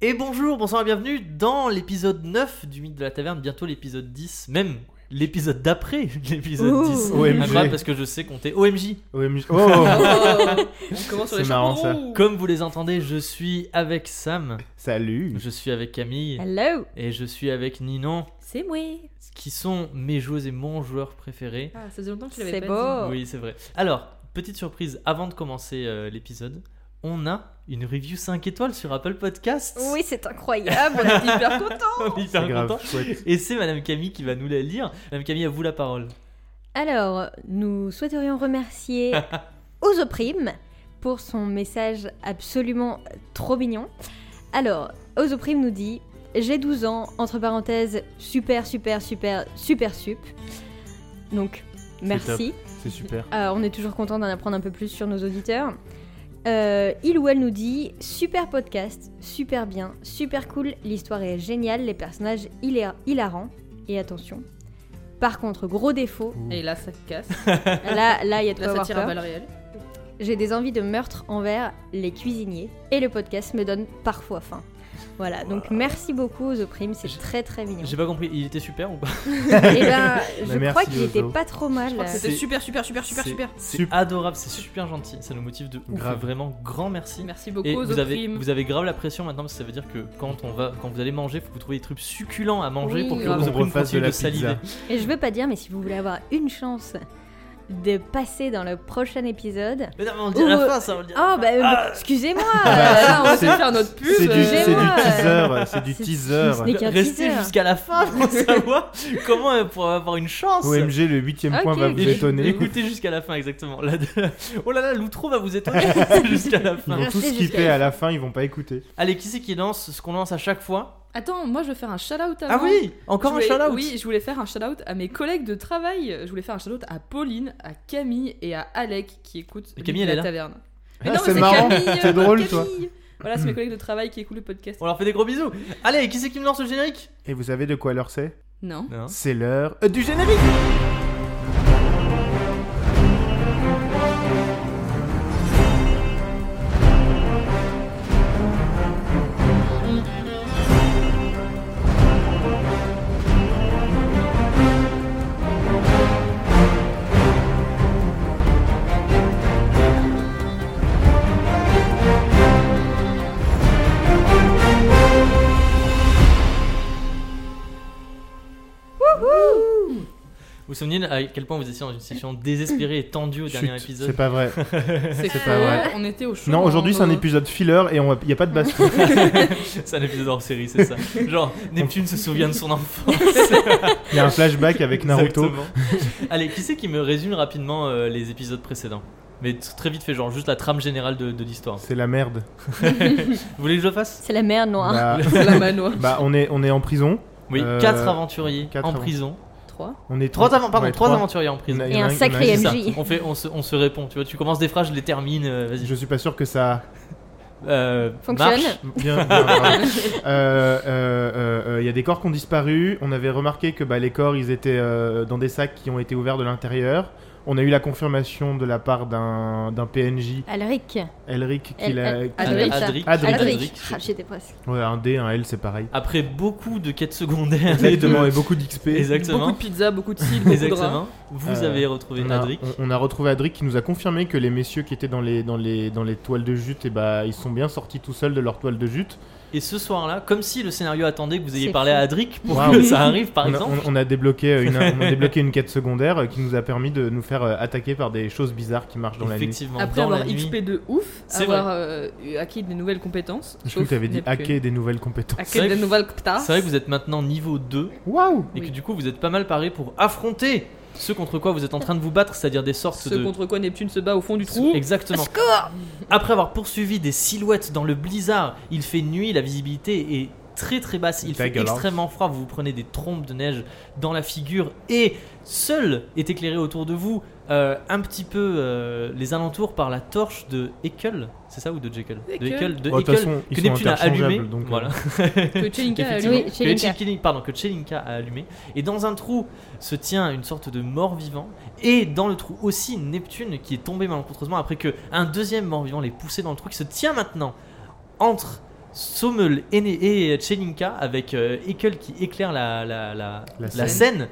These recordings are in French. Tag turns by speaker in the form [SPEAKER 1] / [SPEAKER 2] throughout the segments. [SPEAKER 1] Et bonjour, bonsoir et bienvenue dans l'épisode 9 du Mythe de la Taverne, bientôt l'épisode 10, même l'épisode d'après l'épisode
[SPEAKER 2] Ouh.
[SPEAKER 1] 10.
[SPEAKER 3] OMG.
[SPEAKER 1] Incroyable parce que je sais compter OMJ.
[SPEAKER 3] OMG. Oh
[SPEAKER 4] on commence sur
[SPEAKER 3] C'est
[SPEAKER 4] les
[SPEAKER 3] marrant, ça.
[SPEAKER 4] chapeaux de roue.
[SPEAKER 1] Comme vous les entendez, je suis avec Sam,
[SPEAKER 3] Salut
[SPEAKER 1] je suis avec Camille
[SPEAKER 2] Hello,
[SPEAKER 1] et je suis avec Ninon,
[SPEAKER 2] c'est moi.
[SPEAKER 1] qui sont mes joueurs et mon joueur préféré.
[SPEAKER 4] Ah, ça faisait longtemps que tu
[SPEAKER 2] C'est
[SPEAKER 4] l'avais pas
[SPEAKER 2] beau. Oh.
[SPEAKER 1] Oui, c'est vrai. Alors, petite surprise, avant de commencer euh, l'épisode, on a une review 5 étoiles sur Apple Podcasts.
[SPEAKER 2] Oui, c'est
[SPEAKER 4] dit. Ah,
[SPEAKER 2] incroyable.
[SPEAKER 4] bon, on est hyper contents.
[SPEAKER 1] on est hyper
[SPEAKER 3] C'est grave,
[SPEAKER 1] contents.
[SPEAKER 3] chouette.
[SPEAKER 1] Et c'est Madame Camille qui va nous la lire. Madame Camille, à vous la parole.
[SPEAKER 2] Alors, nous souhaiterions remercier Ozo Prime pour son message absolument trop mignon. Alors, Ozo Prime nous dit J'ai 12 ans, entre parenthèses, super, super, super, super, sup. Donc, merci.
[SPEAKER 3] C'est super.
[SPEAKER 2] Euh, on est toujours content d'en apprendre un peu plus sur nos auditeurs. Euh, il ou elle nous dit super podcast, super bien, super cool, l'histoire est géniale, les personnages hila- hilarants et attention. Par contre, gros défaut,
[SPEAKER 4] Et là, ça casse.
[SPEAKER 2] là là il y a de quoi
[SPEAKER 4] Là, ça
[SPEAKER 2] avoir
[SPEAKER 4] tire à
[SPEAKER 2] peur.
[SPEAKER 4] balles réelles.
[SPEAKER 2] J'ai des envies de meurtre envers les cuisiniers et le podcast me donne parfois faim. Voilà, donc merci beaucoup aux Prime, c'est
[SPEAKER 1] J'ai-
[SPEAKER 2] très très mignon.
[SPEAKER 1] J'ai pas compris, il était super ou pas
[SPEAKER 2] Et ben, je
[SPEAKER 3] merci,
[SPEAKER 2] crois qu'il
[SPEAKER 3] Ozo.
[SPEAKER 2] était pas trop mal.
[SPEAKER 4] Bah, Je crois que
[SPEAKER 1] c'est-
[SPEAKER 4] c'était super, super, super, super,
[SPEAKER 1] C'est-
[SPEAKER 4] super.
[SPEAKER 1] C'est
[SPEAKER 3] Sup.
[SPEAKER 1] adorable, c'est super gentil. Ça nous motive de ouf.
[SPEAKER 3] Grave.
[SPEAKER 1] Vraiment, grand merci.
[SPEAKER 4] Merci beaucoup
[SPEAKER 1] Et
[SPEAKER 4] aux
[SPEAKER 1] vous avez,
[SPEAKER 4] primes.
[SPEAKER 1] vous avez grave la pression maintenant parce que ça veut dire que quand on va, quand vous allez manger, faut que vous trouvez des trucs succulents à manger
[SPEAKER 2] Oui,
[SPEAKER 1] pour que
[SPEAKER 4] grave.
[SPEAKER 1] vous
[SPEAKER 3] On refasse de
[SPEAKER 1] continue de,
[SPEAKER 3] la
[SPEAKER 1] saliver.
[SPEAKER 3] pizza.
[SPEAKER 2] Et je veux pas dire, mais si vous voulez avoir une chance de passer dans le prochain épisode.
[SPEAKER 1] Mais non, mais on le dit à la
[SPEAKER 2] Ou-
[SPEAKER 1] fin, ça. On le dit à la
[SPEAKER 2] Oh,
[SPEAKER 1] fin.
[SPEAKER 2] bah, euh, excusez-moi! euh,
[SPEAKER 4] Ah, on va se
[SPEAKER 3] C'est-
[SPEAKER 4] faire notre pub.
[SPEAKER 3] C'est du,
[SPEAKER 4] euh,
[SPEAKER 3] c'est du
[SPEAKER 2] Excusez-moi.
[SPEAKER 3] teaser, euh, c'est du
[SPEAKER 2] C'est-
[SPEAKER 3] teaser.
[SPEAKER 2] ce n'est qu'un
[SPEAKER 1] Restez
[SPEAKER 2] teaser.
[SPEAKER 1] jusqu'à la fin pour savoir comment euh, pour avoir une chance.
[SPEAKER 3] OMG, le huitième
[SPEAKER 2] Ok.
[SPEAKER 3] point va vous
[SPEAKER 1] Et
[SPEAKER 3] étonner.
[SPEAKER 1] Écoutez jusqu'à la fin, exactement. La- Oh là là, l'outro va vous étonner jusqu'à la
[SPEAKER 3] Ils
[SPEAKER 1] fin.
[SPEAKER 3] vont
[SPEAKER 2] Restez
[SPEAKER 3] tous
[SPEAKER 2] jusqu'à
[SPEAKER 3] skipper
[SPEAKER 2] la
[SPEAKER 3] à la fin, ils vont pas écouter.
[SPEAKER 1] Allez, qui c'est qui lance ce qu'on lance à chaque fois
[SPEAKER 4] Attends, moi, je veux faire un shout-out à
[SPEAKER 1] Ah oui Encore un
[SPEAKER 4] Je voulais-
[SPEAKER 1] shout-out
[SPEAKER 4] Oui, je voulais faire un shout-out à mes collègues de travail. Je voulais faire un shout-out à Pauline, à Camille et à Alec qui écoutent
[SPEAKER 1] Mais Camille,
[SPEAKER 4] Mythe de
[SPEAKER 1] elle
[SPEAKER 4] la
[SPEAKER 1] est là
[SPEAKER 4] taverne. Mais
[SPEAKER 3] Ah,
[SPEAKER 4] non, mais
[SPEAKER 3] c'est marrant,
[SPEAKER 4] Camille, euh,
[SPEAKER 3] t'es drôle
[SPEAKER 4] Camille.
[SPEAKER 3] toi. Hmm.
[SPEAKER 4] Voilà, c'est mes collègues de travail qui écoutent le podcast.
[SPEAKER 1] On leur fait des gros bisous. Allez, qui c'est qui me lance le générique
[SPEAKER 3] Et vous savez de quoi l'heure c'est
[SPEAKER 4] Non.
[SPEAKER 1] Non.
[SPEAKER 3] C'est l'heure euh, du générique
[SPEAKER 1] Vous vous souvenez à quel point vous étiez dans une situation désespérée et tendue au dernier
[SPEAKER 3] Chut, c'est
[SPEAKER 1] épisode
[SPEAKER 3] pas vrai.
[SPEAKER 4] C'est
[SPEAKER 3] pas
[SPEAKER 4] faux,
[SPEAKER 3] vrai.
[SPEAKER 4] On était au show.
[SPEAKER 3] Non, aujourd'hui c'est un épisode filler et il n'y a pas de baston.
[SPEAKER 1] C'est un épisode hors série, c'est ça. Genre, Neptune se souvient de son enfant.
[SPEAKER 3] Il y a un flashback avec Naruto.
[SPEAKER 1] Exactement. Allez, qui c'est qui me résume rapidement euh, les épisodes précédents mais t- très vite fait, genre juste la trame générale de, de l'histoire.
[SPEAKER 3] C'est la merde.
[SPEAKER 1] Vous voulez que je le fasse
[SPEAKER 2] C'est la merde noire.
[SPEAKER 3] Bah,
[SPEAKER 4] La manoir.
[SPEAKER 3] bah, on est on est en prison.
[SPEAKER 1] Oui,
[SPEAKER 3] Euh,
[SPEAKER 1] quatre aventuriers
[SPEAKER 3] quatre
[SPEAKER 1] en
[SPEAKER 3] avant-
[SPEAKER 1] prison.
[SPEAKER 4] 3.
[SPEAKER 3] On est
[SPEAKER 1] Trois, avant- pardon,
[SPEAKER 3] ouais,
[SPEAKER 1] trois
[SPEAKER 3] trois.
[SPEAKER 1] aventuriers en
[SPEAKER 3] Il y en
[SPEAKER 1] prison.
[SPEAKER 3] a-
[SPEAKER 2] Et
[SPEAKER 3] il y en a
[SPEAKER 2] un
[SPEAKER 3] il y en a
[SPEAKER 2] sacré
[SPEAKER 3] qui-
[SPEAKER 1] C'est ça.
[SPEAKER 2] MJ.
[SPEAKER 1] On, fait, on, se, on se répond, tu vois, tu commences des phrases, je les termine, euh, vas-y.
[SPEAKER 3] Je suis pas sûr que ça
[SPEAKER 1] Euh,
[SPEAKER 2] Fonctionne.
[SPEAKER 1] marche.
[SPEAKER 3] Bien, bien, bravo. Euh, euh, euh, euh, y a des corps qui ont disparu. On avait remarqué que bah, les corps, ils étaient euh, dans des sacs qui ont été ouverts de l'intérieur. On a eu la confirmation de la part d'un d'un PNJ,
[SPEAKER 2] Alric.
[SPEAKER 3] Elric,
[SPEAKER 2] El-
[SPEAKER 3] qu'il a,
[SPEAKER 2] El-
[SPEAKER 3] qu'il a-
[SPEAKER 4] Adric.
[SPEAKER 1] Adric.
[SPEAKER 3] Adric.
[SPEAKER 1] Adric.
[SPEAKER 2] Ah, J'étais presque.
[SPEAKER 3] Ouais, un D, un L, c'est pareil.
[SPEAKER 1] Après beaucoup de quêtes secondaires, et de-
[SPEAKER 3] Exactement, et beaucoup d'XP.
[SPEAKER 1] Exactement.
[SPEAKER 4] Beaucoup de pizza, beaucoup de cils, beaucoup de draps.
[SPEAKER 1] Exactement. Vous
[SPEAKER 3] Euh,
[SPEAKER 1] avez retrouvé
[SPEAKER 3] On a,
[SPEAKER 1] Adric.
[SPEAKER 3] on- on a retrouvé Adric qui nous a confirmé que les messieurs qui étaient dans les, dans les, dans les toiles de jute, et bah, ils sont bien sortis tout seuls de leur toile de jute.
[SPEAKER 1] Et ce soir-là, comme si le scénario attendait que vous ayez
[SPEAKER 2] C'est
[SPEAKER 1] parlé
[SPEAKER 2] fou.
[SPEAKER 1] à Adric pour
[SPEAKER 3] Waouh.
[SPEAKER 1] que ça arrive, par
[SPEAKER 3] on, a,
[SPEAKER 1] exemple.
[SPEAKER 3] on- on a débloqué euh, une, on a débloqué une quête secondaire euh, qui nous a permis de nous faire euh, attaquer par des choses bizarres qui marchent dans la nuit.
[SPEAKER 1] Effectivement,
[SPEAKER 4] Après
[SPEAKER 1] dans
[SPEAKER 4] avoir
[SPEAKER 1] la nuit.
[SPEAKER 4] XP de ouf,
[SPEAKER 1] C'est
[SPEAKER 4] avoir euh, eu acquis de nouvelles compétences.
[SPEAKER 3] Je crois que
[SPEAKER 4] sauf
[SPEAKER 3] tu avais dit
[SPEAKER 4] Neptune.
[SPEAKER 3] hacker des nouvelles compétences.
[SPEAKER 1] C'est vrai
[SPEAKER 4] Acquis de
[SPEAKER 1] que-
[SPEAKER 4] nouvelles compétences.
[SPEAKER 1] C'est vrai que vous êtes maintenant niveau 2
[SPEAKER 3] Waouh
[SPEAKER 1] et
[SPEAKER 4] Oui.
[SPEAKER 1] que du coup vous êtes pas mal paré pour affronter ce contre quoi vous êtes en train de vous battre, c'est-à-dire des sortes
[SPEAKER 4] Ce
[SPEAKER 1] de.
[SPEAKER 4] contre quoi Neptune se bat au fond du trou.
[SPEAKER 1] Exactement. Après avoir poursuivi des silhouettes dans le blizzard, il fait nuit, la visibilité est très très basse, il fait
[SPEAKER 3] Dégueulasse.
[SPEAKER 1] extrêmement froid, vous vous prenez des trompes de neige dans la figure et seul est éclairé autour de vous euh, un petit peu euh, les alentours par la torche de Ekel, c'est ça ou de Jekyll De
[SPEAKER 4] Haeckel.
[SPEAKER 1] Ekel, de
[SPEAKER 3] Bon, Oh, De toute
[SPEAKER 1] Haeckel,
[SPEAKER 3] façon, ils
[SPEAKER 1] que
[SPEAKER 3] sont
[SPEAKER 1] Neptune a allumé.
[SPEAKER 3] interchangeables, donc euh,
[SPEAKER 1] voilà.
[SPEAKER 4] Que Chelinka a
[SPEAKER 1] Effectivement.
[SPEAKER 4] allumé.
[SPEAKER 2] Oui,
[SPEAKER 1] Que
[SPEAKER 2] Chelinka.
[SPEAKER 1] Chelinka- pardon, que Chelinka a allumé. Et dans un trou se tient une sorte de mort-vivant. Et dans le trou aussi Neptune qui est tombé malencontreusement après que un deuxième mort-vivant l'ait poussé dans le trou qui se tient maintenant entre Sommel et, et Tchelinka avec euh, Ekel qui éclaire la, la, la,
[SPEAKER 3] La
[SPEAKER 1] la
[SPEAKER 3] scène.
[SPEAKER 1] scène.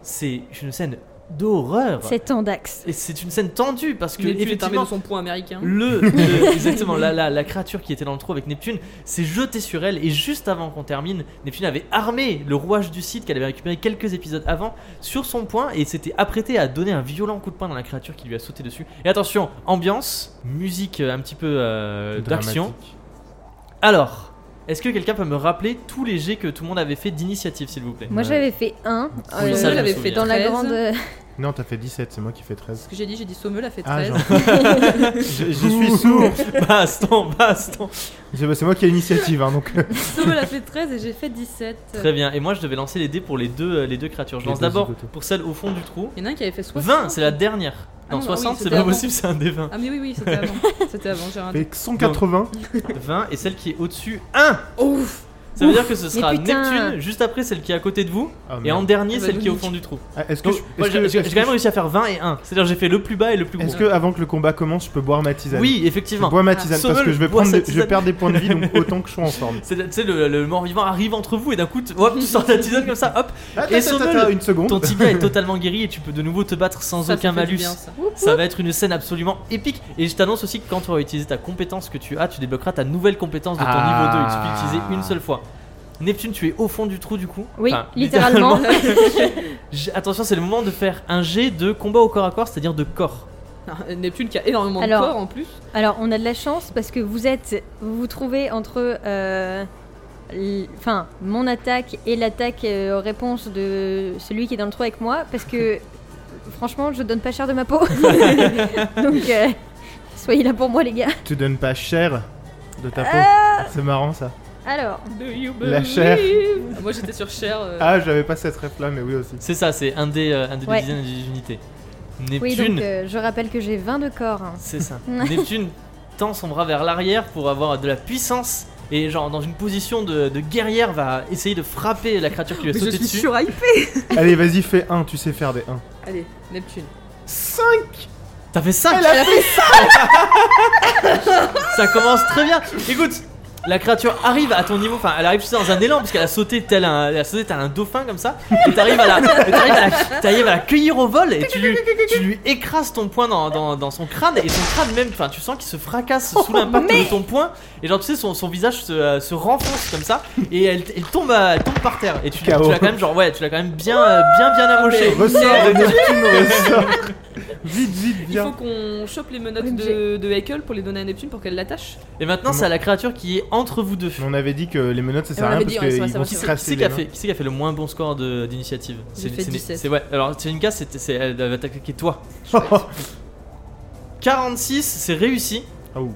[SPEAKER 1] C'est une scène d'horreur.
[SPEAKER 2] C'est Tandax.
[SPEAKER 1] Et c'est une scène tendue parce que
[SPEAKER 4] Neptune est armé de
[SPEAKER 1] effectivement
[SPEAKER 4] son point américain.
[SPEAKER 1] le, le- exactement la, la, la créature qui était dans le trou avec Neptune s'est jetée sur elle et juste avant qu'on termine Neptune avait armé le rouage du site qu'elle avait récupéré quelques épisodes avant sur son poing et s'était apprêté à donner un violent coup de poing dans la créature qui lui a sauté dessus et attention ambiance musique euh, un petit peu euh, d'action
[SPEAKER 3] Dramatique.
[SPEAKER 1] alors est-ce que quelqu'un peut me rappeler tous les jets que tout le monde avait fait d'initiative s'il vous plaît
[SPEAKER 2] Moi
[SPEAKER 3] Ouais.
[SPEAKER 2] j'avais fait un
[SPEAKER 1] Oui,
[SPEAKER 2] euh,
[SPEAKER 1] ça, je me souviens.
[SPEAKER 2] dans la
[SPEAKER 4] 13.
[SPEAKER 2] grande. euh,
[SPEAKER 3] Non, t'as fait 17, c'est moi qui fais 13.
[SPEAKER 4] Ce que j'ai dit, j'ai dit Sommel a fait
[SPEAKER 3] Ah,
[SPEAKER 4] 13.
[SPEAKER 3] j'en- je,
[SPEAKER 1] Euh,
[SPEAKER 3] je suis sourd.
[SPEAKER 1] Baston, baston
[SPEAKER 3] C'est c'est moi qui ai l'initiative, hein, donc.
[SPEAKER 4] Sommel a fait 13 et j'ai fait 17.
[SPEAKER 1] Très bien, et moi je devais lancer les dés pour les deux, euh, les deux créatures. Je
[SPEAKER 3] Les
[SPEAKER 1] lance
[SPEAKER 3] deux
[SPEAKER 1] d'abord
[SPEAKER 3] zigotos.
[SPEAKER 1] pour celle au fond du trou.
[SPEAKER 4] Il y en a un qui avait fait 60.
[SPEAKER 1] 20, c'est la dernière.
[SPEAKER 4] Ah
[SPEAKER 1] Non,
[SPEAKER 4] non, bah oui,
[SPEAKER 1] 60, c'est
[SPEAKER 4] c'était
[SPEAKER 1] pas
[SPEAKER 4] avant.
[SPEAKER 1] possible, c'est un des 20.
[SPEAKER 4] Ah, mais oui, oui, c'était avant. c'était avant, j'ai raté.
[SPEAKER 3] Fait 180.
[SPEAKER 1] 20, et celle qui est au-dessus, 1
[SPEAKER 4] Ouf
[SPEAKER 1] Ça veut dire que ce sera
[SPEAKER 2] Mais putain.
[SPEAKER 1] Neptune, juste après celle qui est à côté de vous,
[SPEAKER 3] Ah,
[SPEAKER 1] et en
[SPEAKER 3] merde.
[SPEAKER 1] dernier,
[SPEAKER 4] Ah bah,
[SPEAKER 1] celle qui est au
[SPEAKER 4] logique.
[SPEAKER 1] fond du trou.
[SPEAKER 3] Ah, Est-ce que
[SPEAKER 1] Donc,
[SPEAKER 3] je-
[SPEAKER 1] moi,
[SPEAKER 3] est-ce que-
[SPEAKER 1] j'ai j'ai
[SPEAKER 3] est-ce
[SPEAKER 1] quand
[SPEAKER 3] que
[SPEAKER 1] même réussi à faire 20 et 1. C'est-à-dire, j'ai fait le plus bas et le plus
[SPEAKER 3] je-
[SPEAKER 1] gros.
[SPEAKER 3] est-ce que avant que le combat commence, je peux boire ma tisane
[SPEAKER 1] Oui,
[SPEAKER 3] Je
[SPEAKER 1] effectivement.
[SPEAKER 3] bois ma tisane parce
[SPEAKER 1] Sommel
[SPEAKER 3] que je vais,
[SPEAKER 1] boit
[SPEAKER 3] prendre
[SPEAKER 1] sa
[SPEAKER 3] des- je vais
[SPEAKER 1] tisane.
[SPEAKER 3] perdre des points de vie, donc autant que je sois en forme.
[SPEAKER 1] C'est tu sais, le, le mort-vivant arrive entre vous et d'un coup, tu- hop, tu sors la tisane comme ça, hop,
[SPEAKER 3] Attends, attends,
[SPEAKER 1] Sommel,
[SPEAKER 3] attends, une seconde.
[SPEAKER 1] ton tibia est totalement guéri et tu peux de nouveau te battre sans
[SPEAKER 4] Ça, ça
[SPEAKER 1] aucun
[SPEAKER 4] fait du
[SPEAKER 1] malus.
[SPEAKER 4] bien, ça.
[SPEAKER 1] Ça va être une scène absolument épique. Et je t'annonce aussi que quand tu auras utilisé ta compétence que tu as, tu débloqueras ta nouvelle compétence de ton
[SPEAKER 3] Ah.
[SPEAKER 1] niveau 2 et tu peux l'utiliser une seule fois. Neptune, tu es au fond du trou du coup.
[SPEAKER 2] Oui,
[SPEAKER 1] Enfin,
[SPEAKER 2] littéralement.
[SPEAKER 1] J'ai- Attention, c'est le moment de faire un jet de combat au corps à corps, c'est-à-dire de corps.
[SPEAKER 4] Ah, Neptune qui a énormément
[SPEAKER 2] Alors-
[SPEAKER 4] de corps en plus.
[SPEAKER 2] Alors, on a de la chance parce que vous êtes, vous vous trouvez entre, euh, l- enfin, mon attaque et l'attaque euh, réponse de celui qui est dans le trou avec moi, parce que franchement, je donne pas cher de ma peau. Donc, euh, soyez là pour moi, les gars.
[SPEAKER 3] Tu donnes pas cher de ta
[SPEAKER 4] Euh.
[SPEAKER 3] peau. C'est marrant ça.
[SPEAKER 2] Alors,
[SPEAKER 3] La chair.
[SPEAKER 4] Ah, Moi j'étais sur chair. euh,
[SPEAKER 3] Ah, j'avais pas cette ref là, mais oui aussi.
[SPEAKER 1] C'est ça, c'est un des, euh, un des
[SPEAKER 2] Ouais.
[SPEAKER 1] dizaines d'unités.
[SPEAKER 2] oui,
[SPEAKER 1] Neptune,
[SPEAKER 2] donc euh, je rappelle que j'ai 20 de corps. hein.
[SPEAKER 1] c'est ça. Neptune tend son bras vers l'arrière pour avoir de la puissance et genre dans une position de, de guerrière va essayer de frapper la créature qui lui a
[SPEAKER 4] mais
[SPEAKER 1] sauté dessus.
[SPEAKER 4] surhypée.
[SPEAKER 3] Allez, vas-y, fais 1, tu sais faire des 1.
[SPEAKER 4] Allez, Neptune.
[SPEAKER 3] 5
[SPEAKER 1] T'as fait 5 ça commence très bien Écoute la créature arrive à ton niveau, enfin elle arrive tu sais, dans un élan parce qu'elle a sauté tel un, elle a sauté tel un dauphin comme ça, et t'arrives à, la- et t'arrives à, la- t'arrives à la cueillir au vol et tu lui, tu lui écrases ton poing dans, dans- dans son crâne et son crâne même, enfin tu sens qu'il se fracasse sous l'impact de ton poing et genre tu sais son, son visage se, euh, se renfonce comme ça et elle, elle tombe, à- elle tombe par terre et tu, tu l'as
[SPEAKER 3] K.O.
[SPEAKER 1] quand même genre ouais tu l'as quand même bien euh, bien bien amoché.
[SPEAKER 3] Ressort de Neptune, ressort Vite, vite,
[SPEAKER 4] Il faut
[SPEAKER 3] viens
[SPEAKER 4] qu'on chope les menottes
[SPEAKER 2] Oui, mais
[SPEAKER 4] de, de Haeckel pour les donner à Neptune pour qu'elle l'attache.
[SPEAKER 1] Et maintenant c'est à la créature qui est entre vous deux.
[SPEAKER 3] Mais on avait dit que les menottes ça sert
[SPEAKER 4] on
[SPEAKER 3] à rien
[SPEAKER 4] avait
[SPEAKER 3] parce
[SPEAKER 4] dit, ouais, c'est vrai,
[SPEAKER 3] qu'ils
[SPEAKER 4] c'est
[SPEAKER 3] vont
[SPEAKER 4] vrai,
[SPEAKER 3] se
[SPEAKER 4] c'est
[SPEAKER 1] Qui c'est
[SPEAKER 3] crasser.
[SPEAKER 1] qui, a
[SPEAKER 3] les
[SPEAKER 1] fait, qui c'est qui a fait le moins bon score de- d'initiative
[SPEAKER 4] J'ai fait
[SPEAKER 1] c'est,
[SPEAKER 4] 17.
[SPEAKER 1] c'est- ouais. Alors Tchelinka, c'est, c'est- elle va t'attaquer toi.
[SPEAKER 3] mains.
[SPEAKER 1] 46, c'est réussi.
[SPEAKER 3] Ah, ouh.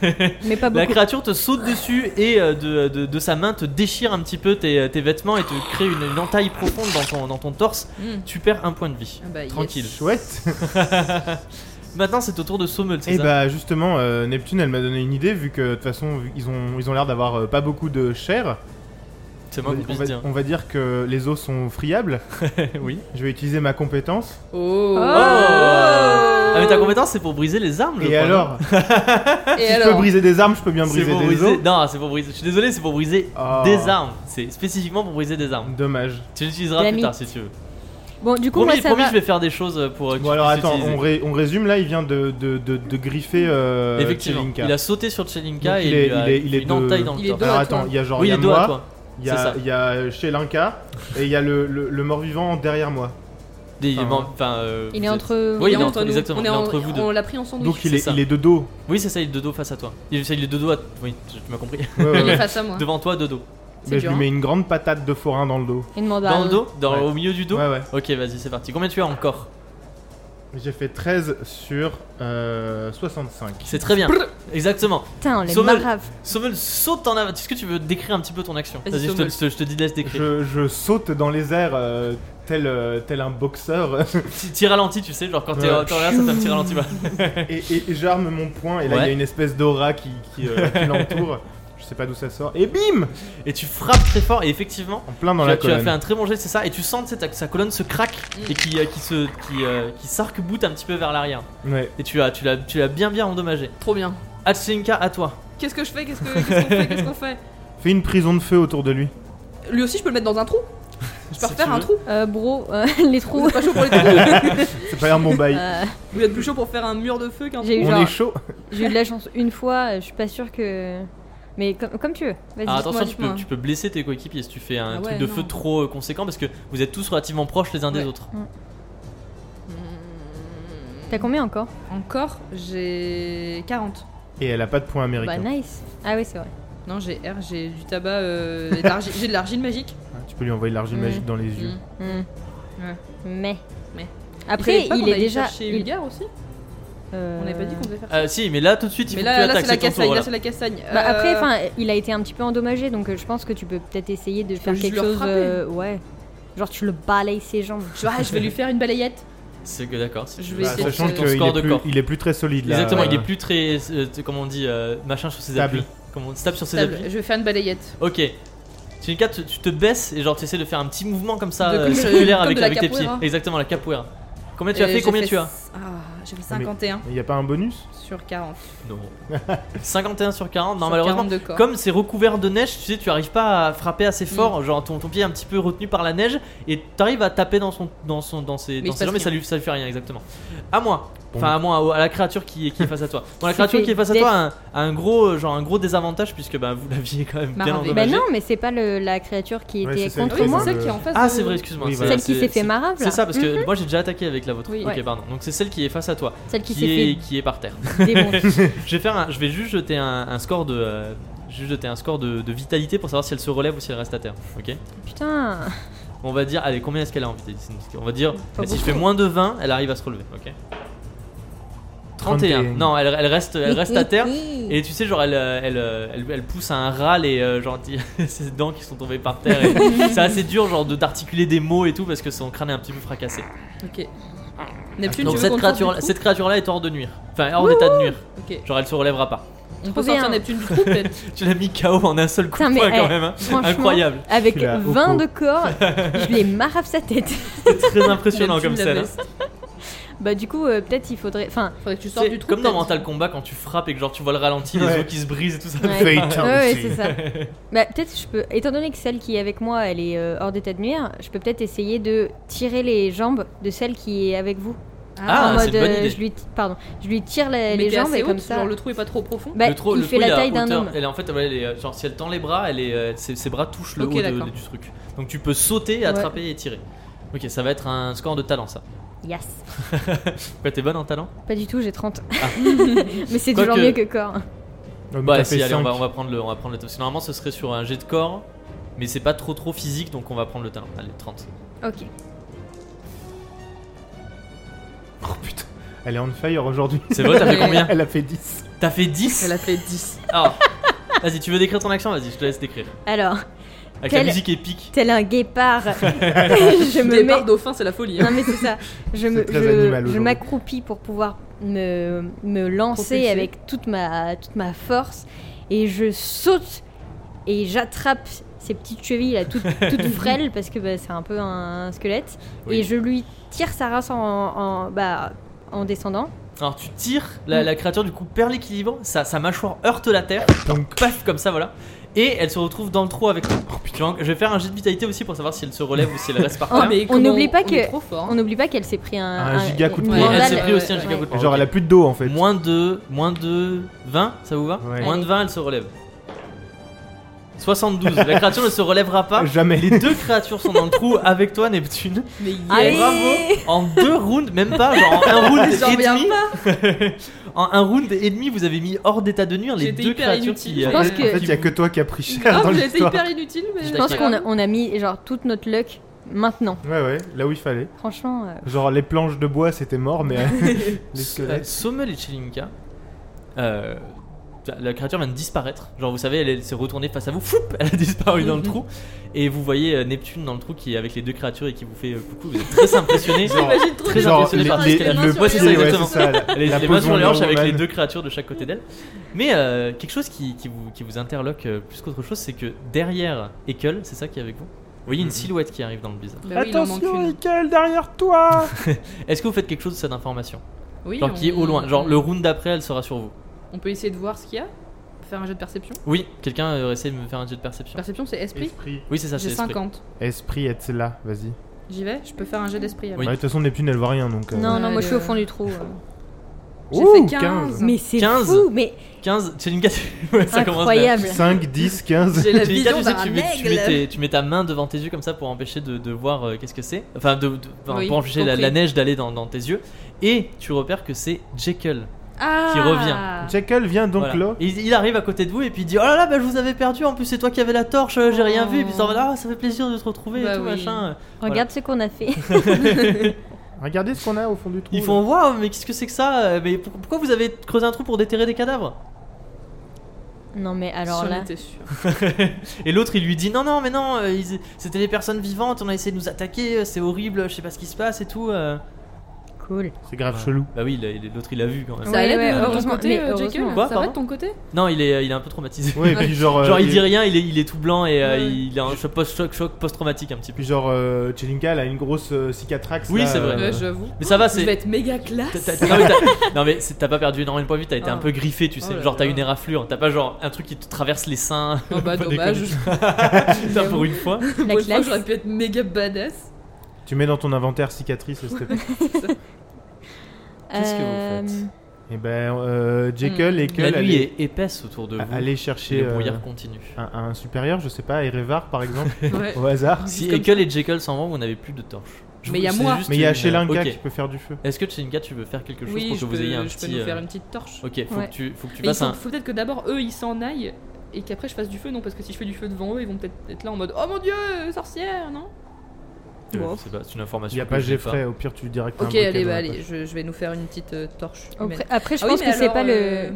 [SPEAKER 2] Mais
[SPEAKER 4] Ah,
[SPEAKER 2] pas
[SPEAKER 1] La
[SPEAKER 2] beaucoup.
[SPEAKER 1] créature te saute dessus et euh, de, de- de sa main te déchire un petit peu tes, tes vêtements et te crée une, une entaille profonde dans ton, dans ton torse.
[SPEAKER 4] Hmm.
[SPEAKER 1] Tu perds un point de vie.
[SPEAKER 4] Ah bah, yes.
[SPEAKER 1] Tranquille.
[SPEAKER 3] Chouette
[SPEAKER 1] Maintenant, c'est au tour de Sommel, c'est
[SPEAKER 3] Et
[SPEAKER 1] ça
[SPEAKER 3] bah justement, euh, Neptune elle m'a donné une idée vu que de toute façon vu- ils ont ils ont l'air d'avoir euh, pas beaucoup de chair.
[SPEAKER 1] C'est
[SPEAKER 3] On
[SPEAKER 1] moi
[SPEAKER 3] va,
[SPEAKER 1] qui puisse
[SPEAKER 3] on va-
[SPEAKER 1] dire.
[SPEAKER 3] on va dire que les os sont friables.
[SPEAKER 1] oui.
[SPEAKER 3] Je vais utiliser ma compétence.
[SPEAKER 4] Oh,
[SPEAKER 1] Ah, mais ta compétence, c'est pour briser les armes, je
[SPEAKER 3] Et
[SPEAKER 1] crois, non
[SPEAKER 3] alors
[SPEAKER 4] Et
[SPEAKER 3] Si je peux
[SPEAKER 4] alors
[SPEAKER 3] briser des armes, je peux bien
[SPEAKER 1] C'est
[SPEAKER 3] briser des
[SPEAKER 1] pour briser.
[SPEAKER 3] os.
[SPEAKER 1] Non, c'est pour briser. Je suis désolé, c'est pour briser
[SPEAKER 3] Ah.
[SPEAKER 1] des armes. C'est spécifiquement pour briser des armes.
[SPEAKER 3] Dommage.
[SPEAKER 1] Tu l'utiliseras plus
[SPEAKER 2] Dynamite.
[SPEAKER 1] tard si tu veux.
[SPEAKER 2] Bon, du coup,
[SPEAKER 1] Promis,
[SPEAKER 2] moi ça
[SPEAKER 1] promis,
[SPEAKER 2] va.
[SPEAKER 1] je vais faire des choses euh, pour. euh, que
[SPEAKER 3] Bon
[SPEAKER 1] tu
[SPEAKER 3] alors
[SPEAKER 1] puisses
[SPEAKER 3] attends,
[SPEAKER 1] utiliser.
[SPEAKER 3] on, ré- on résume là, il vient de, de, de, de griffer euh,
[SPEAKER 1] Effectivement,
[SPEAKER 3] Tchelinka.
[SPEAKER 1] il a sauté sur Chelinka
[SPEAKER 3] Donc,
[SPEAKER 1] et
[SPEAKER 3] il
[SPEAKER 1] il,
[SPEAKER 3] est-
[SPEAKER 1] lui a
[SPEAKER 3] il est- il est
[SPEAKER 1] une
[SPEAKER 3] de-
[SPEAKER 1] entaille dans le
[SPEAKER 4] il est
[SPEAKER 1] torse.
[SPEAKER 4] de-
[SPEAKER 3] Alors
[SPEAKER 4] à
[SPEAKER 3] attends,
[SPEAKER 4] toi.
[SPEAKER 3] il y a genre
[SPEAKER 1] Oui,
[SPEAKER 3] il y
[SPEAKER 1] il
[SPEAKER 3] a
[SPEAKER 1] est dos à
[SPEAKER 3] moi,
[SPEAKER 1] toi.
[SPEAKER 3] il y
[SPEAKER 1] c'est
[SPEAKER 3] a,
[SPEAKER 1] ça.
[SPEAKER 3] il y a Chelinka et il y a le, le, le mort-vivant derrière moi.
[SPEAKER 1] Des- il est
[SPEAKER 3] Enfin,
[SPEAKER 1] mort- enfin, euh,
[SPEAKER 2] Il est
[SPEAKER 1] vous
[SPEAKER 2] entre.
[SPEAKER 1] Oui, il est
[SPEAKER 4] On est
[SPEAKER 1] entre-
[SPEAKER 4] nous.
[SPEAKER 1] exactement,
[SPEAKER 4] On, est
[SPEAKER 1] il est
[SPEAKER 4] en-
[SPEAKER 1] entre vous deux.
[SPEAKER 4] on l'a pris en sandwich.
[SPEAKER 3] Donc il
[SPEAKER 1] c'est
[SPEAKER 3] est,
[SPEAKER 1] ça.
[SPEAKER 3] il est de dos.
[SPEAKER 1] êtes- Oui, c'est ça, il est de dos face à toi. Il ça, il est de dos à. Oui, tu tu m'as compris.
[SPEAKER 3] Ouais, ouais,
[SPEAKER 4] Il est
[SPEAKER 3] ouais.
[SPEAKER 4] face à moi.
[SPEAKER 1] Devant toi, de dos.
[SPEAKER 4] C'est
[SPEAKER 3] Mais je
[SPEAKER 4] dur,
[SPEAKER 3] lui
[SPEAKER 4] hein.
[SPEAKER 3] mets une grande patate de forain dans le dos.
[SPEAKER 2] Une mandale.
[SPEAKER 1] Dans le dos dans,
[SPEAKER 3] Ouais.
[SPEAKER 1] Au milieu du dos
[SPEAKER 3] Ouais ouais.
[SPEAKER 1] Ok, vas-y, c'est parti. Combien tu as encore
[SPEAKER 3] J'ai fait 13 sur euh, 65.
[SPEAKER 1] C'est très bien. Exactement.
[SPEAKER 2] Putain, les
[SPEAKER 1] Sommel.
[SPEAKER 2] maraves.
[SPEAKER 1] Sommel saute en avant. Est-ce que tu veux décrire un petit peu ton action
[SPEAKER 4] Vas-y,
[SPEAKER 1] je te,
[SPEAKER 4] Sommel.
[SPEAKER 1] je te- je te dis, laisse décrire.
[SPEAKER 3] Je, je saute dans les airs euh, tel, euh, tel un boxeur
[SPEAKER 1] Petit petit ralenti, tu sais, genre quand t'es
[SPEAKER 3] Ouais.
[SPEAKER 1] en l'air, ça fait un petit ralenti. voilà.
[SPEAKER 3] et, et- et j'arme mon poing et là il y a
[SPEAKER 1] Ouais.
[SPEAKER 3] une espèce d'aura qui, qui, euh, qui l'entoure. Je sais pas d'où ça sort. Et bim
[SPEAKER 1] Et tu frappes très fort et effectivement.
[SPEAKER 3] En plein dans
[SPEAKER 1] tu,
[SPEAKER 3] la
[SPEAKER 1] as, tu as
[SPEAKER 3] colonne.
[SPEAKER 1] fait un très bon jet, c'est ça, et tu sens que sa colonne se craque
[SPEAKER 4] Mm.
[SPEAKER 1] et qui, euh, qui se qui, euh, qui s'arc-boute un petit peu vers l'arrière.
[SPEAKER 3] Ouais.
[SPEAKER 1] Et tu l'as tu l'as tu l'as bien bien endommagé.
[SPEAKER 4] Trop bien.
[SPEAKER 1] Atsinka à toi.
[SPEAKER 4] Qu'est-ce que je fais Qu'est-ce que- qu'est-ce qu'on fait Qu'est-ce qu'on fait
[SPEAKER 3] Fais une prison de feu autour de lui.
[SPEAKER 4] Lui aussi, je peux le mettre dans un trou. Je peux
[SPEAKER 1] Si
[SPEAKER 4] refaire
[SPEAKER 1] tu
[SPEAKER 4] un
[SPEAKER 1] veux.
[SPEAKER 4] trou.
[SPEAKER 2] Euh, bro, euh, les
[SPEAKER 4] Vous
[SPEAKER 2] trous.
[SPEAKER 4] êtes pas chaud pour les trous.
[SPEAKER 3] C'est pas un bon bail.
[SPEAKER 2] Euh,
[SPEAKER 4] Vous êtes plus chaud pour faire un mur de feu qu'un
[SPEAKER 2] J'ai
[SPEAKER 4] trou.
[SPEAKER 2] eu
[SPEAKER 3] On
[SPEAKER 2] genre-
[SPEAKER 3] est chaud.
[SPEAKER 2] J'ai eu de la chance une fois, euh, je suis pas sûre que. Mais comme, comme tu veux, vas-y.
[SPEAKER 1] Ah, attention, tu
[SPEAKER 4] dites-moi,
[SPEAKER 1] peux, tu peux blesser tes coéquipiers si tu fais un
[SPEAKER 4] Ah
[SPEAKER 1] truc
[SPEAKER 4] ouais,
[SPEAKER 1] de
[SPEAKER 4] non.
[SPEAKER 1] feu trop euh, conséquent parce que vous êtes tous relativement proches les uns des
[SPEAKER 4] Ouais.
[SPEAKER 1] autres.
[SPEAKER 2] T'as combien encore
[SPEAKER 4] Hmm. Encore, j'ai 40.
[SPEAKER 3] Et elle a pas de points
[SPEAKER 2] Bah,
[SPEAKER 1] hein.
[SPEAKER 3] américains.
[SPEAKER 2] nice. Ah, oui, c'est vrai.
[SPEAKER 4] Non, j'ai R, j'ai du tabac, euh, et de l'argile- j'ai de l'argile magique.
[SPEAKER 3] Ah, Tu peux lui envoyer de l'argile
[SPEAKER 2] Mm.
[SPEAKER 3] magique dans les yeux.
[SPEAKER 4] Mm.
[SPEAKER 2] Hmm.
[SPEAKER 4] Ouais.
[SPEAKER 2] Mais.
[SPEAKER 4] Mais.
[SPEAKER 2] Après,
[SPEAKER 4] savait pas
[SPEAKER 2] il,
[SPEAKER 4] qu'on
[SPEAKER 2] est
[SPEAKER 4] allait
[SPEAKER 2] déjà.
[SPEAKER 4] chercher
[SPEAKER 2] il-
[SPEAKER 4] Ulgar aussi
[SPEAKER 2] euh,
[SPEAKER 4] On n'avait pas dit qu'on devait faire ça.
[SPEAKER 1] Euh, si, mais là tout de suite il
[SPEAKER 4] Mais
[SPEAKER 1] faut
[SPEAKER 4] là,
[SPEAKER 1] que tu
[SPEAKER 4] là, c'est
[SPEAKER 1] attaques,
[SPEAKER 4] la
[SPEAKER 1] c'est ton
[SPEAKER 4] cassagne.
[SPEAKER 1] tour. voilà.
[SPEAKER 4] Là, c'est la cassagne.
[SPEAKER 2] Bah,
[SPEAKER 4] Euh,
[SPEAKER 2] après, enfin, il a été un petit peu endommagé, donc euh, je pense que tu peux peut-être essayer de faire
[SPEAKER 4] juste
[SPEAKER 2] quelque
[SPEAKER 4] le
[SPEAKER 2] chose.
[SPEAKER 4] frapper.
[SPEAKER 2] euh, ouais. Genre, tu le balayes ses jambes.
[SPEAKER 4] je, ah, je vais lui faire une balayette.
[SPEAKER 1] C'est que d'accord. c'est-
[SPEAKER 4] Je vais
[SPEAKER 3] Bah,
[SPEAKER 4] essayer de-
[SPEAKER 3] sachant
[SPEAKER 4] c'est
[SPEAKER 1] ton
[SPEAKER 3] qu'il
[SPEAKER 1] score
[SPEAKER 3] est,
[SPEAKER 1] de
[SPEAKER 3] plus-
[SPEAKER 1] corps.
[SPEAKER 3] il est plus très solide là.
[SPEAKER 1] Exactement,
[SPEAKER 3] Euh,
[SPEAKER 1] il est plus très, euh, t- comment on dit, euh, machin sur ses
[SPEAKER 3] Stable.
[SPEAKER 1] appuis. Comment on stable sur ses
[SPEAKER 4] Table,
[SPEAKER 1] appuis.
[SPEAKER 4] Je vais faire une balayette.
[SPEAKER 1] Ok. Tunica, tu, tu te baisses et genre tu essaies de faire un petit mouvement comme ça,
[SPEAKER 4] De-
[SPEAKER 1] euh,
[SPEAKER 4] comme-
[SPEAKER 1] circulaire
[SPEAKER 4] comme
[SPEAKER 1] avec,
[SPEAKER 4] de la
[SPEAKER 1] avec tes pieds.
[SPEAKER 4] capoeira.
[SPEAKER 1] Exactement, la capoeira. Combien tu as
[SPEAKER 4] Euh,
[SPEAKER 1] fait
[SPEAKER 4] j'ai
[SPEAKER 1] Combien tu as
[SPEAKER 4] s- Ah, j'ai fait 51
[SPEAKER 3] Il n'y a pas un bonus
[SPEAKER 4] sur 40.
[SPEAKER 1] Non. 51 sur 40, non
[SPEAKER 4] Sur
[SPEAKER 1] malheureusement.
[SPEAKER 4] 42 corps.
[SPEAKER 1] Comme c'est recouvert de neige, tu sais, tu arrives pas à frapper assez fort, genre ton, ton pied est un petit peu retenu par la neige et t'arrives à taper dans son dans son dans ses,
[SPEAKER 4] Mais
[SPEAKER 1] dans
[SPEAKER 4] il se
[SPEAKER 1] ses jambes
[SPEAKER 4] passe
[SPEAKER 1] mais ça lui ça lui fait rien exactement. À moi.
[SPEAKER 3] Bon.
[SPEAKER 1] Enfin à moi à, à la créature qui, est- qui est face à toi. Bon la
[SPEAKER 2] Ça
[SPEAKER 1] créature
[SPEAKER 2] fait
[SPEAKER 1] qui est face à
[SPEAKER 2] des-
[SPEAKER 1] toi a un, a un gros euh, genre un gros désavantage puisque bah vous l'aviez quand même bien
[SPEAKER 4] Maravé.
[SPEAKER 2] Bah,
[SPEAKER 1] endommagé.
[SPEAKER 2] non, mais c'est pas le- la créature qui
[SPEAKER 3] Ouais,
[SPEAKER 2] était
[SPEAKER 3] c'est celle
[SPEAKER 2] contre
[SPEAKER 4] Oui,
[SPEAKER 3] Comme
[SPEAKER 4] c'est
[SPEAKER 2] moi.
[SPEAKER 4] celle qui est en face. hein.
[SPEAKER 1] Ah
[SPEAKER 4] de-
[SPEAKER 1] c'est vrai, excuse-moi.
[SPEAKER 3] Oui,
[SPEAKER 1] c'est-
[SPEAKER 3] voilà.
[SPEAKER 2] Celle qui
[SPEAKER 1] c'est-
[SPEAKER 2] s'est fait
[SPEAKER 1] c'est-
[SPEAKER 2] marave, là.
[SPEAKER 1] C'est ça parce que moi j'ai déjà attaqué avec la vôtre.
[SPEAKER 4] Oui.
[SPEAKER 1] Ok
[SPEAKER 2] Mhm. Ouais.
[SPEAKER 1] pardon. Donc c'est celle qui est face à toi,
[SPEAKER 2] Celle qui
[SPEAKER 1] qui,
[SPEAKER 2] s'est
[SPEAKER 1] est
[SPEAKER 2] fait
[SPEAKER 1] qui est par terre.
[SPEAKER 2] démonter.
[SPEAKER 1] Je vais, faire un- je vais juste jeter un, un score de, euh, juste jeter un score de, de vitalité pour savoir si elle se relève ou si elle reste à terre. Ok.
[SPEAKER 2] Putain.
[SPEAKER 1] On va dire, allez, combien est-ce qu'elle a en vitalité On va dire,
[SPEAKER 2] Pas
[SPEAKER 1] si je
[SPEAKER 2] beaucoup.
[SPEAKER 1] fais moins de 20, elle arrive à se relever. Ok. 31.
[SPEAKER 3] 31.
[SPEAKER 1] Non, elle, elle reste, elle reste à terre.
[SPEAKER 2] Et
[SPEAKER 1] Et tu sais, genre, elle, euh, elle, euh, elle, elle pousse un râle et euh, genre, t'y- ses dents qui sont tombées par terre. et C'est assez dur, genre, de- d'articuler des mots et tout parce que son crâne est un petit peu fracassé.
[SPEAKER 4] Ok. Neptune,
[SPEAKER 1] Donc
[SPEAKER 4] tu veux
[SPEAKER 1] cette
[SPEAKER 4] qu'on
[SPEAKER 1] créature,
[SPEAKER 4] sorte du
[SPEAKER 1] cette créature-là est hors de nuire. Enfin, hors d'état de nuire.
[SPEAKER 4] trou Ok.
[SPEAKER 1] Genre, elle se relèvera pas.
[SPEAKER 4] On peut
[SPEAKER 2] Trouver
[SPEAKER 4] sortir
[SPEAKER 2] un-
[SPEAKER 4] Neptune du trou peut-être.
[SPEAKER 1] Tu l'as mis KO en un seul coup de
[SPEAKER 2] Putain, mais,
[SPEAKER 1] poing, quand
[SPEAKER 2] eh,
[SPEAKER 1] même. hein.
[SPEAKER 2] franchement,
[SPEAKER 1] Incroyable.
[SPEAKER 2] avec
[SPEAKER 3] Tu l'as au
[SPEAKER 2] 20
[SPEAKER 3] pot.
[SPEAKER 2] de corps, je lui ai marave sa tête.
[SPEAKER 1] Très impressionnant
[SPEAKER 4] Neptune,
[SPEAKER 1] comme scène.
[SPEAKER 4] la
[SPEAKER 1] hein.
[SPEAKER 4] baisse.
[SPEAKER 2] Bah, du coup, euh, peut-être il faudrait. Enfin,
[SPEAKER 4] Faudrait que tu
[SPEAKER 1] C'est
[SPEAKER 4] sortes du trou.
[SPEAKER 1] comme dans
[SPEAKER 4] peut-être.
[SPEAKER 1] Mental Combat quand tu frappes et que genre tu vois le ralenti, les
[SPEAKER 3] Ouais.
[SPEAKER 1] os qui se brisent et tout ça.
[SPEAKER 2] Ouais.
[SPEAKER 3] Fatality.
[SPEAKER 2] ouais, ouais, c'est ça. Bah, peut-être je peux. Étant donné que celle qui est avec moi, elle est euh, hors d'état de nuire, je peux peut-être essayer de tirer les jambes de celle qui est avec vous.
[SPEAKER 1] Ah,
[SPEAKER 2] en
[SPEAKER 1] c'est
[SPEAKER 2] mode,
[SPEAKER 1] une bonne
[SPEAKER 2] euh,
[SPEAKER 1] idée.
[SPEAKER 2] je lui, ti- pardon, je lui tire la-
[SPEAKER 4] Mais
[SPEAKER 2] les
[SPEAKER 4] t'es
[SPEAKER 2] jambes
[SPEAKER 4] assez
[SPEAKER 2] et comme
[SPEAKER 4] haute,
[SPEAKER 2] ça.
[SPEAKER 4] Genre le trou est pas trop profond.
[SPEAKER 2] Bah,
[SPEAKER 1] le trou-
[SPEAKER 2] il
[SPEAKER 1] le
[SPEAKER 2] fait
[SPEAKER 1] trou,
[SPEAKER 2] la
[SPEAKER 1] il a
[SPEAKER 2] taille d'un
[SPEAKER 1] hauteur-
[SPEAKER 2] homme.
[SPEAKER 1] Elle est en fait, ouais, elle est, euh, genre si elle tend les bras, elle est, euh, ses, ses bras touchent le
[SPEAKER 4] Ok,
[SPEAKER 1] haut de-
[SPEAKER 4] d'accord.
[SPEAKER 1] du truc. Donc tu peux sauter, attraper et tirer. Ok, ça va être un score de talent ça.
[SPEAKER 2] Yes.
[SPEAKER 1] Quoi, t'es bonne en talent
[SPEAKER 2] Pas du tout, j'ai 30. Mais c'est
[SPEAKER 1] Ah. Quoique-
[SPEAKER 2] toujours mieux que corps.
[SPEAKER 3] Donc,
[SPEAKER 1] Bah
[SPEAKER 3] Oh, t'as
[SPEAKER 1] si,
[SPEAKER 3] fait
[SPEAKER 1] allez, on va,
[SPEAKER 3] cinq.
[SPEAKER 1] on va prendre le, on va prendre le Parce que normalement, ce serait sur un jet de corps, mais c'est pas trop trop physique, donc on va prendre le talent. Allez, 30.
[SPEAKER 2] Ok.
[SPEAKER 3] Oh putain. Elle est on fire aujourd'hui.
[SPEAKER 1] C'est vrai, t'as fait
[SPEAKER 4] Ouais.
[SPEAKER 1] combien
[SPEAKER 3] Elle a fait 10.
[SPEAKER 1] T'as fait 10
[SPEAKER 4] Elle a fait 10.
[SPEAKER 1] Ah. Vas-y, tu veux décrire ton action Vas-y, je te laisse décrire.
[SPEAKER 2] Alors,
[SPEAKER 1] Avec la
[SPEAKER 2] Quel-
[SPEAKER 1] musique épique.
[SPEAKER 2] tel un guépard, je me
[SPEAKER 4] Des barres
[SPEAKER 2] mets.
[SPEAKER 4] dauphins, c'est la folie. hein.
[SPEAKER 2] Non mais c'est ça. Je me,
[SPEAKER 3] très animal
[SPEAKER 2] je, je
[SPEAKER 3] aujourd'hui.
[SPEAKER 2] m'accroupis pour pouvoir me, me lancer
[SPEAKER 4] Propulser.
[SPEAKER 2] avec toute ma toute ma force et je saute et j'attrape ces petites chevilles là toutes, toutes frêles parce que bah, c'est un peu un squelette
[SPEAKER 1] Oui.
[SPEAKER 2] et je lui tire sa race en, en- bah, en descendant.
[SPEAKER 1] Alors tu tires, la, la créature du coup perd l'équilibre, sa, sa mâchoire heurte la terre,
[SPEAKER 3] Donc,
[SPEAKER 1] paf comme ça voilà, et elle se retrouve dans le trou avec. Oh, putain, je vais faire un jet de vitalité aussi pour savoir si elle se relève ou si elle reste par
[SPEAKER 4] Ah,
[SPEAKER 1] terre.
[SPEAKER 4] mais
[SPEAKER 2] on
[SPEAKER 4] comment-
[SPEAKER 2] n'oublie pas
[SPEAKER 4] on est
[SPEAKER 2] que-
[SPEAKER 4] trop fort.
[SPEAKER 2] On n'oublie pas qu'elle s'est pris un,
[SPEAKER 3] Un giga coup de
[SPEAKER 2] une
[SPEAKER 1] Et
[SPEAKER 4] Ouais,
[SPEAKER 1] elle
[SPEAKER 2] mandale.
[SPEAKER 1] s'est pris aussi un
[SPEAKER 4] euh, ouais,
[SPEAKER 1] giga coup de poing.
[SPEAKER 3] genre, elle a plus de dos en fait.
[SPEAKER 1] Moins de, moins de 20, ça vous va
[SPEAKER 3] Ouais.
[SPEAKER 1] Moins
[SPEAKER 2] Allez.
[SPEAKER 1] de 20, elle se relève. 72, la créature ne se relèvera pas.
[SPEAKER 3] Jamais.
[SPEAKER 1] Les deux créatures sont dans le trou avec toi Neptune.
[SPEAKER 4] hein. Mais
[SPEAKER 2] Allez.
[SPEAKER 4] yes.
[SPEAKER 1] Bravo En deux rounds, même pas, genre en un round
[SPEAKER 4] J'en
[SPEAKER 1] et
[SPEAKER 4] reviens
[SPEAKER 1] demi. en un round et demi, vous avez mis hors d'état de nuire les
[SPEAKER 4] J'étais
[SPEAKER 1] deux
[SPEAKER 4] hyper
[SPEAKER 1] créatures
[SPEAKER 4] inutile.
[SPEAKER 1] qui.
[SPEAKER 4] Je
[SPEAKER 1] euh,
[SPEAKER 2] pense
[SPEAKER 1] qui
[SPEAKER 2] que-
[SPEAKER 3] En fait, il y a que toi qui as pris cher dans
[SPEAKER 4] Grave, j'ai Ah, été
[SPEAKER 3] l'histoire.
[SPEAKER 4] hyper inutile, mais
[SPEAKER 1] Je
[SPEAKER 2] Je pense
[SPEAKER 1] Ok.
[SPEAKER 2] qu'on a, on a mis genre toute notre luck maintenant.
[SPEAKER 3] Ouais, ouais, là où il fallait.
[SPEAKER 2] Franchement, euh,
[SPEAKER 3] Genre, les planches de bois c'était mort, mais les
[SPEAKER 1] Euh,
[SPEAKER 3] squelettes.
[SPEAKER 1] Sommel et Chelinka, euh, la créature vient de disparaître. Genre, vous savez, elle, elle s'est retournée face à vous, foup, elle a disparu dans le
[SPEAKER 4] Mhm.
[SPEAKER 1] trou. Et vous voyez euh, Neptune dans le trou qui est avec les deux créatures et qui vous fait euh, coucou. Vous êtes très impressionné.
[SPEAKER 4] J'imagine trop
[SPEAKER 1] Très
[SPEAKER 4] bien
[SPEAKER 1] genre,
[SPEAKER 4] que
[SPEAKER 1] les-
[SPEAKER 4] tu parles
[SPEAKER 1] les-
[SPEAKER 4] avec les mains
[SPEAKER 1] le
[SPEAKER 4] sur
[SPEAKER 1] bois,
[SPEAKER 4] les
[SPEAKER 1] c'est
[SPEAKER 3] ouais,
[SPEAKER 4] hanches.
[SPEAKER 1] exactement.
[SPEAKER 3] ça, Ah la-
[SPEAKER 1] les,
[SPEAKER 3] la
[SPEAKER 1] les mains
[SPEAKER 3] pose
[SPEAKER 1] sur les hanches avec
[SPEAKER 3] Wonder
[SPEAKER 1] les
[SPEAKER 3] Woman.
[SPEAKER 1] deux créatures de chaque côté d'elle. Mais euh, quelque chose qui, qui vous, qui vous interloque euh, plus qu'autre chose, c'est que derrière Ekel, c'est ça qui est avec vous, vous voyez une
[SPEAKER 3] Mhm.
[SPEAKER 1] silhouette qui arrive dans le blizzard.
[SPEAKER 4] Bah oui, il en manque une.
[SPEAKER 3] Michael, derrière toi
[SPEAKER 1] Est-ce que vous faites quelque chose de cette information
[SPEAKER 4] Oui,
[SPEAKER 1] Genre qui est
[SPEAKER 4] on-
[SPEAKER 1] au loin, genre le round d'après elle sera sur vous.
[SPEAKER 4] On peut essayer de voir ce qu'il y a faire un jet de perception
[SPEAKER 1] Oui, quelqu'un euh, essaie de me faire un jet de perception.
[SPEAKER 4] Perception, c'est esprit
[SPEAKER 3] Esprit.
[SPEAKER 1] Oui, c'est ça, c'est
[SPEAKER 4] J'ai
[SPEAKER 1] l'esprit.
[SPEAKER 4] 50.
[SPEAKER 3] Esprit, être là, vas-y.
[SPEAKER 4] J'y vais Je peux faire un jet d'esprit
[SPEAKER 1] Oui.
[SPEAKER 3] Ouais, De toute façon, Neptune, elle voit rien donc. euh,
[SPEAKER 2] Non,
[SPEAKER 4] Ouais,
[SPEAKER 2] non, moi je suis au
[SPEAKER 4] le-
[SPEAKER 2] fond du trou. euh.
[SPEAKER 4] J'ai
[SPEAKER 3] Ouh,
[SPEAKER 4] fait 15.
[SPEAKER 2] Mais c'est
[SPEAKER 1] 15.
[SPEAKER 2] fou, mais
[SPEAKER 1] 15, Chelinka, tu- ouais, ça commence bien.
[SPEAKER 2] incroyable.
[SPEAKER 3] 5, 10, 15.
[SPEAKER 4] J'ai
[SPEAKER 1] Chelinka,
[SPEAKER 4] la vision
[SPEAKER 1] tu sais,
[SPEAKER 4] d'un
[SPEAKER 1] tu mets, tu,
[SPEAKER 4] aigle.
[SPEAKER 1] mets tes- tu mets ta main devant tes yeux comme ça pour empêcher de, de voir euh, qu'est-ce que c'est. Enfin, de, de- enfin,
[SPEAKER 4] Oui,
[SPEAKER 1] pour empêcher la,
[SPEAKER 4] compris.
[SPEAKER 1] la neige d'aller dans, dans tes yeux. Et tu repères que c'est Jekyll.
[SPEAKER 4] Ah
[SPEAKER 1] qui revient.
[SPEAKER 3] Jekyll vient donc
[SPEAKER 1] Voilà.
[SPEAKER 3] là.
[SPEAKER 1] Et Il, il arrive à côté de vous et puis il dit Oh là là, bah, je vous avais perdu, en plus c'est toi qui avais la torche, euh, j'ai rien vu. Et puis ça va, ah, ça fait plaisir de te retrouver
[SPEAKER 4] Oh. Bah
[SPEAKER 1] et tout
[SPEAKER 4] oui.
[SPEAKER 1] machin.
[SPEAKER 2] Regarde ce qu'on a fait.
[SPEAKER 3] Regardez ce qu'on a au fond du trou.
[SPEAKER 1] Ils
[SPEAKER 3] là.
[SPEAKER 1] font Waouh, mais qu'est-ce que c'est que ça Euh, Mais pour- pourquoi vous avez creusé un trou pour déterrer des cadavres
[SPEAKER 2] Non, mais alors
[SPEAKER 4] J'en
[SPEAKER 2] là.
[SPEAKER 4] étais sûre.
[SPEAKER 1] Et l'autre il lui dit Non, non, mais non, euh, ils- c'était des personnes vivantes, on a essayé de nous attaquer, euh, c'est horrible, je sais pas ce qui se passe et tout. euh.
[SPEAKER 2] Cool.
[SPEAKER 3] C'est grave chelou.
[SPEAKER 1] Bah oui, il a- il- l'autre il l'a vu quand même.
[SPEAKER 4] Ça
[SPEAKER 2] Ouais,
[SPEAKER 4] allait
[SPEAKER 2] ouais,
[SPEAKER 4] de ton
[SPEAKER 2] heureusement,
[SPEAKER 4] côté,
[SPEAKER 2] mais
[SPEAKER 4] euh, Jekyll
[SPEAKER 2] heureusement.
[SPEAKER 1] Quoi,
[SPEAKER 4] Ça va
[SPEAKER 1] pardon
[SPEAKER 4] de ton côté
[SPEAKER 1] Non, il est, euh, il est un peu traumatisé.
[SPEAKER 3] Ouais, et puis genre. euh,
[SPEAKER 1] Genre il
[SPEAKER 3] et-
[SPEAKER 1] dit rien, il est, il est tout blanc et euh,
[SPEAKER 4] Ouais.
[SPEAKER 1] il a un choc post- choc- choc post-traumatique un petit peu.
[SPEAKER 3] Puis genre, euh, Tchelinka, elle a une grosse euh, cicatrax.
[SPEAKER 1] Oui,
[SPEAKER 3] là,
[SPEAKER 1] c'est vrai.
[SPEAKER 3] euh,
[SPEAKER 4] Ouais, j'avoue.
[SPEAKER 1] Mais ça va,
[SPEAKER 4] Je
[SPEAKER 1] c'est.
[SPEAKER 4] vais être méga
[SPEAKER 1] T'as-
[SPEAKER 4] classe.
[SPEAKER 1] t'as- t'as- non, mais t'as- non mais c'est- t'as pas perdu énormément de points de vie, t'as été
[SPEAKER 4] Ah.
[SPEAKER 1] un peu griffé, tu sais.
[SPEAKER 4] Oh là
[SPEAKER 1] genre t'as
[SPEAKER 4] là.
[SPEAKER 1] une éraflure, t'as pas genre un truc qui te traverse les seins.
[SPEAKER 4] Oh bah
[SPEAKER 1] Pas
[SPEAKER 4] dommage.
[SPEAKER 1] déconner.
[SPEAKER 4] Mais
[SPEAKER 1] Putain, pour
[SPEAKER 4] oui.
[SPEAKER 1] une fois.
[SPEAKER 2] La
[SPEAKER 4] Moi, je crois que
[SPEAKER 2] classe.
[SPEAKER 4] j'aurais pu être méga badass.
[SPEAKER 3] Tu mets dans ton inventaire cicatrice, s'il te plaît.
[SPEAKER 1] Qu'est-ce que vous
[SPEAKER 2] Euh,
[SPEAKER 3] Et ben, euh, Jekyll et Cull
[SPEAKER 1] La nuit
[SPEAKER 3] allaient,
[SPEAKER 1] est épaisse autour de vous.
[SPEAKER 3] allaient
[SPEAKER 1] et
[SPEAKER 3] chercher
[SPEAKER 1] le
[SPEAKER 3] euh,
[SPEAKER 1] brouillard continue.
[SPEAKER 3] un, un supérieur, je sais pas, Erevar par exemple,
[SPEAKER 4] Ouais.
[SPEAKER 3] au hasard.
[SPEAKER 1] Si
[SPEAKER 4] Comme-
[SPEAKER 1] Ekel et Jekyll s'en vont, vous n'avez plus de torche. Je
[SPEAKER 4] Mais
[SPEAKER 1] vous-
[SPEAKER 4] y a
[SPEAKER 1] c'est
[SPEAKER 4] moi.
[SPEAKER 1] juste
[SPEAKER 3] Mais il y a
[SPEAKER 1] une- euh,
[SPEAKER 3] Shelinka
[SPEAKER 1] Ok.
[SPEAKER 3] qui peut faire du feu.
[SPEAKER 1] Est-ce que Chelinka, tu veux faire quelque chose
[SPEAKER 4] Oui,
[SPEAKER 1] pour que
[SPEAKER 4] je
[SPEAKER 1] vous
[SPEAKER 4] peux-
[SPEAKER 1] ayez un
[SPEAKER 4] je peux
[SPEAKER 1] petit.
[SPEAKER 4] nous faire
[SPEAKER 1] euh,
[SPEAKER 4] une petite torche.
[SPEAKER 1] Ok, faut
[SPEAKER 2] Ouais.
[SPEAKER 1] que tu, faut que tu
[SPEAKER 4] Mais il
[SPEAKER 1] passes
[SPEAKER 4] faut,
[SPEAKER 1] un.
[SPEAKER 4] faut peut-être que d'abord eux ils s'en aillent et qu'après je fasse du feu, non Parce que si je fais du feu devant eux, ils vont peut-être être là en mode Oh mon dieu, sorcière, non
[SPEAKER 1] euh,
[SPEAKER 4] Bon.
[SPEAKER 1] je sais pas, C'est une information.
[SPEAKER 3] Il y a
[SPEAKER 1] que
[SPEAKER 3] pas
[SPEAKER 1] j'ai
[SPEAKER 3] Geoffrey, au pire tu dirais que t'as un euh,
[SPEAKER 4] Ok,
[SPEAKER 3] bouquet
[SPEAKER 4] allez,
[SPEAKER 3] dans
[SPEAKER 4] bah,
[SPEAKER 3] la
[SPEAKER 4] allez,
[SPEAKER 3] poche.
[SPEAKER 4] je, je vais nous faire une petite euh, torche.
[SPEAKER 2] Après,
[SPEAKER 4] humaine.
[SPEAKER 2] après, je
[SPEAKER 4] Ah oui,
[SPEAKER 2] pense
[SPEAKER 4] mais
[SPEAKER 2] que c'est
[SPEAKER 4] alors,
[SPEAKER 2] pas
[SPEAKER 4] euh,
[SPEAKER 2] le.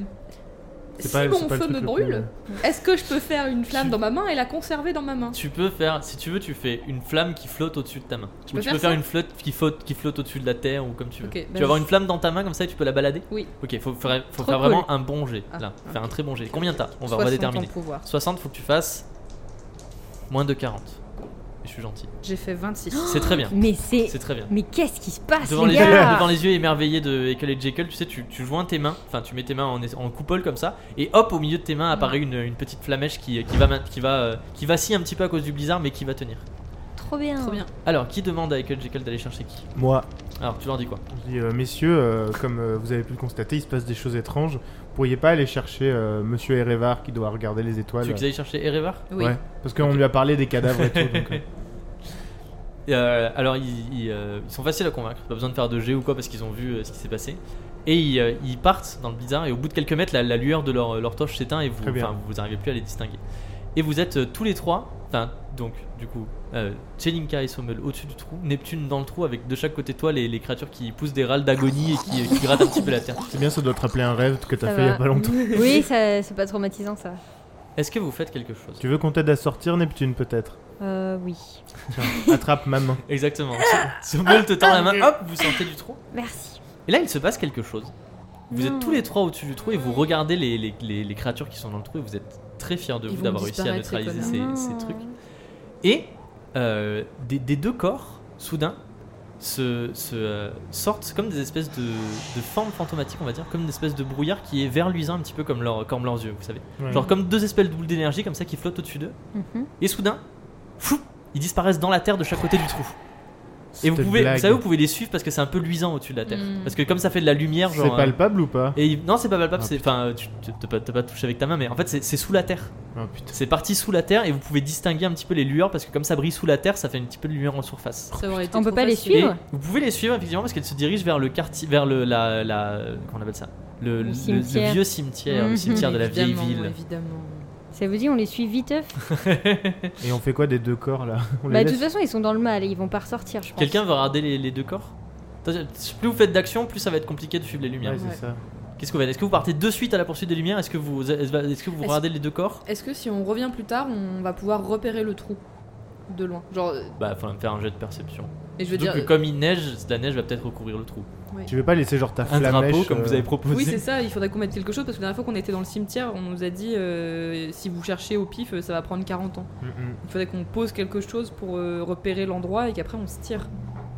[SPEAKER 3] C'est
[SPEAKER 4] Si
[SPEAKER 3] pas-
[SPEAKER 4] mon
[SPEAKER 3] c'est pas le
[SPEAKER 4] feu
[SPEAKER 3] truc
[SPEAKER 4] me
[SPEAKER 3] le euh,
[SPEAKER 4] brûle, est-ce que je peux faire une flamme dans ma main et la conserver dans ma main
[SPEAKER 1] Tu peux faire, si tu veux, tu fais une flamme qui flotte au-dessus de ta main.
[SPEAKER 4] Je
[SPEAKER 1] ou
[SPEAKER 4] peux
[SPEAKER 1] tu
[SPEAKER 4] faire
[SPEAKER 1] peux faire
[SPEAKER 4] ça
[SPEAKER 1] une flotte qui flotte, qui flotte au-dessus de la terre ou comme tu veux.
[SPEAKER 4] Ok,
[SPEAKER 1] tu
[SPEAKER 4] bah
[SPEAKER 1] vas avoir
[SPEAKER 4] je-
[SPEAKER 1] une flamme dans ta main comme ça et tu peux la balader.
[SPEAKER 4] Oui.
[SPEAKER 1] Ok, faut faire, faut
[SPEAKER 4] Trop
[SPEAKER 1] faire
[SPEAKER 4] cool.
[SPEAKER 1] vraiment un bon jet
[SPEAKER 4] Ah,
[SPEAKER 1] là,
[SPEAKER 4] ok.
[SPEAKER 1] faire un très bon jet. Combien t'as On va, on va
[SPEAKER 4] 60
[SPEAKER 1] déterminer.
[SPEAKER 4] en pouvoir.
[SPEAKER 1] 60, faut que tu fasses moins de 40. Et je suis gentil.
[SPEAKER 4] J'ai fait 26.
[SPEAKER 1] C'est très bien.
[SPEAKER 2] Mais c'est.
[SPEAKER 1] C'est très bien.
[SPEAKER 2] Mais qu'est-ce qui se passe,
[SPEAKER 1] Devant
[SPEAKER 2] les
[SPEAKER 1] les, yeux,
[SPEAKER 2] Ah, gars
[SPEAKER 1] devant les yeux émerveillés de Ekel et Jekyll, tu sais, tu, tu joins tes mains, enfin tu mets tes mains en, en coupole comme ça, et hop, au milieu de tes mains apparaît une, une petite flamèche qui, qui va ma- qui va euh, qui vacille un petit peu à cause du blizzard, mais qui va tenir.
[SPEAKER 2] Trop bien.
[SPEAKER 4] Trop bien.
[SPEAKER 1] Alors, qui demande à Ekel Jekyll d'aller chercher qui
[SPEAKER 3] Moi,
[SPEAKER 1] Alors, tu leur dis quoi
[SPEAKER 3] je dis, euh, messieurs, euh, comme euh, vous avez pu le constater, il se passe des choses étranges. Vous pourriez pas aller chercher euh, monsieur Erevar qui doit regarder les
[SPEAKER 1] Tu
[SPEAKER 3] étoiles euh,
[SPEAKER 1] veux qu'ils aillent chercher Erevar
[SPEAKER 4] Oui.
[SPEAKER 3] Ouais, parce qu'on lui a parlé des cadavres et tout. donc, euh,
[SPEAKER 1] Et, euh, Alors, ils, ils, euh, ils sont faciles à convaincre, pas besoin de faire de jet ou quoi parce qu'ils ont vu euh, ce qui s'est passé. Et ils, euh, ils partent dans le blizzard, et au bout de quelques mètres, la, la lueur de leur, euh, leur torche s'éteint et vous
[SPEAKER 3] Très bien.
[SPEAKER 1] enfin, vous n'arrivez plus à les distinguer. Et vous êtes euh, tous les trois, enfin, donc, du coup, euh, Tchelinka et Sommel au-dessus du trou, Neptune dans le trou avec de chaque côté de toi les, les créatures qui poussent des râles d'agonie et qui, euh, qui grattent un petit peu la terre.
[SPEAKER 3] C'est bien, ça doit te rappeler un rêve que t'as
[SPEAKER 2] Ça
[SPEAKER 3] fait il y a
[SPEAKER 2] va.
[SPEAKER 3] pas longtemps.
[SPEAKER 2] Oui, ça- c'est pas traumatisant ça.
[SPEAKER 1] Est-ce que vous faites quelque chose
[SPEAKER 3] Tu veux qu'on t'aide à sortir, Neptune, peut-être
[SPEAKER 2] Euh, oui.
[SPEAKER 3] Attrape ma main.
[SPEAKER 1] Exactement. Sommel te tend la main, hop, vous sortez du trou.
[SPEAKER 2] Merci.
[SPEAKER 1] Et là, il se passe quelque chose. Vous
[SPEAKER 2] Non.
[SPEAKER 1] êtes tous les trois au-dessus du trou et vous regardez les, les- les- les créatures qui sont dans le trou et vous êtes très fiers de
[SPEAKER 4] Ils
[SPEAKER 1] vous
[SPEAKER 4] vont
[SPEAKER 1] d'avoir réussi à
[SPEAKER 4] disparaître, ces
[SPEAKER 1] neutraliser ces,
[SPEAKER 2] connards.
[SPEAKER 1] ces trucs. Et euh, des, des deux corps, soudain, se, se, euh, sortent comme des espèces de, de formes fantomatiques, on va dire, comme une espèce de brouillard qui est vert luisant un petit peu comme, leur, comme leurs yeux, vous savez.
[SPEAKER 3] Ouais.
[SPEAKER 4] Mm.
[SPEAKER 1] Genre comme deux espèces de boules d'énergie comme ça qui flottent au-dessus d'eux.
[SPEAKER 2] Mhm.
[SPEAKER 1] Et soudain, fou, ils disparaissent dans la terre de chaque côté du trou. Et vous
[SPEAKER 3] Cette
[SPEAKER 1] pouvez, vous
[SPEAKER 3] blague,
[SPEAKER 1] savez, vous pouvez les suivre parce que c'est un peu luisant au-dessus de la terre.
[SPEAKER 4] Mm.
[SPEAKER 1] Parce que comme ça fait de la lumière, genre.
[SPEAKER 3] C'est
[SPEAKER 1] euh,
[SPEAKER 3] palpable ou pas
[SPEAKER 1] et il- non, c'est pas palpable,
[SPEAKER 3] Ah,
[SPEAKER 1] c'est enfin, euh, tu tu- t'as pas, t'as pas touché avec ta main, mais en fait, c'est c'est sous la terre.
[SPEAKER 3] Oh putain.
[SPEAKER 1] C'est parti sous la terre et vous pouvez distinguer un petit peu les lueurs parce que comme ça brille sous la terre, ça fait un petit peu de lumière en surface.
[SPEAKER 4] Ça aurait été
[SPEAKER 2] On peut
[SPEAKER 4] trop
[SPEAKER 2] pas les
[SPEAKER 4] facile.
[SPEAKER 1] Et
[SPEAKER 2] Suivre
[SPEAKER 1] vous pouvez les suivre effectivement parce qu'elles se dirigent vers le quartier, vers le la, la comment on appelle ça, le,
[SPEAKER 2] Le
[SPEAKER 1] le-
[SPEAKER 2] cimetière.
[SPEAKER 1] le vieux cimetière, le
[SPEAKER 2] Mhm.
[SPEAKER 1] cimetière de la vieille
[SPEAKER 4] Évidemment,
[SPEAKER 1] ville.
[SPEAKER 4] Évidemment.
[SPEAKER 2] Ça vous dit, on les suit vite eux
[SPEAKER 3] Et on fait quoi des deux corps là On les
[SPEAKER 2] Bah, de
[SPEAKER 3] laisse
[SPEAKER 2] toute façon, ils sont dans le mal et ils vont pas ressortir, je pense.
[SPEAKER 1] Quelqu'un veut regarder les, les deux corps Attention, Plus vous faites d'action, plus ça va être compliqué de suivre les lumières.
[SPEAKER 3] Ouais, c'est
[SPEAKER 4] Ouais.
[SPEAKER 3] ça.
[SPEAKER 1] Qu'est-ce que vous faites Est-ce que vous partez de suite à la poursuite des lumières Est-ce que vous est-ce que vous
[SPEAKER 4] Est-ce-
[SPEAKER 1] regardez les deux corps
[SPEAKER 4] Est-ce que si on revient plus tard, on va pouvoir repérer le trou de loin Genre, euh,
[SPEAKER 1] Bah, faut me faire un jet de perception.
[SPEAKER 4] et je veux
[SPEAKER 1] Surtout
[SPEAKER 4] dire.
[SPEAKER 1] que comme il neige, la neige va peut-être recouvrir le trou.
[SPEAKER 3] Tu veux pas laisser genre ta
[SPEAKER 1] Un
[SPEAKER 3] flamme
[SPEAKER 1] drapeau comme
[SPEAKER 3] euh,
[SPEAKER 1] vous avez proposé.
[SPEAKER 4] Oui, c'est ça, il faudrait qu'on mette quelque chose parce que la dernière fois qu'on était dans le cimetière, on nous a dit euh, si vous cherchez au pif, euh, ça va prendre 40 ans. Il faudrait qu'on pose quelque chose pour euh, repérer l'endroit et qu'après on se tire.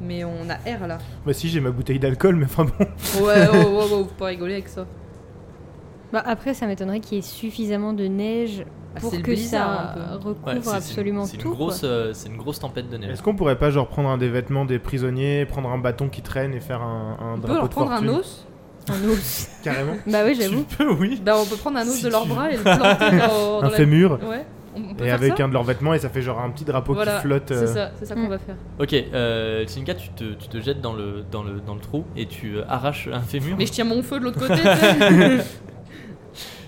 [SPEAKER 4] Mais on a air là.
[SPEAKER 3] Bah si, j'ai ma bouteille d'alcool, mais enfin bon.
[SPEAKER 4] Ouais, oh, oh, oh, faut pas rigoler avec ça.
[SPEAKER 2] Bah, après, ça m'étonnerait qu'il y ait suffisamment de neige
[SPEAKER 4] Ah,
[SPEAKER 2] pour
[SPEAKER 4] c'est le
[SPEAKER 2] que
[SPEAKER 4] blizzard, un
[SPEAKER 2] ça
[SPEAKER 4] peu.
[SPEAKER 2] recouvre
[SPEAKER 1] Ouais, c'est- c'est-
[SPEAKER 2] absolument
[SPEAKER 1] c'est une
[SPEAKER 2] tout. quoi.
[SPEAKER 1] grosse, euh, c'est une grosse tempête de neige.
[SPEAKER 3] Est-ce qu'on pourrait pas genre prendre un des vêtements des prisonniers, prendre un bâton qui traîne et faire un, un
[SPEAKER 4] On peut
[SPEAKER 3] drapeau
[SPEAKER 4] leur
[SPEAKER 3] de
[SPEAKER 4] prendre un
[SPEAKER 3] fortune
[SPEAKER 4] os.
[SPEAKER 2] Un os.
[SPEAKER 3] Carrément.
[SPEAKER 2] bah oui,
[SPEAKER 1] Tu
[SPEAKER 2] j'avoue.
[SPEAKER 1] peux, oui.
[SPEAKER 4] Bah, on peut prendre un os
[SPEAKER 1] Si
[SPEAKER 4] de leur
[SPEAKER 1] tu
[SPEAKER 4] bras et le planter dans, dans
[SPEAKER 3] un
[SPEAKER 4] la-
[SPEAKER 3] fémur.
[SPEAKER 4] Ouais. On, on peut
[SPEAKER 3] Et
[SPEAKER 4] faire
[SPEAKER 3] avec
[SPEAKER 4] ça
[SPEAKER 3] un de leurs vêtements et ça fait genre un petit drapeau
[SPEAKER 4] Voilà,
[SPEAKER 3] qui flotte.
[SPEAKER 4] C'est
[SPEAKER 3] euh,
[SPEAKER 4] ça, c'est ça qu'on
[SPEAKER 2] Mm.
[SPEAKER 4] va faire.
[SPEAKER 1] Ok, euh, Tsinka, tu te, tu te jettes dans le, dans, le, dans le trou et tu euh, arraches un fémur.
[SPEAKER 4] Mais je tiens mon feu de l'autre côté. tu sais.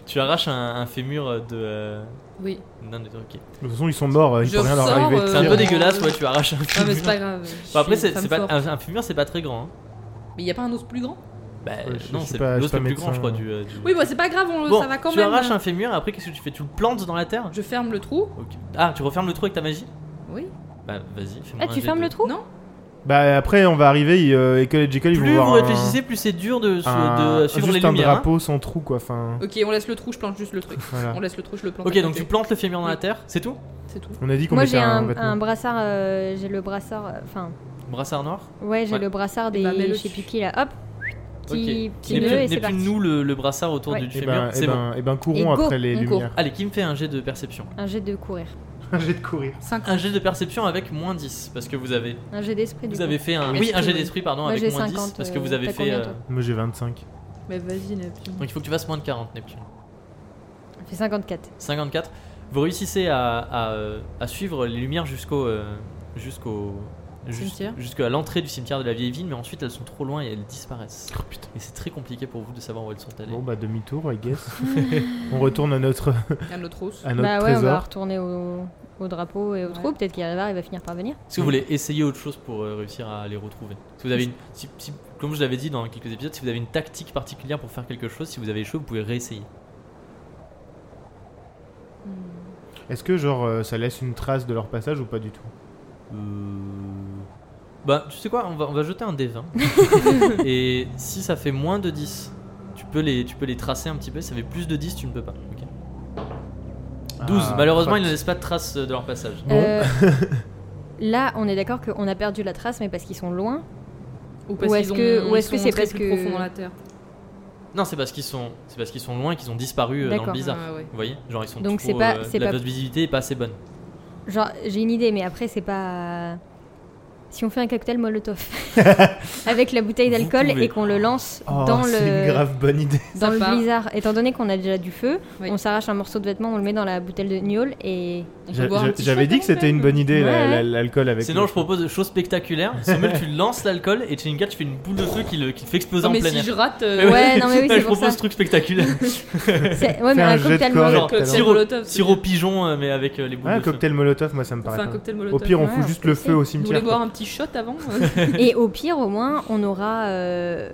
[SPEAKER 1] Tu arraches un, un fémur de. euh,
[SPEAKER 4] oui.
[SPEAKER 1] d'un des-
[SPEAKER 4] Euh,
[SPEAKER 1] ok.
[SPEAKER 3] De toute façon ils sont morts, euh, il
[SPEAKER 4] Je
[SPEAKER 3] peut rien leur
[SPEAKER 4] ressors,
[SPEAKER 3] arriver. de
[SPEAKER 1] C'est un
[SPEAKER 4] Euh,
[SPEAKER 1] peu
[SPEAKER 3] pire.
[SPEAKER 1] dégueulasse, ouais, tu arraches un
[SPEAKER 4] Non
[SPEAKER 1] fémur.
[SPEAKER 4] mais c'est pas grave.
[SPEAKER 1] Enfin, après,
[SPEAKER 4] Je
[SPEAKER 1] c'est
[SPEAKER 4] suis
[SPEAKER 1] c'est
[SPEAKER 4] femme
[SPEAKER 1] pas,
[SPEAKER 4] forte.
[SPEAKER 1] un, un fémur, c'est pas très grand. hein.
[SPEAKER 4] Mais y a pas un os plus grand
[SPEAKER 1] Bah,
[SPEAKER 3] Ouais, je-
[SPEAKER 1] non,
[SPEAKER 3] je suis
[SPEAKER 1] c'est
[SPEAKER 3] pas- je
[SPEAKER 1] l'os
[SPEAKER 3] suis
[SPEAKER 1] le
[SPEAKER 3] pas
[SPEAKER 1] plus grand, je crois.
[SPEAKER 3] médecin.
[SPEAKER 1] Du, euh, du-
[SPEAKER 4] Oui, bah c'est pas grave, on-
[SPEAKER 1] Bon,
[SPEAKER 4] ça va quand
[SPEAKER 1] tu
[SPEAKER 4] même.
[SPEAKER 1] arraches un fémur, après, qu'est-ce que tu fais Tu le plantes dans la terre
[SPEAKER 4] Je ferme le trou.
[SPEAKER 1] Ok. Ah, tu refermes le trou avec ta magie
[SPEAKER 4] Oui.
[SPEAKER 1] Bah, vas-y, fais-moi
[SPEAKER 2] Ah,
[SPEAKER 1] un
[SPEAKER 2] tu
[SPEAKER 1] jet
[SPEAKER 2] fermes
[SPEAKER 1] de-
[SPEAKER 2] le trou
[SPEAKER 4] Non.
[SPEAKER 3] Bah après on va arriver, euh, Echo et Jekyll ils vont
[SPEAKER 1] Plus
[SPEAKER 3] voir
[SPEAKER 1] vous
[SPEAKER 3] un-
[SPEAKER 1] réfléchissez, plus c'est dur de, su-
[SPEAKER 3] un,
[SPEAKER 1] de suivre
[SPEAKER 3] juste
[SPEAKER 1] les
[SPEAKER 3] un
[SPEAKER 1] lumières. hein.
[SPEAKER 3] drapeau sans trou quoi. Enfin,
[SPEAKER 4] Ok, on laisse le trou, je plante juste le truc.
[SPEAKER 3] voilà.
[SPEAKER 4] On laisse le trou, je le plante.
[SPEAKER 1] Ok,
[SPEAKER 4] à
[SPEAKER 1] donc
[SPEAKER 4] côté.
[SPEAKER 1] tu plantes le fémur dans la
[SPEAKER 4] Oui.
[SPEAKER 1] terre, c'est tout
[SPEAKER 4] C'est tout.
[SPEAKER 3] On a dit qu'on
[SPEAKER 2] Moi,
[SPEAKER 3] mettait
[SPEAKER 2] j'ai un,
[SPEAKER 3] un, vêtement.
[SPEAKER 2] un brassard. euh, j'ai le brassard. euh, Enfin,
[SPEAKER 1] Brassard noir
[SPEAKER 2] ouais, j'ai
[SPEAKER 1] Ouais.
[SPEAKER 2] le brassard
[SPEAKER 4] Eh
[SPEAKER 2] des.
[SPEAKER 4] bah, mets-le
[SPEAKER 2] je sais plus
[SPEAKER 4] dessus.
[SPEAKER 2] qui là. Hop
[SPEAKER 1] Ok.
[SPEAKER 2] Petit, petit
[SPEAKER 1] N'est
[SPEAKER 2] nœud et
[SPEAKER 1] plus-
[SPEAKER 2] c'est
[SPEAKER 1] n'est plus
[SPEAKER 2] parti.
[SPEAKER 1] nous le, le brassard autour
[SPEAKER 2] Ouais.
[SPEAKER 1] du
[SPEAKER 3] Et
[SPEAKER 1] fémur,
[SPEAKER 3] ben,
[SPEAKER 1] c'est
[SPEAKER 3] et
[SPEAKER 1] bon.
[SPEAKER 3] ben, et ben
[SPEAKER 2] Et
[SPEAKER 3] courons
[SPEAKER 2] go,
[SPEAKER 3] après les
[SPEAKER 4] on
[SPEAKER 3] lumières.
[SPEAKER 1] Allez, qui me fait un jet de perception
[SPEAKER 2] Un jet de courir.
[SPEAKER 3] J'ai de courir.
[SPEAKER 4] 5
[SPEAKER 1] Un jet de perception avec moins 10, parce que vous avez,
[SPEAKER 2] Un jet d'esprit. du
[SPEAKER 1] vous
[SPEAKER 2] coup. Ah,
[SPEAKER 1] avez fait un.
[SPEAKER 4] Esprit,
[SPEAKER 1] Oui, un jet
[SPEAKER 4] oui.
[SPEAKER 1] d'esprit, pardon,
[SPEAKER 2] Moi,
[SPEAKER 1] avec
[SPEAKER 2] j'ai
[SPEAKER 1] moins 10,
[SPEAKER 2] 50,
[SPEAKER 1] parce que vous
[SPEAKER 2] euh,
[SPEAKER 1] avez
[SPEAKER 2] t'as
[SPEAKER 1] fait.
[SPEAKER 2] combien,
[SPEAKER 1] euh,
[SPEAKER 2] toi
[SPEAKER 3] Moi j'ai 25.
[SPEAKER 4] Mais vas-y, Neptune.
[SPEAKER 1] Donc il faut que tu fasses moins de 40, Neptune.
[SPEAKER 2] Ça fait 54.
[SPEAKER 1] 54. Vous réussissez à, à, euh, à suivre les lumières jusqu'au euh, jusqu'au jus-
[SPEAKER 4] Cimetière.
[SPEAKER 1] jusqu'à l'entrée du cimetière de la vieille ville, mais ensuite elles sont trop loin et elles disparaissent.
[SPEAKER 3] Oh, putain.
[SPEAKER 1] Et c'est très compliqué pour vous de savoir où elles sont allées.
[SPEAKER 3] Bon bah demi-tour, I guess. on retourne à notre,
[SPEAKER 4] Un autre os.
[SPEAKER 3] à notre
[SPEAKER 2] Bah ouais, on va
[SPEAKER 3] trésor.
[SPEAKER 2] retourner au, au drapeau et au
[SPEAKER 4] Ouais.
[SPEAKER 2] trou. Peut-être qu'il arrivera, il va finir par venir.
[SPEAKER 1] Est-ce que vous voulez essayer autre chose pour euh, réussir à les retrouver Si vous avez une, si- si- comme je l'avais dit dans quelques épisodes, si vous avez une tactique particulière pour faire quelque chose, si vous avez échoué, vous pouvez réessayer.
[SPEAKER 3] Est-ce que genre euh, ça laisse une trace de leur passage ou pas du tout
[SPEAKER 2] Euh.
[SPEAKER 1] Bah, tu sais quoi, on va, on va jeter un D20. et si ça fait moins de 10, tu peux les, tu peux les tracer un petit peu. Si ça fait plus de 10, tu ne peux pas. ok 12,
[SPEAKER 3] Ah,
[SPEAKER 1] malheureusement,
[SPEAKER 3] fuck.
[SPEAKER 1] ils ne laissent pas de traces de leur passage.
[SPEAKER 3] Bon.
[SPEAKER 2] Euh, là, on est d'accord qu'on a perdu la trace, mais parce qu'ils sont loin.
[SPEAKER 4] Ou
[SPEAKER 2] Ou
[SPEAKER 4] parce
[SPEAKER 2] est-ce
[SPEAKER 4] qu'ils
[SPEAKER 2] que-
[SPEAKER 4] ont-
[SPEAKER 2] ou
[SPEAKER 4] ils
[SPEAKER 2] est-ce que
[SPEAKER 4] sont
[SPEAKER 2] c'est
[SPEAKER 4] entrés
[SPEAKER 2] parce
[SPEAKER 4] plus
[SPEAKER 2] que-
[SPEAKER 4] profond dans la terre.
[SPEAKER 1] Non, c'est parce qu'ils sont, c'est parce qu'ils sont loin et qu'ils ont disparu euh, dans le
[SPEAKER 2] D'accord.
[SPEAKER 1] bizarre.
[SPEAKER 4] Ah, ouais.
[SPEAKER 1] Vous voyez Genre, ils sont
[SPEAKER 2] Donc,
[SPEAKER 1] trop,
[SPEAKER 2] c'est pas-
[SPEAKER 1] euh,
[SPEAKER 2] c'est
[SPEAKER 1] la
[SPEAKER 2] pas-
[SPEAKER 1] visibilité est pas assez bonne.
[SPEAKER 2] Genre, j'ai une idée, mais après, c'est pas. Si on fait un cocktail Molotov avec la bouteille
[SPEAKER 1] Vous
[SPEAKER 2] d'alcool
[SPEAKER 1] pouvez.
[SPEAKER 2] et qu'on le lance
[SPEAKER 3] Oh,
[SPEAKER 2] dans
[SPEAKER 3] c'est une
[SPEAKER 2] le
[SPEAKER 3] grave bonne idée.
[SPEAKER 2] dans le
[SPEAKER 4] Sympa.
[SPEAKER 2] blizzard, étant donné qu'on a déjà du feu,
[SPEAKER 4] Oui.
[SPEAKER 2] on s'arrache un morceau de vêtement, on le met dans la bouteille de gnôle et
[SPEAKER 4] On peut
[SPEAKER 3] J'a-
[SPEAKER 4] boire un
[SPEAKER 3] j'a-
[SPEAKER 4] petit
[SPEAKER 3] J'avais
[SPEAKER 4] shot
[SPEAKER 3] dit que
[SPEAKER 4] avant
[SPEAKER 3] c'était une
[SPEAKER 4] même.
[SPEAKER 3] bonne idée la-
[SPEAKER 2] Ouais.
[SPEAKER 3] la- l'alcool avec.
[SPEAKER 1] Sinon,
[SPEAKER 3] le-
[SPEAKER 1] je propose des choses spectaculaires. Sommel, tu lances l'alcool et Tchinga, tu fais une boule de feu qui le, qui le fait exploser
[SPEAKER 4] Non,
[SPEAKER 1] en
[SPEAKER 4] mais
[SPEAKER 1] plein
[SPEAKER 4] si
[SPEAKER 1] air.
[SPEAKER 4] je rate. euh,
[SPEAKER 1] Eh oui.
[SPEAKER 2] Ouais, non, mais oui,
[SPEAKER 1] je
[SPEAKER 2] c'est pour
[SPEAKER 1] propose
[SPEAKER 2] ça.
[SPEAKER 1] ce truc spectaculaire.
[SPEAKER 2] C'est- Ouais, mais
[SPEAKER 3] un
[SPEAKER 2] un
[SPEAKER 3] jet de
[SPEAKER 2] cocktail
[SPEAKER 3] corps et-
[SPEAKER 2] Molotov.
[SPEAKER 1] Genre,
[SPEAKER 4] cocktail
[SPEAKER 1] sirop,
[SPEAKER 4] Molotov, c'est
[SPEAKER 1] sirop
[SPEAKER 4] bien.
[SPEAKER 1] pigeon, euh, mais avec euh, les boules
[SPEAKER 3] Ouais, un
[SPEAKER 1] de feu.
[SPEAKER 3] cocktail Molotov, moi ça me
[SPEAKER 4] On
[SPEAKER 3] paraît.
[SPEAKER 4] fait un
[SPEAKER 3] pas-
[SPEAKER 4] cocktail
[SPEAKER 3] Au
[SPEAKER 4] Molotov.
[SPEAKER 3] pire, on
[SPEAKER 2] Ouais,
[SPEAKER 3] fout
[SPEAKER 2] on
[SPEAKER 3] juste
[SPEAKER 2] peut
[SPEAKER 3] le
[SPEAKER 2] essayer.
[SPEAKER 3] feu au
[SPEAKER 4] Vous voulez
[SPEAKER 3] cimetière.
[SPEAKER 4] boire
[SPEAKER 3] quoi.
[SPEAKER 4] un petit shot avant
[SPEAKER 2] Et au pire, au moins, on aura euh,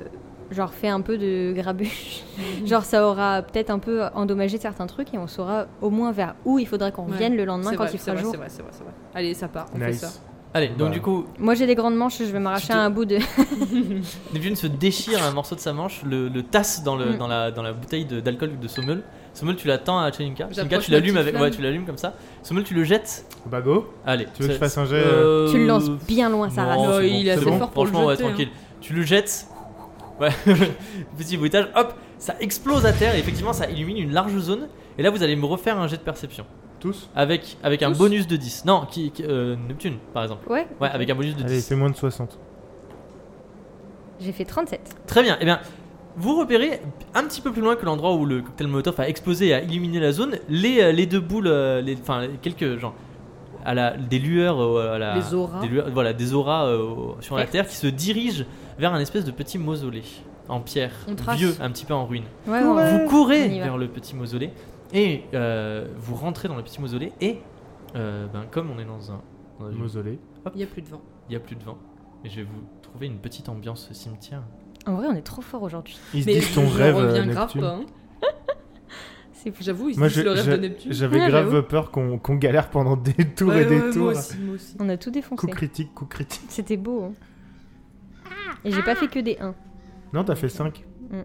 [SPEAKER 2] genre fait un peu de grabuche. genre, ça aura peut-être un peu endommagé certains trucs et on saura au moins vers où il faudra qu'on
[SPEAKER 4] Ouais.
[SPEAKER 2] revienne le lendemain
[SPEAKER 4] C'est
[SPEAKER 2] quand
[SPEAKER 4] vrai,
[SPEAKER 2] il
[SPEAKER 4] c'est
[SPEAKER 2] fera
[SPEAKER 4] vrai,
[SPEAKER 2] jour.
[SPEAKER 4] c'est vrai, c'est vrai, c'est vrai. Allez, ça part, on fait ça.
[SPEAKER 3] Nice.
[SPEAKER 1] Allez, donc
[SPEAKER 3] Bah.
[SPEAKER 1] du coup,
[SPEAKER 2] Moi, j'ai des grandes manches, je vais
[SPEAKER 1] Tu te-
[SPEAKER 2] m'arracher à un bout de.
[SPEAKER 1] Neptune se déchire un morceau de sa manche, le, le tasse dans, le,
[SPEAKER 2] Mm.
[SPEAKER 1] dans, la, dans la bouteille de- d'alcool de Sommel. Sommel, tu l'attends à Chelinka. Chelinka,
[SPEAKER 4] J'approche
[SPEAKER 1] tu l'allumes
[SPEAKER 4] ma
[SPEAKER 1] avec.
[SPEAKER 4] petite
[SPEAKER 1] Ouais,
[SPEAKER 4] flamme.
[SPEAKER 1] tu l'allumes comme ça. Sommel, tu le jettes.
[SPEAKER 3] Bah go.
[SPEAKER 1] Allez.
[SPEAKER 3] Tu veux que je
[SPEAKER 1] c'est-
[SPEAKER 3] fasse un jet euh,
[SPEAKER 1] Euh,
[SPEAKER 2] Tu le lances bien loin, Ah, ça
[SPEAKER 1] non,
[SPEAKER 2] rase.
[SPEAKER 1] c'est
[SPEAKER 4] Ouais, il est
[SPEAKER 1] c'est
[SPEAKER 4] assez fort pour le
[SPEAKER 1] Franchement, ouais,
[SPEAKER 4] jeter, hein.
[SPEAKER 1] tranquille. Tu le jettes. Ouais, petit bruitage. Hop, ça explose à terre. Et effectivement, ça illumine une large zone. Et là, vous allez me refaire un jet de perception.
[SPEAKER 3] Tous
[SPEAKER 1] Avec, avec un
[SPEAKER 4] Tous
[SPEAKER 1] bonus de 10. Non, qui, qui- euh, Neptune, par exemple.
[SPEAKER 2] Ouais,
[SPEAKER 1] Ouais, avec un bonus de 10.
[SPEAKER 3] Allez, il fait moins de 60.
[SPEAKER 2] j'ai fait 37.
[SPEAKER 1] Très bien. Eh bien, vous repérez un petit peu plus loin que l'endroit où le cocktail Molotov a explosé et a illuminé la zone, les, euh, les deux boules, euh, les- enfin quelques genre à la des lueurs euh, à la
[SPEAKER 4] Les auras.
[SPEAKER 1] des lueurs- voilà, des auras euh, au- sur la
[SPEAKER 2] Certes.
[SPEAKER 1] terre qui se dirigent vers un espèce de petit mausolée en pierre,
[SPEAKER 4] On trace.
[SPEAKER 1] vieux, un petit peu en ruine.
[SPEAKER 2] Ouais,
[SPEAKER 3] Courage.
[SPEAKER 2] ouais.
[SPEAKER 1] Vous courez
[SPEAKER 2] On y va.
[SPEAKER 1] vers le petit mausolée et euh, vous rentrez dans le petit mausolée et euh, ben, comme on est dans un dans un-
[SPEAKER 3] Mausolée.
[SPEAKER 4] Il n'y a plus de vent.
[SPEAKER 1] il y a plus de vent et je vais vous trouver une petite ambiance cimetière.
[SPEAKER 2] En vrai, on est trop fort aujourd'hui.
[SPEAKER 3] Ils se
[SPEAKER 4] Mais
[SPEAKER 3] disent ton
[SPEAKER 4] je
[SPEAKER 3] rêve. euh,
[SPEAKER 4] reviens grave
[SPEAKER 3] Neptune.
[SPEAKER 4] pas. hein.
[SPEAKER 2] C'est fou.
[SPEAKER 4] J'avoue, ils se
[SPEAKER 3] Moi,
[SPEAKER 4] disent
[SPEAKER 3] je-
[SPEAKER 4] le rêve de
[SPEAKER 3] je-
[SPEAKER 4] Neptune.
[SPEAKER 3] j'avais
[SPEAKER 2] Ouais,
[SPEAKER 3] grave
[SPEAKER 2] j'avoue.
[SPEAKER 3] peur qu'on qu'on galère pendant des tours
[SPEAKER 4] Ouais,
[SPEAKER 3] et des
[SPEAKER 4] ouais,
[SPEAKER 3] tours.
[SPEAKER 4] Moi aussi, moi aussi.
[SPEAKER 2] On a tout
[SPEAKER 3] Coup
[SPEAKER 2] défoncé.
[SPEAKER 3] critique, coup critique.
[SPEAKER 2] C'était beau. hein. Et j'ai pas fait que des 1.
[SPEAKER 3] Non, t'as fait 5,
[SPEAKER 4] Non,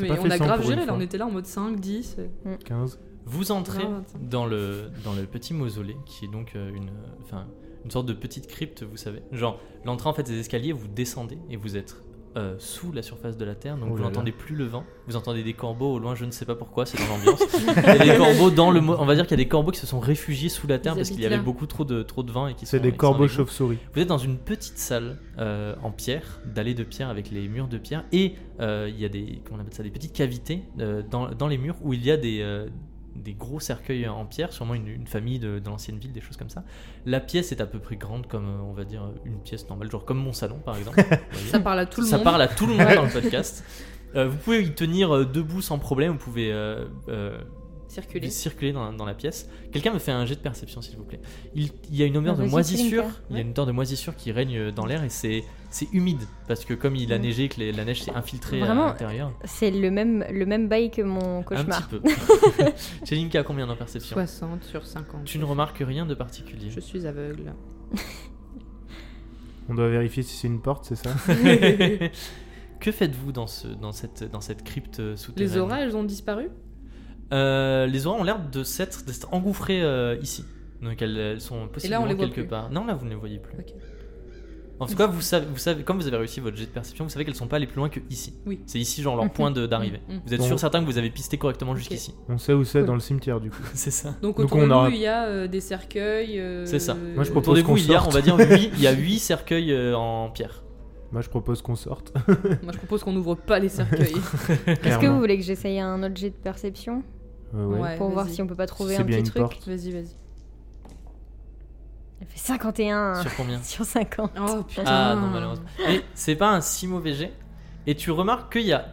[SPEAKER 4] Mais
[SPEAKER 3] pas
[SPEAKER 4] on
[SPEAKER 3] fait
[SPEAKER 4] a
[SPEAKER 3] sans
[SPEAKER 4] grave
[SPEAKER 3] pour
[SPEAKER 4] géré
[SPEAKER 3] une
[SPEAKER 4] là, on
[SPEAKER 3] fois.
[SPEAKER 4] était là en mode 5, 10. euh,
[SPEAKER 3] 15.
[SPEAKER 1] Vous entrez
[SPEAKER 4] Non, attends.
[SPEAKER 1] dans le, dans le petit mausolée, qui est donc euh, une, euh, enfin, une sorte de petite crypte, vous savez. Genre, l'entrée en fait des escaliers, vous descendez et vous êtes euh, sous la surface de la Terre, donc
[SPEAKER 3] Oh
[SPEAKER 1] vous
[SPEAKER 3] là
[SPEAKER 1] n'entendez plus le vent. Vous entendez des corbeaux au loin, je ne sais pas pourquoi, c'est dans l'ambiance. Il y a des corbeaux dans le, mo- on va dire qu'il y a des corbeaux qui se sont réfugiés sous la Terre
[SPEAKER 4] Ils
[SPEAKER 1] parce qu'il y
[SPEAKER 4] habitent
[SPEAKER 1] avait
[SPEAKER 4] là.
[SPEAKER 1] beaucoup trop de trop de vent et qui
[SPEAKER 3] C'est
[SPEAKER 1] sont-
[SPEAKER 3] des
[SPEAKER 1] et qui sont
[SPEAKER 3] corbeaux
[SPEAKER 1] avec vous.
[SPEAKER 3] chauves-souris.
[SPEAKER 1] Vous êtes dans une petite salle euh, en pierre, d'allée de pierre avec les murs de pierre, et euh, il y a des, comment on appelle ça, des petites cavités euh, dans, dans les murs où il y a des, euh, des gros cercueils en pierre, sûrement une, une famille de, de l'ancienne ville, des choses comme ça. La pièce est à peu près grande comme, euh, on va dire, une pièce normale, genre comme mon salon par exemple. Vous voyez
[SPEAKER 4] Ça parle à tout le
[SPEAKER 1] ça
[SPEAKER 4] monde.
[SPEAKER 1] parle à tout le monde dans le podcast. Euh, vous pouvez y tenir euh, debout sans problème, vous pouvez euh, euh,
[SPEAKER 4] Circuler.
[SPEAKER 1] de circuler dans, dans la pièce. Quelqu'un me fait un jet de perception, s'il vous plaît. Il, il y a une odeur
[SPEAKER 2] Ah,
[SPEAKER 1] de
[SPEAKER 2] vas-y,
[SPEAKER 1] moisissure.
[SPEAKER 2] Céline,
[SPEAKER 1] Il y a une odeur de moisissure qui règne dans l'air et c'est c'est humide parce que comme il a
[SPEAKER 2] Mm.
[SPEAKER 1] neigé, que les- la neige s'est infiltrée
[SPEAKER 2] Vraiment,
[SPEAKER 1] à l'intérieur.
[SPEAKER 2] C'est le même, le même bail que mon
[SPEAKER 1] Un
[SPEAKER 2] cauchemar.
[SPEAKER 1] petit peu. Chelinka a combien en perception
[SPEAKER 4] 60 sur 50.
[SPEAKER 1] Tu ne remarques rien de particulier.
[SPEAKER 4] Je suis aveugle.
[SPEAKER 3] On doit vérifier si c'est une porte, c'est ça
[SPEAKER 1] que faites-vous dans ce dans cette dans cette crypte souterraine
[SPEAKER 4] Les auras, elles ont disparu
[SPEAKER 1] Euh, les auras ont l'air de s'être de s'être engouffrées euh, ici. Donc elles, elles sont possiblement
[SPEAKER 4] les voit
[SPEAKER 1] quelque
[SPEAKER 4] plus.
[SPEAKER 1] part. Non, là vous ne les voyez plus.
[SPEAKER 4] Ok.
[SPEAKER 1] En tout cas, vous savez, vous savez, comme vous avez réussi votre jet de perception, vous savez qu'elles sont pas allées plus loin que ici.
[SPEAKER 4] Oui.
[SPEAKER 1] C'est ici genre leur point de- d'arrivée.
[SPEAKER 4] Mhm.
[SPEAKER 1] Vous êtes
[SPEAKER 3] Bon.
[SPEAKER 1] sûr certain que vous avez pisté correctement jusqu'ici.
[SPEAKER 3] On sait où c'est
[SPEAKER 4] Cool.
[SPEAKER 3] dans le cimetière du coup.
[SPEAKER 1] C'est ça.
[SPEAKER 4] Donc
[SPEAKER 3] Donc
[SPEAKER 4] autour
[SPEAKER 3] on
[SPEAKER 4] de
[SPEAKER 3] aura-
[SPEAKER 4] nous, il y a euh, des cercueils. euh,
[SPEAKER 1] C'est ça.
[SPEAKER 3] Moi, je propose
[SPEAKER 1] Autour de vous,
[SPEAKER 3] qu'on
[SPEAKER 1] il y a, on
[SPEAKER 3] sorte.
[SPEAKER 1] va dire, huit- il y a 8 cercueils euh, en pierre.
[SPEAKER 3] Moi je propose qu'on sorte.
[SPEAKER 4] Moi, je propose qu'on n'ouvre pas les cercueils.
[SPEAKER 2] Est-ce que vous voulez que j'essaye un autre jet de perception
[SPEAKER 3] Euh, ouais.
[SPEAKER 4] Ouais,
[SPEAKER 2] pour voir
[SPEAKER 4] vas-y.
[SPEAKER 2] si on peut pas trouver
[SPEAKER 3] C'est
[SPEAKER 2] un
[SPEAKER 3] bien
[SPEAKER 2] petit
[SPEAKER 3] une
[SPEAKER 2] truc
[SPEAKER 3] porte.
[SPEAKER 4] Vas-y, vas-y.
[SPEAKER 2] Elle fait 51
[SPEAKER 4] Ah.
[SPEAKER 2] sur,
[SPEAKER 1] Sur combien
[SPEAKER 2] 50.
[SPEAKER 4] Oh putain.
[SPEAKER 1] Ah non, malheureusement. Et c'est pas un si mauvais jet. Et tu remarques qu'il y a.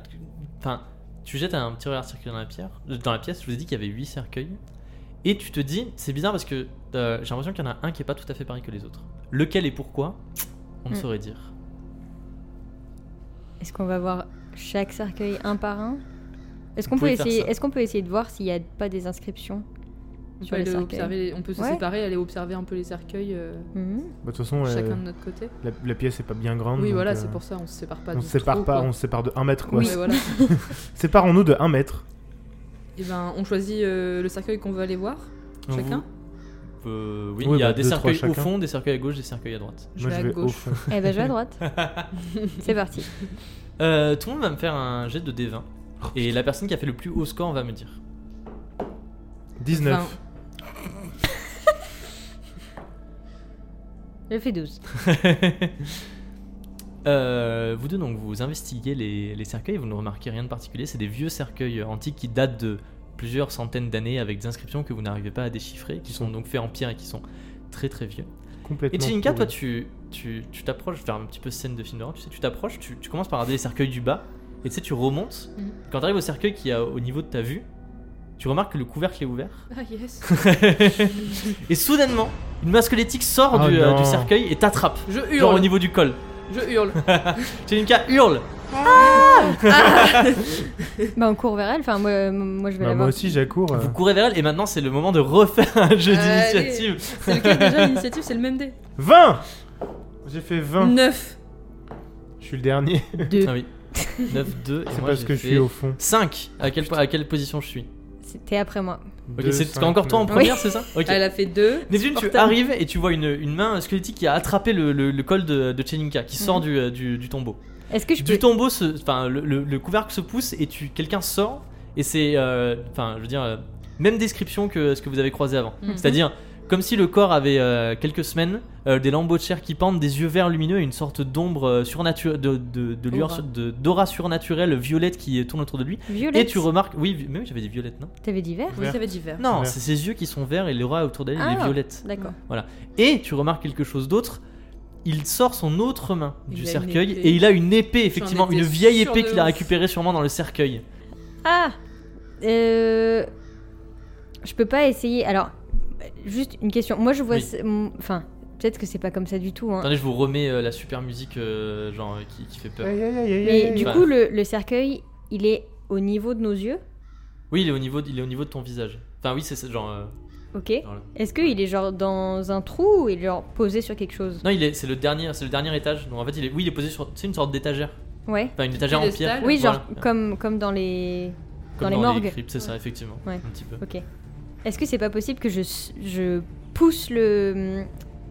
[SPEAKER 1] Enfin, tu jettes un petit regard circulaire dans la, pierre, dans la pièce. Je vous ai dit qu'il y avait 8 cercueils. Et tu te dis, c'est bizarre parce que euh, j'ai l'impression qu'il y en a un qui est pas tout à fait pareil que les autres. Lequel et pourquoi On ne
[SPEAKER 2] Mm.
[SPEAKER 1] saurait dire.
[SPEAKER 2] Est-ce qu'on va voir chaque cercueil un par un Est-ce
[SPEAKER 1] Vous
[SPEAKER 2] qu'on peut
[SPEAKER 1] pouvez faire
[SPEAKER 2] essayer
[SPEAKER 1] ça.
[SPEAKER 2] Est-ce qu'on peut essayer de voir s'il y a pas des inscriptions
[SPEAKER 4] On peut,
[SPEAKER 2] sur les
[SPEAKER 4] aller
[SPEAKER 2] cercueils
[SPEAKER 4] observer les- on peut se
[SPEAKER 2] Ouais.
[SPEAKER 4] séparer, aller observer un peu les cercueils, euh,
[SPEAKER 2] Mhm.
[SPEAKER 3] Bah, De toute façon, euh,
[SPEAKER 4] chacun de notre côté.
[SPEAKER 3] la, la pièce est pas bien grande.
[SPEAKER 4] oui,
[SPEAKER 3] donc,
[SPEAKER 4] voilà,
[SPEAKER 3] euh,
[SPEAKER 4] c'est pour ça, on se sépare pas.
[SPEAKER 3] On
[SPEAKER 4] du
[SPEAKER 3] se sépare
[SPEAKER 4] trou,
[SPEAKER 3] pas,
[SPEAKER 4] quoi.
[SPEAKER 3] on se sépare de 1 mètre quoi.
[SPEAKER 4] Oui, voilà.
[SPEAKER 3] Séparons-nous de 1 mètre.
[SPEAKER 4] Et ben, on choisit euh, le cercueil qu'on veut aller voir. Chacun
[SPEAKER 1] Vous- euh, oui,
[SPEAKER 3] Oui,
[SPEAKER 1] il y a
[SPEAKER 3] bah,
[SPEAKER 1] des
[SPEAKER 3] deux,
[SPEAKER 1] cercueils
[SPEAKER 3] trois
[SPEAKER 1] au
[SPEAKER 3] chacun.
[SPEAKER 1] fond, des cercueils à gauche, des cercueils à droite.
[SPEAKER 4] Je
[SPEAKER 3] Moi
[SPEAKER 4] vais à
[SPEAKER 3] je vais au
[SPEAKER 4] gauche.
[SPEAKER 3] fond.
[SPEAKER 2] Eh ben je vais à droite. C'est parti.
[SPEAKER 1] Euh, tout le monde va me faire un jet de D20.
[SPEAKER 3] Oh,
[SPEAKER 1] Et la personne qui a fait le plus haut score va me dire.
[SPEAKER 3] 19.
[SPEAKER 4] Enfin,
[SPEAKER 2] Je fais 12.
[SPEAKER 1] Euh, vous deux, donc, vous investiguez les, les cercueils, vous ne remarquez rien de particulier. C'est des vieux cercueils antiques qui datent de plusieurs centaines d'années avec des inscriptions que vous n'arrivez pas à déchiffrer, qui sont donc faits en pierre et qui sont très très vieux.
[SPEAKER 3] Complètement.
[SPEAKER 1] Et Tchinka, toi,
[SPEAKER 3] pourri.
[SPEAKER 1] tu tu tu t'approches, je vais faire un petit peu scène de film d'horreur, tu sais, tu t'approches, tu, tu commences par regarder les cercueils du bas, et tu sais, tu remontes.
[SPEAKER 4] Mhm.
[SPEAKER 1] Quand tu arrives au cercueil qui est au niveau de ta vue, tu remarques que le couvercle est ouvert.
[SPEAKER 4] Ah yes.
[SPEAKER 1] et soudainement, une main squelettique sort
[SPEAKER 3] Oh
[SPEAKER 1] du, euh,
[SPEAKER 3] non.
[SPEAKER 1] du cercueil et t'attrape,
[SPEAKER 4] Je
[SPEAKER 1] genre au
[SPEAKER 4] hurle.
[SPEAKER 1] niveau du col.
[SPEAKER 4] Je hurle.
[SPEAKER 1] Tchinka hurle
[SPEAKER 2] bah on court vers elle. Enfin moi, moi je vais
[SPEAKER 3] Bah,
[SPEAKER 2] la
[SPEAKER 3] moi
[SPEAKER 2] voir.
[SPEAKER 3] aussi j'accours. euh.
[SPEAKER 1] Vous courez vers elle et maintenant c'est le moment de refaire un jeu
[SPEAKER 4] Allez.
[SPEAKER 1] d'initiative.
[SPEAKER 4] C'est lequel déjà l'initiative C'est le même dé.
[SPEAKER 3] 20 J'ai fait 20.
[SPEAKER 4] 9.
[SPEAKER 3] Je suis le dernier.
[SPEAKER 2] Deux.
[SPEAKER 1] Ah oui. 9, 2 et
[SPEAKER 3] C'est
[SPEAKER 1] moi,
[SPEAKER 3] parce
[SPEAKER 1] j'ai
[SPEAKER 3] que je
[SPEAKER 1] fait
[SPEAKER 3] suis au fond.
[SPEAKER 1] 5. À quelle, po- à quelle position je suis
[SPEAKER 2] C'était après moi.
[SPEAKER 1] Ok,
[SPEAKER 3] Deux,
[SPEAKER 1] c'est
[SPEAKER 3] cinq,
[SPEAKER 1] c'est encore toi en
[SPEAKER 3] neuf.
[SPEAKER 2] neuf.
[SPEAKER 1] première, c'est ça Ok.
[SPEAKER 4] Elle a fait 2.
[SPEAKER 1] Neptune, tu
[SPEAKER 4] Portable.
[SPEAKER 1] arrives et tu vois une, une main squelettique qui a attrapé le, le- le col de, de Chelinka, qui sort du, euh, du, du tombeau.
[SPEAKER 2] Est-ce que je
[SPEAKER 1] Du
[SPEAKER 2] peux
[SPEAKER 1] tombeau, se- enfin le, le- le couvercle se pousse et tu quelqu'un sort et c'est, euh, enfin je veux dire, euh, même description que ce que vous avez croisé avant.
[SPEAKER 4] Mhm.
[SPEAKER 1] C'est-à-dire comme si le corps avait euh, quelques semaines, euh, des lambeaux de chair qui pendent, des yeux verts lumineux et une sorte d'ombre euh, surnaturelle, de, de, de lueur,
[SPEAKER 4] Aura.
[SPEAKER 1] sur- de- d'aura surnaturelle violette qui tourne autour de lui.
[SPEAKER 2] Violette
[SPEAKER 1] Et tu remarques, oui, vi- mais oui, j'avais dit violette, non
[SPEAKER 2] T'avais dit vert
[SPEAKER 4] Oui, ça va être hiver.
[SPEAKER 1] Non,
[SPEAKER 3] Vert.
[SPEAKER 1] c'est ses yeux qui sont verts et l'aura autour d'elle elle est
[SPEAKER 2] Ah.
[SPEAKER 1] violette.
[SPEAKER 2] D'accord.
[SPEAKER 1] Et tu remarques quelque chose d'autre. Il sort son autre main
[SPEAKER 4] Il
[SPEAKER 1] du
[SPEAKER 4] a une
[SPEAKER 1] cercueil
[SPEAKER 4] épée.
[SPEAKER 1] et il a une épée, effectivement,
[SPEAKER 4] étais
[SPEAKER 1] une vieille
[SPEAKER 4] sûre
[SPEAKER 1] épée
[SPEAKER 4] de
[SPEAKER 1] qu'il a
[SPEAKER 4] ouf.
[SPEAKER 1] récupérée sûrement dans le cercueil.
[SPEAKER 2] Ah euh... Je peux pas essayer. Alors, juste une question. Moi, je vois.
[SPEAKER 1] Oui.
[SPEAKER 2] ce- m- Enfin, peut-être que c'est pas comme ça du tout. Hein.
[SPEAKER 1] Attendez, je vous remets euh, la super musique euh, genre euh, qui, qui fait peur.
[SPEAKER 3] Aïe, aïe, aïe, aïe,
[SPEAKER 2] Mais
[SPEAKER 3] aïe,
[SPEAKER 2] du
[SPEAKER 1] Bah.
[SPEAKER 2] coup, le, le cercueil, il est au niveau de nos yeux.
[SPEAKER 1] Oui, il est au niveau, de, il est au niveau de ton visage. Enfin oui, c'est c'est genre. euh,
[SPEAKER 2] Ok.
[SPEAKER 1] genre là.
[SPEAKER 2] Est-ce qu'il est genre dans un trou ou il est genre posé sur quelque chose
[SPEAKER 1] Non, il est, c'est le dernier, c'est le dernier étage. Donc en fait, il est, oui, il est posé sur, c'est une sorte d'étagère.
[SPEAKER 2] Ouais.
[SPEAKER 1] Enfin, une étagère en
[SPEAKER 4] Piédestal.
[SPEAKER 1] pierre.
[SPEAKER 2] Oui,
[SPEAKER 1] Voilà.
[SPEAKER 2] genre comme, comme dans les.
[SPEAKER 1] Comme
[SPEAKER 2] dans les morgues.
[SPEAKER 1] cryptes, c'est ça, effectivement.
[SPEAKER 2] Ouais.
[SPEAKER 1] Un petit peu.
[SPEAKER 2] Ok. Est-ce que c'est pas possible que je, je pousse le,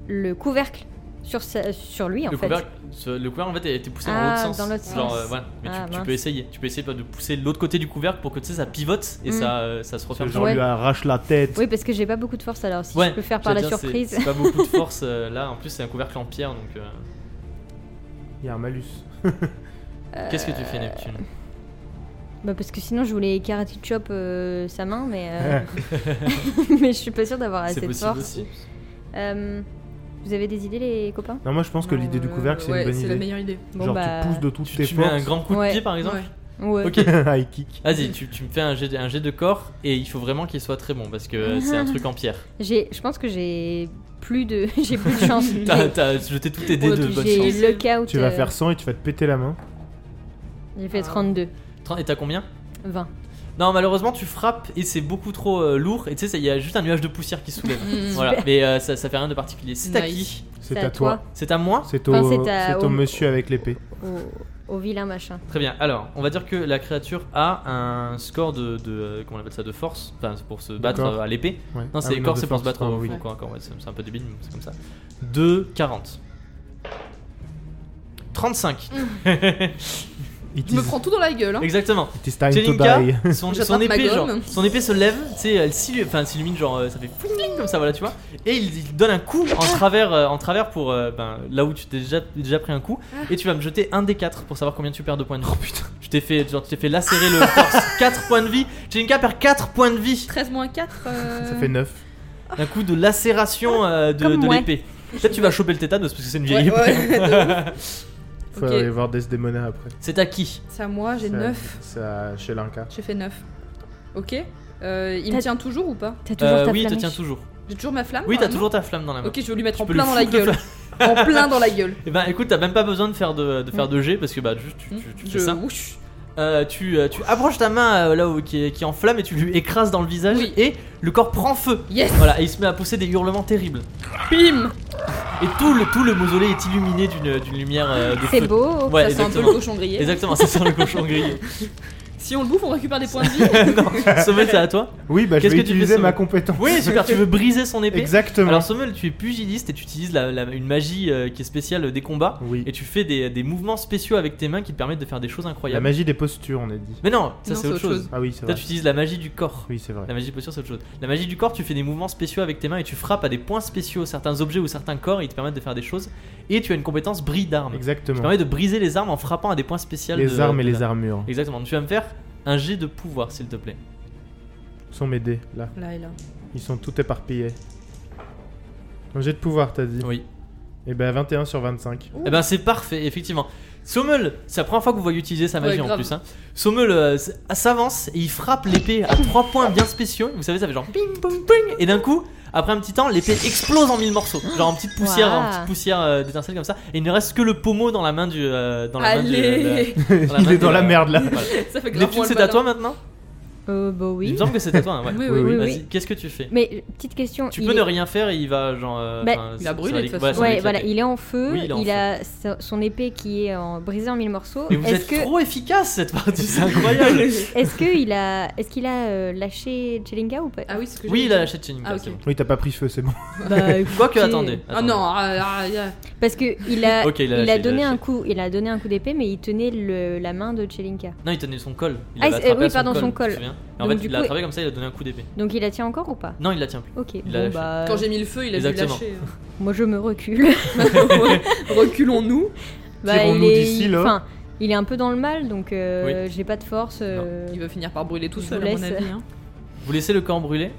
[SPEAKER 2] le couvercle sur, sa- sur lui en
[SPEAKER 1] le
[SPEAKER 2] fait.
[SPEAKER 1] couvert, ce- le couvert en fait a été poussé
[SPEAKER 2] Ah,
[SPEAKER 1] dans l'autre sens.
[SPEAKER 2] dans l'autre
[SPEAKER 1] Genre,
[SPEAKER 2] sens.
[SPEAKER 1] euh, voilà. Mais tu-
[SPEAKER 2] Ah,
[SPEAKER 1] tu,
[SPEAKER 2] mince.
[SPEAKER 1] peux essayer. Tu peux essayer de pousser l'autre côté du couvercle pour que tu sais ça pivote et
[SPEAKER 2] Mm.
[SPEAKER 1] ça, euh, ça se
[SPEAKER 3] Parce que
[SPEAKER 1] referme.
[SPEAKER 3] Jean
[SPEAKER 2] Ouais.
[SPEAKER 3] lui arrache la tête.
[SPEAKER 2] Oui, parce que j'ai pas beaucoup de force alors si
[SPEAKER 1] Ouais,
[SPEAKER 2] je peux faire par la
[SPEAKER 1] j'allais dire, c'est-
[SPEAKER 2] surprise.
[SPEAKER 1] C'est pas beaucoup de force euh, là. En plus, c'est un couvercle en pierre donc. euh,
[SPEAKER 3] Il y a un malus.
[SPEAKER 1] Qu'est-ce que tu fais, Neptune
[SPEAKER 2] Bah parce que sinon je voulais karaté chop euh, sa main, mais euh,
[SPEAKER 3] Ah.
[SPEAKER 2] mais je suis pas sûre d'avoir assez
[SPEAKER 1] C'est
[SPEAKER 2] de
[SPEAKER 1] possible
[SPEAKER 2] force.
[SPEAKER 1] aussi.
[SPEAKER 2] Euh, vous avez des idées les copains
[SPEAKER 3] Non, moi je pense que l'idée du couvercle c'est
[SPEAKER 4] Euh, Ouais,
[SPEAKER 3] une bonne
[SPEAKER 4] C'est la
[SPEAKER 3] idée.
[SPEAKER 4] meilleure idée.
[SPEAKER 2] Bon,
[SPEAKER 3] Genre
[SPEAKER 2] bah,
[SPEAKER 3] tu pousses de toutes
[SPEAKER 1] Tu,
[SPEAKER 3] tes
[SPEAKER 1] tu mets un
[SPEAKER 3] forces.
[SPEAKER 1] grand coup de
[SPEAKER 2] Ouais.
[SPEAKER 1] pied par exemple
[SPEAKER 4] Ouais.
[SPEAKER 2] Ouais.
[SPEAKER 1] Ok.
[SPEAKER 3] High kick.
[SPEAKER 1] Vas-y, tu, tu me fais un jet, de- un jet de corps et il faut vraiment qu'il soit très bon parce que c'est un truc en pierre.
[SPEAKER 2] J'ai, je pense que j'ai plus de, j'ai plus de chance. J'ai-
[SPEAKER 1] T'as t'as jeté tous tes dés
[SPEAKER 4] Ouais,
[SPEAKER 1] de
[SPEAKER 4] puis
[SPEAKER 1] bonne
[SPEAKER 2] j'ai
[SPEAKER 1] chance.
[SPEAKER 2] eu le count.
[SPEAKER 3] Tu vas
[SPEAKER 2] euh,
[SPEAKER 3] faire 100 et tu vas te péter la main.
[SPEAKER 2] J'ai fait
[SPEAKER 4] Ah.
[SPEAKER 2] 32,
[SPEAKER 1] Trente- Et t'as combien
[SPEAKER 2] 20.
[SPEAKER 1] Non, malheureusement, tu frappes et c'est beaucoup trop euh, lourd. Et tu sais, ça- il y a juste un nuage de poussière qui se soulève.
[SPEAKER 4] Mm.
[SPEAKER 1] voilà, mais euh, ça, ça fait rien de particulier. C'est à
[SPEAKER 4] Nice.
[SPEAKER 1] qui
[SPEAKER 3] C'est à toi.
[SPEAKER 1] C'est à moi
[SPEAKER 3] C'est
[SPEAKER 2] Enfin,
[SPEAKER 3] au,
[SPEAKER 2] c'est à-
[SPEAKER 3] c'est au
[SPEAKER 2] au-
[SPEAKER 3] monsieur avec l'épée.
[SPEAKER 2] Au, au vilain machin.
[SPEAKER 1] Très bien. Alors, on va dire que la créature a un score de, de euh, comment on appelle ça, de force, enfin c'est pour se battre
[SPEAKER 3] D'accord.
[SPEAKER 1] euh, à l'épée.
[SPEAKER 3] Ouais.
[SPEAKER 1] Non,
[SPEAKER 3] Ah
[SPEAKER 1] c'est
[SPEAKER 3] oui,
[SPEAKER 1] corps,
[SPEAKER 3] de
[SPEAKER 1] c'est pour se
[SPEAKER 3] force,
[SPEAKER 1] battre
[SPEAKER 3] pardon,
[SPEAKER 1] au
[SPEAKER 3] oui.
[SPEAKER 1] au corps à corps. ouais, c'est c'est un peu débile, mais c'est comme ça. De 40. 35.
[SPEAKER 3] It
[SPEAKER 4] Je me
[SPEAKER 3] is-
[SPEAKER 4] prends tout dans la gueule. Hein.
[SPEAKER 1] Exactement.
[SPEAKER 3] it is time to die.
[SPEAKER 1] Jelinka, son,
[SPEAKER 4] J'attrape
[SPEAKER 1] son
[SPEAKER 4] ma
[SPEAKER 1] épée, genre,
[SPEAKER 4] gomme.
[SPEAKER 1] son épée se lève, tu sais, elle s'illu- enfin, elle s'illumine, genre, euh, ça fait fouing comme ça, voilà, tu vois. Et il, il donne un coup en travers, euh, en travers pour euh, ben, là où tu t'es déjà, déjà pris un coup.
[SPEAKER 2] Ah.
[SPEAKER 1] Et tu vas me jeter un des 4 pour savoir combien tu perds de points de vie. Oh putain. Tu t'es fait, genre, tu t'es fait lacérer le torse. 4 points de vie. Jelinka perd 4 points de vie
[SPEAKER 4] 13 moins 4.
[SPEAKER 3] Ça
[SPEAKER 4] Euh,
[SPEAKER 3] fait 9.
[SPEAKER 1] d'un coup de lacération euh, de,
[SPEAKER 2] Comme
[SPEAKER 1] de
[SPEAKER 2] moi.
[SPEAKER 1] l'épée. Peut-être tu vas choper le tétanos parce que c'est une vieille épée.
[SPEAKER 3] Faut
[SPEAKER 4] Ok.
[SPEAKER 3] aller voir Desdemona après.
[SPEAKER 1] C'est à qui
[SPEAKER 4] C'est à moi, j'ai
[SPEAKER 3] C'est à-
[SPEAKER 4] 9.
[SPEAKER 3] C'est à chez Linka.
[SPEAKER 4] J'ai fait 9. Ok. Euh, il me
[SPEAKER 2] T'as-
[SPEAKER 4] tient toujours ou pas
[SPEAKER 2] T'as toujours
[SPEAKER 1] Euh,
[SPEAKER 2] ta
[SPEAKER 1] Oui, te
[SPEAKER 2] flamme. Ah,
[SPEAKER 1] tiens toujours.
[SPEAKER 4] J'ai toujours ma flamme
[SPEAKER 1] Oui, t'as
[SPEAKER 4] normalement
[SPEAKER 1] toujours ta flamme dans la main.
[SPEAKER 4] Ok, je vais lui mettre
[SPEAKER 1] Tu
[SPEAKER 4] en
[SPEAKER 1] peux lui
[SPEAKER 4] plein dans la
[SPEAKER 1] foutre le
[SPEAKER 4] gueule. en plein dans la gueule.
[SPEAKER 1] Eh ben écoute, t'as même pas besoin de faire de, de faire
[SPEAKER 2] Mm.
[SPEAKER 1] de G parce que bah juste tu, tu- tu fais
[SPEAKER 4] Je-
[SPEAKER 1] ça.
[SPEAKER 4] Ouch.
[SPEAKER 1] Euh, tu, euh, tu approches ta main euh, là où qui est, qui est en flamme et tu lui écrases dans le visage
[SPEAKER 4] Oui.
[SPEAKER 1] et le corps prend feu.
[SPEAKER 4] Yes
[SPEAKER 1] Voilà, et il se met à pousser des hurlements terribles.
[SPEAKER 4] Bim
[SPEAKER 1] Et tout le, tout le mausolée est illuminé d'une d'une lumière euh, de
[SPEAKER 2] C'est
[SPEAKER 1] feu.
[SPEAKER 2] beau.
[SPEAKER 1] Ouais,
[SPEAKER 4] Ça sent un peu le
[SPEAKER 1] exactement.
[SPEAKER 4] cochon grillé.
[SPEAKER 1] Exactement, ça sent le cochon grillé.
[SPEAKER 4] Si on le bouffe, on récupère des points de vie.
[SPEAKER 1] non, Sommel, c'est à toi.
[SPEAKER 3] Oui, bah je
[SPEAKER 1] Qu'est-ce
[SPEAKER 3] vais
[SPEAKER 1] que tu
[SPEAKER 3] utiliser
[SPEAKER 1] fais,
[SPEAKER 3] ma
[SPEAKER 1] Sommel
[SPEAKER 3] compétence.
[SPEAKER 1] Oui, super, tu veux briser son épée.
[SPEAKER 3] Exactement.
[SPEAKER 1] Alors Sommel, tu es pugiliste et tu utilises la- la- une magie euh, qui est spéciale des combats.
[SPEAKER 3] Oui.
[SPEAKER 1] Et tu fais des, des mouvements spéciaux avec tes mains qui te permettent de faire des choses
[SPEAKER 3] La
[SPEAKER 1] incroyables.
[SPEAKER 3] magie des postures, on a dit.
[SPEAKER 1] Mais non, ça
[SPEAKER 4] Non,
[SPEAKER 1] c'est autre chose.
[SPEAKER 3] Ah oui, c'est
[SPEAKER 1] Toi,
[SPEAKER 3] vrai.
[SPEAKER 1] tu utilises la magie du corps.
[SPEAKER 3] Oui, c'est vrai.
[SPEAKER 1] La magie de posture, c'est autre chose. La magie du corps, tu fais des mouvements spéciaux avec tes mains et tu frappes à des points spéciaux, certains objets ou certains corps, et ils te permettent de faire des choses. Et tu as une compétence bris d'armes. Qui te
[SPEAKER 3] Exactement.
[SPEAKER 1] permet de briser les armes en frappant à des points spéciaux.
[SPEAKER 3] Les
[SPEAKER 1] de-
[SPEAKER 3] armes et
[SPEAKER 1] de-
[SPEAKER 3] les armures
[SPEAKER 1] Exactement. Donc, Tu vas me faire un jet de pouvoir, s'il te plaît.
[SPEAKER 3] sont mes dés, là.
[SPEAKER 4] Là et là.
[SPEAKER 3] Ils sont tout éparpillés. Un jet de pouvoir, t'as dit.
[SPEAKER 1] Oui.
[SPEAKER 3] Et bah 21 sur 25.
[SPEAKER 1] Eh ben, c'est parfait, effectivement. Sommel, c'est la première fois que vous voyez utiliser sa magie
[SPEAKER 4] Ouais,
[SPEAKER 1] en
[SPEAKER 4] grave.
[SPEAKER 1] plus. Hein. Sommel euh, s- s'avance et il frappe l'épée à trois points bien spéciaux. Vous savez, ça fait genre ping, ping, ping. Et d'un coup, après un petit temps, l'épée explose en mille morceaux. Genre en petite poussière,
[SPEAKER 2] Waouh.
[SPEAKER 1] en petite poussière euh, d'étincelle comme ça. Et il ne reste que le pommeau dans la main du. euh, dans la main du.
[SPEAKER 4] Allez
[SPEAKER 1] de- dans la main
[SPEAKER 3] Il
[SPEAKER 1] du-
[SPEAKER 3] est
[SPEAKER 1] euh,
[SPEAKER 3] dans la merde, là.
[SPEAKER 1] Voilà.
[SPEAKER 4] Ça fait grave
[SPEAKER 1] Neptune,
[SPEAKER 4] moins le
[SPEAKER 1] c'est à
[SPEAKER 4] ballon.
[SPEAKER 1] toi maintenant
[SPEAKER 2] Euh, bah
[SPEAKER 1] Il
[SPEAKER 2] oui.
[SPEAKER 1] me semble que c'est à toi. hein, ouais.
[SPEAKER 4] Oui,
[SPEAKER 3] Oui,
[SPEAKER 4] oui,
[SPEAKER 3] oui.
[SPEAKER 4] oui.
[SPEAKER 1] Vas-y,
[SPEAKER 2] oui.
[SPEAKER 1] qu'est-ce que tu fais
[SPEAKER 2] Mais euh, petite question.
[SPEAKER 1] Tu
[SPEAKER 2] il
[SPEAKER 1] peux ne
[SPEAKER 2] est-
[SPEAKER 1] rien faire et il va genre. euh,
[SPEAKER 2] Bah,
[SPEAKER 1] enfin,
[SPEAKER 4] Il a
[SPEAKER 1] ça-
[SPEAKER 4] brûlé,
[SPEAKER 1] ça va
[SPEAKER 4] de toute
[SPEAKER 1] l'éc-
[SPEAKER 4] façon.
[SPEAKER 1] ouais, ça va
[SPEAKER 2] Ouais,
[SPEAKER 1] l'éclater.
[SPEAKER 2] voilà, il est en feu.
[SPEAKER 1] Oui, il est en
[SPEAKER 2] il a sa- son épée qui est en... brisée en mille morceaux.
[SPEAKER 1] Mais vous
[SPEAKER 2] Est-ce
[SPEAKER 1] êtes
[SPEAKER 2] que
[SPEAKER 1] trop efficace cette partie, c'est incroyable
[SPEAKER 2] Est-ce qu'il a, est-ce qu'il a euh, lâché Jelinka ou pas
[SPEAKER 4] Ah oui, c'est ce que
[SPEAKER 1] Oui,
[SPEAKER 4] j'ai
[SPEAKER 1] il a
[SPEAKER 4] dit.
[SPEAKER 1] lâché Tchelinka,
[SPEAKER 4] Ah, ok.
[SPEAKER 1] c'est bon.
[SPEAKER 3] Oui, t'as pas pris feu, c'est bon.
[SPEAKER 1] Quoique, attendez.
[SPEAKER 2] oh,
[SPEAKER 4] Ah non, ah, ah, ah,
[SPEAKER 2] Parce que il a,
[SPEAKER 1] Ok, il a lâché,
[SPEAKER 2] il a
[SPEAKER 1] il a
[SPEAKER 2] donné
[SPEAKER 1] lâché.
[SPEAKER 2] un coup, il a donné un coup d'épée, mais il tenait le- la main de Chelinka.
[SPEAKER 1] Non, il tenait son col. Il l'avait
[SPEAKER 2] Ah, c'est-
[SPEAKER 1] attrapé
[SPEAKER 2] oui,
[SPEAKER 1] à
[SPEAKER 2] pardon, son col.
[SPEAKER 1] tu te souviens Et en
[SPEAKER 2] Donc,
[SPEAKER 1] fait,
[SPEAKER 2] du
[SPEAKER 1] il l'a
[SPEAKER 2] coup,
[SPEAKER 1] attrapé comme ça, il a donné un coup d'épée.
[SPEAKER 2] Donc il la tient encore ou pas
[SPEAKER 1] Non, il la tient plus.
[SPEAKER 2] Ok.
[SPEAKER 1] l'a
[SPEAKER 2] bon,
[SPEAKER 1] lâché.
[SPEAKER 2] bah,
[SPEAKER 4] Quand j'ai mis le feu, il a dû
[SPEAKER 1] Euh. Exactement.
[SPEAKER 4] lâcher. hein.
[SPEAKER 2] moi je me recule. Bah,
[SPEAKER 4] Reculons-nous.
[SPEAKER 3] Tirons-nous
[SPEAKER 2] il est,
[SPEAKER 3] d'ici, là.
[SPEAKER 2] enfin, il est un peu dans le mal, donc euh, j'ai pas de force. euh,
[SPEAKER 4] Il va finir par brûler tout
[SPEAKER 2] Je
[SPEAKER 4] seul,
[SPEAKER 2] vous
[SPEAKER 4] à mon
[SPEAKER 2] laisse.
[SPEAKER 4] avis. hein.
[SPEAKER 1] Vous laissez le corps brûler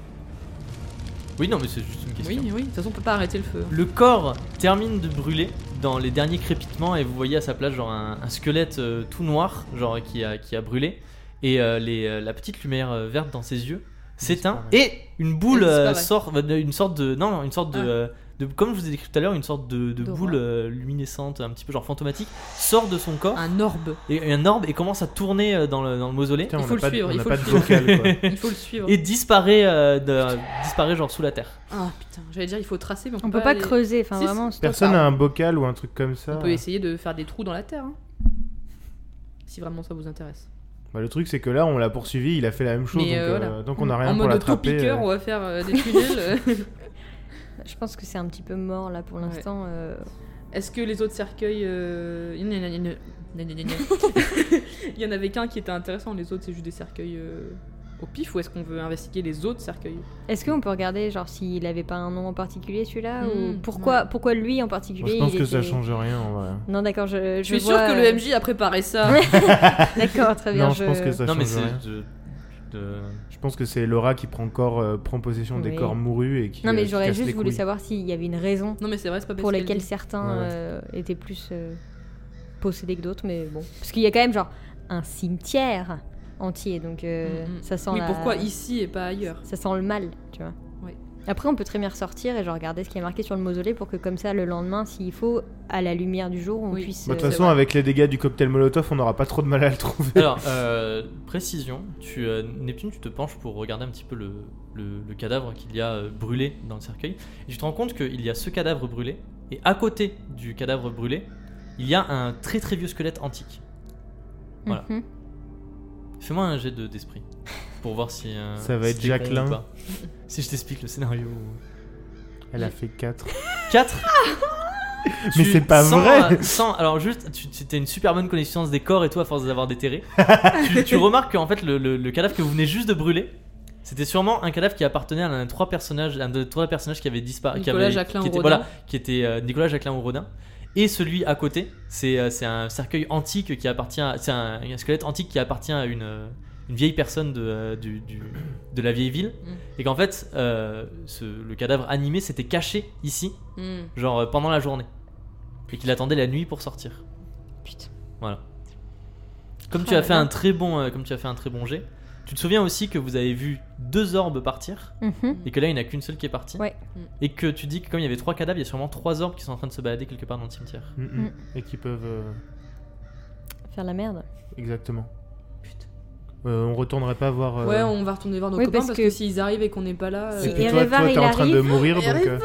[SPEAKER 1] Oui, non, mais c'est juste une question.
[SPEAKER 4] Oui, oui. De toute façon, on peut pas arrêter le feu. hein.
[SPEAKER 1] Le corps termine de brûler dans les derniers crépitements et vous voyez à sa place genre un, un squelette euh, tout noir, genre qui a, qui a brûlé, et euh, les, euh, la petite lumière euh, verte dans ses yeux s'éteint et une boule
[SPEAKER 4] Elle
[SPEAKER 1] euh,
[SPEAKER 4] disparaît.
[SPEAKER 1] sort, euh, une sorte de non, non, une sorte de,
[SPEAKER 4] Ah.
[SPEAKER 1] euh, de- comme je vous ai décrit tout à l'heure, une sorte de, de
[SPEAKER 2] D'aurore.
[SPEAKER 1] boule euh, luminescente, un petit peu genre fantomatique, sort de son corps
[SPEAKER 4] Un orbe.
[SPEAKER 1] et et un orbe et commence à tourner euh, dans le, dans le mausolée
[SPEAKER 3] Putain,
[SPEAKER 4] Il
[SPEAKER 3] on
[SPEAKER 4] faut
[SPEAKER 3] a
[SPEAKER 4] le
[SPEAKER 3] pas de-
[SPEAKER 4] suivre,
[SPEAKER 3] on
[SPEAKER 4] il
[SPEAKER 3] a
[SPEAKER 4] faut
[SPEAKER 3] pas
[SPEAKER 4] le
[SPEAKER 3] de
[SPEAKER 4] suivre.
[SPEAKER 3] vocal, quoi.
[SPEAKER 4] Il faut le suivre.
[SPEAKER 1] et disparaît euh, de- disparaît genre sous la terre.
[SPEAKER 4] Ah putain, j'allais dire il faut tracer, mais on,
[SPEAKER 2] on peut pas
[SPEAKER 4] aller-
[SPEAKER 2] creuser, enfin
[SPEAKER 4] Si,
[SPEAKER 2] vraiment. stop.
[SPEAKER 3] Personne a un bocal ou un truc comme ça.
[SPEAKER 4] On peut essayer de faire des trous dans la terre. hein. Si vraiment ça vous intéresse.
[SPEAKER 3] Bah, le truc, c'est que là, on l'a poursuivi, il a fait la même chose.
[SPEAKER 4] Mais,
[SPEAKER 3] donc,
[SPEAKER 4] euh,
[SPEAKER 3] euh,
[SPEAKER 4] voilà.
[SPEAKER 3] donc on a rien
[SPEAKER 4] en
[SPEAKER 3] pour
[SPEAKER 4] mode top
[SPEAKER 3] l'attraper.
[SPEAKER 4] piqueur,
[SPEAKER 3] euh.
[SPEAKER 4] on va faire euh, des tunnels.
[SPEAKER 2] Je pense que c'est un petit peu mort là pour
[SPEAKER 4] Ouais.
[SPEAKER 2] l'instant. euh,
[SPEAKER 4] Est-ce que les autres cercueils. euh, Il y en a- il y en a- il y en a- il y en a- il y en avait qu'un qui était intéressant, les autres c'est juste des cercueils euh, au pif ou est-ce qu'on veut investiguer les autres cercueils
[SPEAKER 2] Est-ce qu'on peut regarder genre s'il avait pas un nom en particulier celui-là
[SPEAKER 4] Hmm,
[SPEAKER 2] ou pourquoi pourquoi lui en
[SPEAKER 3] Moi,
[SPEAKER 2] particulier
[SPEAKER 3] je pense
[SPEAKER 2] il
[SPEAKER 3] que ça
[SPEAKER 2] était-
[SPEAKER 3] change rien en vrai.
[SPEAKER 2] Non d'accord, je,
[SPEAKER 4] Je suis sûre que le MJ a préparé ça.
[SPEAKER 2] D'accord, très bien.
[SPEAKER 3] non, je pense que ça
[SPEAKER 1] Non,
[SPEAKER 3] change
[SPEAKER 1] mais c'est.
[SPEAKER 3] rien.
[SPEAKER 1] de- de-
[SPEAKER 3] Je pense que c'est Laura qui prend, corps, euh, prend possession des
[SPEAKER 2] Oui.
[SPEAKER 3] corps mourus et qui.
[SPEAKER 2] Non
[SPEAKER 3] euh,
[SPEAKER 2] mais
[SPEAKER 3] qui
[SPEAKER 2] j'aurais
[SPEAKER 3] casse
[SPEAKER 2] juste
[SPEAKER 3] les
[SPEAKER 2] voulu
[SPEAKER 3] couilles.
[SPEAKER 2] savoir s'il y avait une raison
[SPEAKER 4] non mais c'est vrai, c'est pas parce
[SPEAKER 2] pour
[SPEAKER 4] qu'elle
[SPEAKER 2] laquelle
[SPEAKER 4] dit.
[SPEAKER 2] certains
[SPEAKER 3] Ouais, ouais.
[SPEAKER 2] euh, étaient plus euh, possédés que d'autres, mais bon, parce qu'il y a quand même genre un cimetière entier, donc euh,
[SPEAKER 4] Mm, mm.
[SPEAKER 2] ça sent.
[SPEAKER 4] Oui,
[SPEAKER 2] la-
[SPEAKER 4] pourquoi ici et pas ailleurs
[SPEAKER 2] Ça sent le mal, tu vois.
[SPEAKER 4] Oui.
[SPEAKER 2] Après, on peut très bien ressortir et genre regarder ce qui est marqué sur le mausolée pour que comme ça, le lendemain, s'il faut, à la lumière du jour, on
[SPEAKER 4] Oui.
[SPEAKER 2] puisse. euh,
[SPEAKER 3] Bah, De
[SPEAKER 4] C'est
[SPEAKER 3] toute façon,
[SPEAKER 4] vrai.
[SPEAKER 3] avec les dégâts du cocktail Molotov, on n'aura pas trop de mal à le trouver.
[SPEAKER 1] Alors, euh, précision, tu, euh, Neptune, tu te penches pour regarder un petit peu le, le- le cadavre qu'il y a euh, brûlé dans le cercueil. Et tu te rends compte qu'il y a ce cadavre brûlé, et à côté du cadavre brûlé, il y a un très très vieux squelette antique. Voilà.
[SPEAKER 2] Mhm.
[SPEAKER 1] Fais-moi un jet de- d'esprit pour voir si. euh,
[SPEAKER 3] Ça va
[SPEAKER 1] si
[SPEAKER 3] être
[SPEAKER 1] t'es con ou
[SPEAKER 3] Jacqueline.
[SPEAKER 1] pas. si je t'explique le scénario.
[SPEAKER 3] Elle a fait 4.
[SPEAKER 1] 4
[SPEAKER 3] Mais c'est pas vrai.
[SPEAKER 4] euh,
[SPEAKER 1] Alors juste, tu, tu as une super bonne connaissance des corps et tout à force d'avoir déterré. tu, tu remarques qu'en fait le, le- le cadavre que vous venez juste de brûler, c'était sûrement un cadavre qui appartenait à un des trois personnages, un des trois personnages qui avait disparu, qui
[SPEAKER 4] Nicolas
[SPEAKER 1] avait-
[SPEAKER 4] Jacquelin
[SPEAKER 1] Ah, qui était,
[SPEAKER 4] Rodin.
[SPEAKER 1] voilà, qui était euh, Nicolas Jacquelin Rodin. Et celui à côté, c'est euh, c'est un cercueil antique qui appartient, à- c'est un, un squelette antique qui appartient à une, euh, une vieille personne de, euh, du- du- de la vieille ville,
[SPEAKER 4] Mm.
[SPEAKER 1] et qu'en fait euh, ce- le cadavre animé s'était caché ici
[SPEAKER 4] Hmm.
[SPEAKER 1] genre euh, pendant la journée. Et qu'il attendait la nuit pour sortir.
[SPEAKER 2] Putain.
[SPEAKER 1] Voilà. Comme
[SPEAKER 2] Oh
[SPEAKER 1] tu as
[SPEAKER 2] là
[SPEAKER 1] fait
[SPEAKER 2] là.
[SPEAKER 1] un très bon, euh, comme tu as fait un très bon jet, tu te souviens aussi que vous avez vu deux orbes partir
[SPEAKER 2] Mhm.
[SPEAKER 1] et que là il n'y en a qu'une seule qui est partie.
[SPEAKER 2] Ouais.
[SPEAKER 4] Mm.
[SPEAKER 1] Et que tu dis que comme il y avait trois cadavres, il y a sûrement trois orbes qui sont en train de se balader quelque part dans le cimetière.
[SPEAKER 3] Mm, mm.
[SPEAKER 2] Mm.
[SPEAKER 3] Et qui peuvent. euh,
[SPEAKER 2] Faire la merde.
[SPEAKER 3] Exactement. Euh, on retournerait pas voir. euh,
[SPEAKER 4] Ouais, on va retourner voir nos
[SPEAKER 2] Oui,
[SPEAKER 4] copains parce,
[SPEAKER 2] parce
[SPEAKER 4] que,
[SPEAKER 2] que-
[SPEAKER 4] s'ils arrivent et qu'on n'est pas là,
[SPEAKER 2] Si,
[SPEAKER 3] Et
[SPEAKER 4] euh,
[SPEAKER 3] puis
[SPEAKER 2] Et
[SPEAKER 3] toi,
[SPEAKER 2] Révar,
[SPEAKER 3] toi, t'es
[SPEAKER 2] il
[SPEAKER 3] en train de
[SPEAKER 2] arrive.
[SPEAKER 3] mourir,
[SPEAKER 4] Et
[SPEAKER 3] donc.
[SPEAKER 4] arrive.
[SPEAKER 3] euh,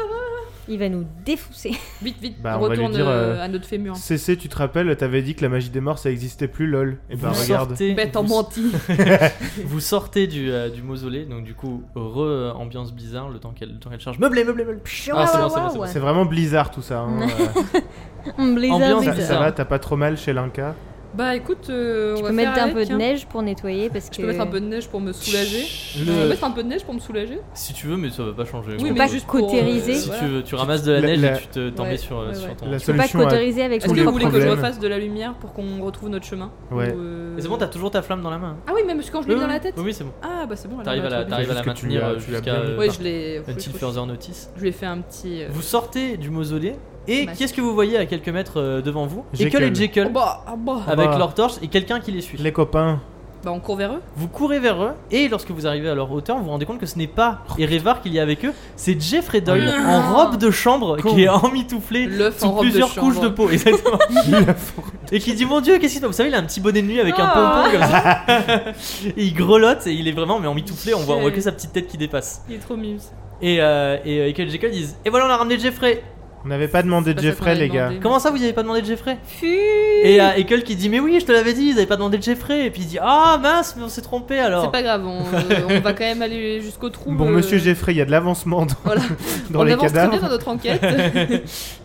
[SPEAKER 2] Il va nous défousser.
[SPEAKER 4] vite, vite,
[SPEAKER 3] Bah, on va lui
[SPEAKER 4] retourne
[SPEAKER 3] dire,
[SPEAKER 4] euh,
[SPEAKER 3] euh,
[SPEAKER 4] à notre fémur.
[SPEAKER 3] CC, tu te rappelles, t'avais dit que la magie des morts ça existait plus, lol. Et ben
[SPEAKER 1] vous,
[SPEAKER 3] regarde.
[SPEAKER 1] sortez,
[SPEAKER 4] Bête en
[SPEAKER 1] vous,
[SPEAKER 4] menti.
[SPEAKER 1] vous sortez du, euh, du mausolée, donc du coup, re-ambiance bizarre, le temps qu'elle le temps qu'elle charge. Meublé, meublé, meublé. Ah, c'est bon, c'est bon, c'est bon,
[SPEAKER 3] C'est vraiment Blizzard tout ça. hein, euh,
[SPEAKER 2] On Blizzard,
[SPEAKER 1] Ambiance,
[SPEAKER 3] ça,
[SPEAKER 2] Blizzard.
[SPEAKER 1] Blizzard.
[SPEAKER 3] ça va, t'as pas trop mal chez l'Inca
[SPEAKER 4] Bah écoute, euh, on
[SPEAKER 2] Tu
[SPEAKER 4] va
[SPEAKER 2] peux mettre
[SPEAKER 4] faire
[SPEAKER 2] un peu
[SPEAKER 4] avec,
[SPEAKER 2] de
[SPEAKER 4] hein.
[SPEAKER 2] neige pour nettoyer parce que.
[SPEAKER 4] Je peux mettre un peu de neige pour me soulager. Je peux
[SPEAKER 3] Le-
[SPEAKER 4] mettre un peu de neige pour me soulager.
[SPEAKER 1] Si tu veux, mais ça va pas changer.
[SPEAKER 4] Oui,
[SPEAKER 1] Bon, bah,
[SPEAKER 4] mais
[SPEAKER 2] pas
[SPEAKER 4] juste
[SPEAKER 2] cautériser.
[SPEAKER 1] Si
[SPEAKER 4] pour, euh,
[SPEAKER 1] tu
[SPEAKER 4] voilà.
[SPEAKER 1] veux, tu ramasses de la
[SPEAKER 3] La-
[SPEAKER 1] neige
[SPEAKER 3] la-
[SPEAKER 1] et tu te- t'en
[SPEAKER 4] Ouais,
[SPEAKER 1] mets sur,
[SPEAKER 4] ouais,
[SPEAKER 1] sur
[SPEAKER 4] ouais.
[SPEAKER 1] ton.
[SPEAKER 3] La
[SPEAKER 2] Tu peux pas
[SPEAKER 3] solution à-
[SPEAKER 2] cauteriser avec
[SPEAKER 4] Est-ce
[SPEAKER 3] Tous
[SPEAKER 4] que
[SPEAKER 3] les
[SPEAKER 4] vous voulez que je
[SPEAKER 3] problèmes.
[SPEAKER 4] refasse de la lumière pour qu'on retrouve notre chemin
[SPEAKER 3] Ouais.
[SPEAKER 4] Ou, euh,
[SPEAKER 1] C'est bon, t'as toujours ta flamme dans la main. hein.
[SPEAKER 4] Ah oui, même quand je l'ai
[SPEAKER 1] Oui,
[SPEAKER 4] mis dans la
[SPEAKER 1] oui.
[SPEAKER 4] tête
[SPEAKER 1] Oui, oui, c'est bon.
[SPEAKER 4] Ah bah c'est bon, alors
[SPEAKER 1] T'arrives
[SPEAKER 4] on
[SPEAKER 1] à
[SPEAKER 4] a
[SPEAKER 1] la,
[SPEAKER 4] trouvé.
[SPEAKER 1] t'arrives à la
[SPEAKER 3] Juste que tu
[SPEAKER 1] maintenir
[SPEAKER 3] l'as-
[SPEAKER 1] euh,
[SPEAKER 3] tu l'as
[SPEAKER 1] jusqu'à
[SPEAKER 3] bien mis.
[SPEAKER 1] euh,
[SPEAKER 4] Ouais, je l'ai.
[SPEAKER 1] until further notice.
[SPEAKER 4] Je lui ai fait un petit. euh,
[SPEAKER 1] Vous sortez du mausolée et
[SPEAKER 4] Masque.
[SPEAKER 1] qu'est-ce que vous voyez à quelques mètres euh, devant vous Jekyll et
[SPEAKER 3] Jekyll.
[SPEAKER 4] Oh
[SPEAKER 1] Jekyll
[SPEAKER 4] bah, ah bah.
[SPEAKER 1] avec
[SPEAKER 3] bah.
[SPEAKER 1] leur torche et quelqu'un qui les suit.
[SPEAKER 3] Les copains.
[SPEAKER 4] Bah on court vers eux.
[SPEAKER 1] Vous courez vers eux et lorsque vous arrivez à leur hauteur, vous vous rendez compte que ce n'est pas
[SPEAKER 3] Oh,
[SPEAKER 1] Erevar qu'il y a avec eux, c'est Jeffrey Doyle
[SPEAKER 4] Oh.
[SPEAKER 1] en robe de chambre
[SPEAKER 3] Con.
[SPEAKER 1] qui est emmitouflé
[SPEAKER 4] L'œuf en
[SPEAKER 1] sous
[SPEAKER 4] robe de
[SPEAKER 1] plusieurs couches de
[SPEAKER 4] chambre.
[SPEAKER 1] peau. Exactement. et qui dit Mon dieu, qu'est-ce qu'il Vous savez, il a un petit bonnet de nuit avec un
[SPEAKER 4] Ah.
[SPEAKER 1] pompon comme ça. et il grelotte et il est vraiment mais emmitouflé, on voit, on voit que
[SPEAKER 4] Jekyll.
[SPEAKER 1] sa petite tête qui dépasse.
[SPEAKER 4] Il est trop mimes.
[SPEAKER 1] Et, euh, et, euh, Jekyll et Jekyll disent Et voilà, on a ramené Jeffrey
[SPEAKER 3] On n'avait pas demandé
[SPEAKER 4] C'est pas ça
[SPEAKER 3] Jeffrey,
[SPEAKER 4] qu'on
[SPEAKER 3] les
[SPEAKER 4] avait
[SPEAKER 3] gars.
[SPEAKER 4] demandé.
[SPEAKER 1] Comment ça, vous avez pas demandé de Jeffrey
[SPEAKER 2] Fuuu
[SPEAKER 1] Et euh, Ekel qui dit Mais oui, je te l'avais dit, ils avaient pas demandé de Jeffrey. Et puis il dit Ah mince, mais on s'est trompé
[SPEAKER 4] C'est
[SPEAKER 1] alors.
[SPEAKER 4] pas grave, on, euh, on va quand même aller jusqu'au trou.
[SPEAKER 3] Bon,
[SPEAKER 4] euh,
[SPEAKER 3] monsieur Jeffrey, il y a de l'avancement dans,
[SPEAKER 4] Voilà.
[SPEAKER 3] dans
[SPEAKER 4] on
[SPEAKER 3] les
[SPEAKER 4] avance très bien
[SPEAKER 3] cadavres.
[SPEAKER 4] dans notre enquête.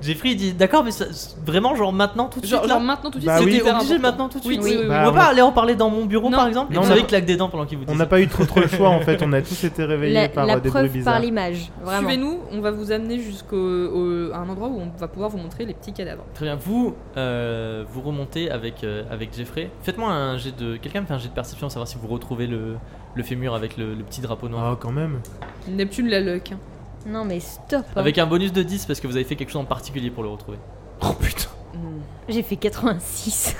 [SPEAKER 1] Jeffrey il dit D'accord, mais ça- c'est vraiment, genre maintenant tout de suite.
[SPEAKER 4] genre,
[SPEAKER 1] là
[SPEAKER 4] genre maintenant tout de suite.
[SPEAKER 3] Bah
[SPEAKER 4] c'est
[SPEAKER 3] oui.
[SPEAKER 1] C'était
[SPEAKER 4] hyper
[SPEAKER 1] obligé
[SPEAKER 4] important.
[SPEAKER 1] maintenant tout de
[SPEAKER 4] Oui,
[SPEAKER 1] suite.
[SPEAKER 4] oui, oui, oui.
[SPEAKER 1] On
[SPEAKER 3] Bah,
[SPEAKER 1] peut
[SPEAKER 3] on-
[SPEAKER 1] pas aller en parler dans mon bureau
[SPEAKER 4] Non.
[SPEAKER 1] par exemple
[SPEAKER 3] Non,
[SPEAKER 1] Vous
[SPEAKER 3] on a-
[SPEAKER 1] savez, claque des dents pendant qu'il vous dit
[SPEAKER 3] On
[SPEAKER 1] ça.
[SPEAKER 3] n'a pas eu trop trop le choix en fait, on a tous été réveillés
[SPEAKER 2] La,
[SPEAKER 3] par
[SPEAKER 2] la
[SPEAKER 3] euh, des bruits
[SPEAKER 2] preuve par
[SPEAKER 3] bizarres.
[SPEAKER 2] l'image, vraiment.
[SPEAKER 4] Suivez-nous, on va vous amener jusqu'à un endroit où on va pouvoir vous montrer les petits cadavres.
[SPEAKER 1] Très bien, vous euh, vous remontez avec, euh, avec Jeffrey. Faites-moi un jet de. Quelqu'un me fait un jet de perception, savoir si vous retrouvez le, le fémur avec le, le petit drapeau noir.
[SPEAKER 3] Ah, quand même.
[SPEAKER 4] Neptune la luck. hein.
[SPEAKER 2] Non mais stop.
[SPEAKER 3] Ah.
[SPEAKER 2] hein.
[SPEAKER 1] Avec un bonus de 10 parce que vous avez fait quelque chose en particulier pour le retrouver.
[SPEAKER 3] Oh putain.
[SPEAKER 2] J'ai fait 86.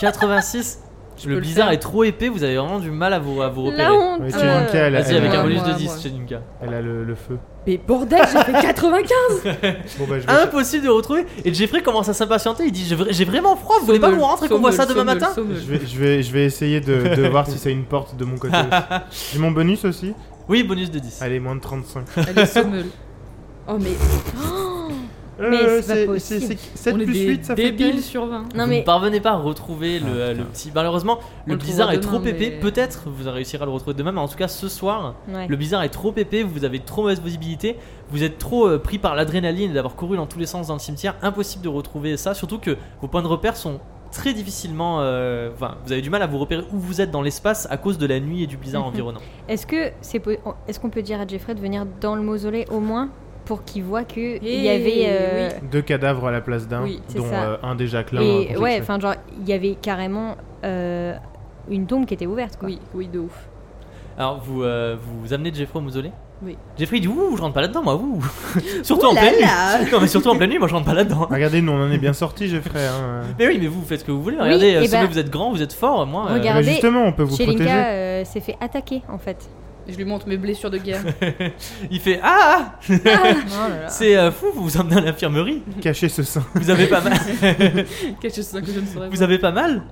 [SPEAKER 1] 86
[SPEAKER 4] peux
[SPEAKER 1] Le
[SPEAKER 4] le
[SPEAKER 1] blizzard
[SPEAKER 4] faire.
[SPEAKER 1] est trop épais, vous avez vraiment du mal à vous, à vous repérer.
[SPEAKER 2] La honte.
[SPEAKER 3] Ouais,
[SPEAKER 2] euh.
[SPEAKER 3] Tchelinka, elle, a-
[SPEAKER 1] Vas-y,
[SPEAKER 3] elle
[SPEAKER 1] avec
[SPEAKER 3] a-
[SPEAKER 1] un
[SPEAKER 4] moi,
[SPEAKER 1] bonus de
[SPEAKER 4] moi,
[SPEAKER 1] 10
[SPEAKER 4] moi.
[SPEAKER 1] chez Ninka.
[SPEAKER 3] elle a le, le feu.
[SPEAKER 4] Mais bordel, j'ai fait 95
[SPEAKER 3] Bon, bah, je vais
[SPEAKER 4] Hein
[SPEAKER 1] Impossible de retrouver. Et Jeffrey commence à s'impatienter. Il dit J'ai vra- j'ai vraiment froid, vous voulez pas qu'on rentre et qu'on voit ça demain matin
[SPEAKER 2] Mmh.
[SPEAKER 3] Je vais, je vais, je vais essayer de, de voir si c'est une porte de mon côté. aussi. J'ai mon bonus aussi
[SPEAKER 1] Oui, bonus de 10.
[SPEAKER 3] Allez, moins de 35.
[SPEAKER 4] Elle est sommeule. Oh mais
[SPEAKER 2] Oh, Mais
[SPEAKER 3] Euh,
[SPEAKER 2] c'est pas possible.
[SPEAKER 3] 7
[SPEAKER 4] On est
[SPEAKER 3] plus
[SPEAKER 4] des
[SPEAKER 3] 8, ça fait
[SPEAKER 4] débiles
[SPEAKER 3] 15.
[SPEAKER 4] sur 20.
[SPEAKER 2] Non
[SPEAKER 1] vous
[SPEAKER 2] mais
[SPEAKER 1] ne parvenez pas à retrouver le,
[SPEAKER 3] Ah,
[SPEAKER 1] euh, le
[SPEAKER 3] putain.
[SPEAKER 1] petit. Malheureusement,
[SPEAKER 4] On
[SPEAKER 1] le
[SPEAKER 4] le
[SPEAKER 1] blizzard est
[SPEAKER 4] trouvera
[SPEAKER 1] trop
[SPEAKER 4] demain,
[SPEAKER 1] épais.
[SPEAKER 4] mais-
[SPEAKER 1] Peut-être vous réussirez à le retrouver demain, mais en tout cas ce soir,
[SPEAKER 2] ouais.
[SPEAKER 1] le blizzard est trop épais. Vous avez trop mauvaise visibilité. Vous êtes trop euh, pris par l'adrénaline et d'avoir couru dans tous les sens dans le cimetière. Impossible de retrouver ça. Surtout que vos points de repère sont très difficilement. euh, Enfin, vous avez du mal à vous repérer où vous êtes dans l'espace à cause de la nuit et du blizzard
[SPEAKER 2] Mhm.
[SPEAKER 1] environnant.
[SPEAKER 2] Est-ce que c'est po- est-ce qu'on peut dire à Jeffrey de venir dans le mausolée au moins pour qu'il voit que il y
[SPEAKER 4] Eh,
[SPEAKER 2] avait euh,
[SPEAKER 3] Deux cadavres à la place d'un,
[SPEAKER 4] Oui,
[SPEAKER 2] c'est
[SPEAKER 3] dont
[SPEAKER 2] ça.
[SPEAKER 3] euh, un déjà clin.
[SPEAKER 2] et ouais enfin genre il y avait carrément euh, une tombe qui était ouverte quoi.
[SPEAKER 4] Oui, oui, de ouf.
[SPEAKER 1] Alors vous euh, vous amenez Jeffrey au mausolée.
[SPEAKER 4] Oui.
[SPEAKER 1] Jeffrey il dit ouh je rentre pas là-dedans moi ouh. surtout en
[SPEAKER 4] Ouh là
[SPEAKER 1] pleine
[SPEAKER 4] là.
[SPEAKER 1] nuit. Non mais surtout en pleine nuit moi je rentre pas là-dedans.
[SPEAKER 3] Regardez, nous on en est bien sortis, Jeffrey. hein.
[SPEAKER 1] Mais oui mais vous faites ce que vous voulez.
[SPEAKER 2] Oui,
[SPEAKER 1] Regardez
[SPEAKER 2] eh
[SPEAKER 1] euh, Sommé,
[SPEAKER 2] ben-
[SPEAKER 1] vous êtes grand vous êtes fort moi. euh,
[SPEAKER 3] Eh ben,
[SPEAKER 2] Regardez,
[SPEAKER 3] justement, on peut vous protéger.
[SPEAKER 2] Chelinka euh, s'est fait attaquer en fait.
[SPEAKER 4] Je lui montre mes blessures de guerre.
[SPEAKER 1] il fait ah ah
[SPEAKER 4] oh là là.
[SPEAKER 1] c'est euh, fou vous vous emmenez à l'infirmerie.
[SPEAKER 2] euh,
[SPEAKER 3] Cachez ce sein.
[SPEAKER 1] Vous avez pas mal.
[SPEAKER 4] Quelque chose que je ne saurais
[SPEAKER 1] vous
[SPEAKER 4] pas.
[SPEAKER 1] avez pas mal.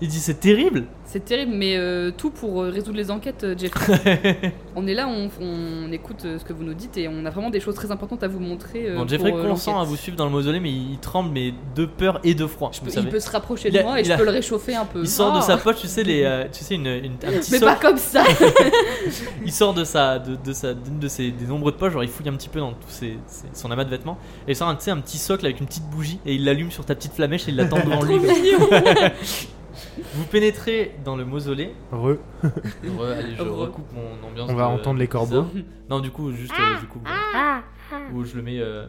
[SPEAKER 1] Il dit c'est terrible.
[SPEAKER 4] C'est terrible, mais euh, tout pour euh, résoudre les enquêtes, euh, Jeffrey. on est là, on, on écoute euh, ce que vous nous dites et on a vraiment des choses très importantes à vous montrer. euh,
[SPEAKER 1] Bon, Jeffrey
[SPEAKER 4] pour, euh,
[SPEAKER 1] consent à
[SPEAKER 4] l'enquête.
[SPEAKER 1] vous suivre dans le mausolée mais il, il tremble mais de peur et de froid.
[SPEAKER 4] Je
[SPEAKER 1] vous
[SPEAKER 4] peux-
[SPEAKER 1] savez.
[SPEAKER 4] il peut se rapprocher
[SPEAKER 1] Il
[SPEAKER 4] de
[SPEAKER 1] a-
[SPEAKER 4] moi et
[SPEAKER 1] il
[SPEAKER 4] je
[SPEAKER 1] a-
[SPEAKER 4] peux le réchauffer un peu.
[SPEAKER 1] Il sort de
[SPEAKER 4] Oh.
[SPEAKER 1] sa poche tu sais les euh, tu sais une, une- un petit
[SPEAKER 4] Mais
[SPEAKER 1] socle.
[SPEAKER 4] pas comme ça
[SPEAKER 1] Il sort de sa, de, de sa, d'une de ses des nombreux de poches, genre il fouille un petit peu dans tout ses, ses- son amas de vêtements, et il sort un, tu sais, un petit socle avec une petite bougie, et il l'allume sur ta petite flamèche et il l'attend devant lui. Vous pénétrez dans le mausolée.
[SPEAKER 3] Re.
[SPEAKER 1] Re- allez, je
[SPEAKER 4] Re.
[SPEAKER 1] recoupe mon ambiance.
[SPEAKER 3] On va
[SPEAKER 1] de-
[SPEAKER 3] entendre les corbeaux.
[SPEAKER 1] bizarre. Non, du coup, juste
[SPEAKER 4] Ah.
[SPEAKER 1] euh, je coupe. Ou je le mets. euh,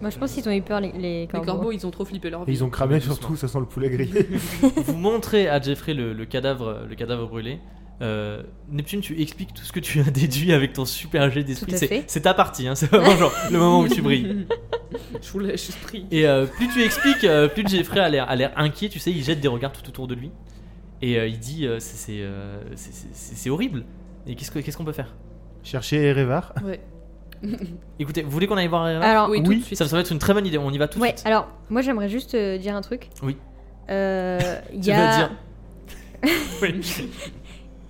[SPEAKER 2] Moi je pense qu'ils ont eu peur les, les
[SPEAKER 4] Les
[SPEAKER 2] corbeaux.
[SPEAKER 4] corbeaux, ils ont trop flippé leur
[SPEAKER 3] Et
[SPEAKER 4] vie.
[SPEAKER 3] ils ont cramé surtout, ça sent le poulet grillé.
[SPEAKER 1] vous montrez à Jeffrey le, le cadavre, le cadavre brûlé. Euh, Neptune, tu expliques tout ce que tu as déduit avec ton super jet d'esprit.
[SPEAKER 2] Tout à
[SPEAKER 1] C'est-
[SPEAKER 2] fait.
[SPEAKER 1] C'est ta partie, hein, c'est vraiment genre le moment où tu brilles.
[SPEAKER 4] je vous lâche, je prie.
[SPEAKER 1] Et euh, plus tu expliques, euh, plus Jeffrey a l'air, a l'air inquiet, tu sais, il jette des regards tout autour de lui. Et euh, il dit, euh, c'est, c'est, euh, c'est- c'est- c'est- c'est horrible. Et qu'est-ce, que- qu'est-ce qu'on peut faire
[SPEAKER 3] Cherchez Erevar.
[SPEAKER 4] Ouais.
[SPEAKER 1] Écoutez, vous voulez qu'on aille voir Eva
[SPEAKER 2] Alors
[SPEAKER 4] oui, tout
[SPEAKER 3] oui,
[SPEAKER 4] de suite.
[SPEAKER 1] ça, ça va être une très bonne idée, on y va tout de
[SPEAKER 2] ouais,
[SPEAKER 1] suite.
[SPEAKER 2] alors moi j'aimerais juste euh, dire un truc.
[SPEAKER 1] Oui.
[SPEAKER 2] Euh, Il
[SPEAKER 1] Tu
[SPEAKER 2] y
[SPEAKER 1] vas
[SPEAKER 2] a
[SPEAKER 1] dire. Oui.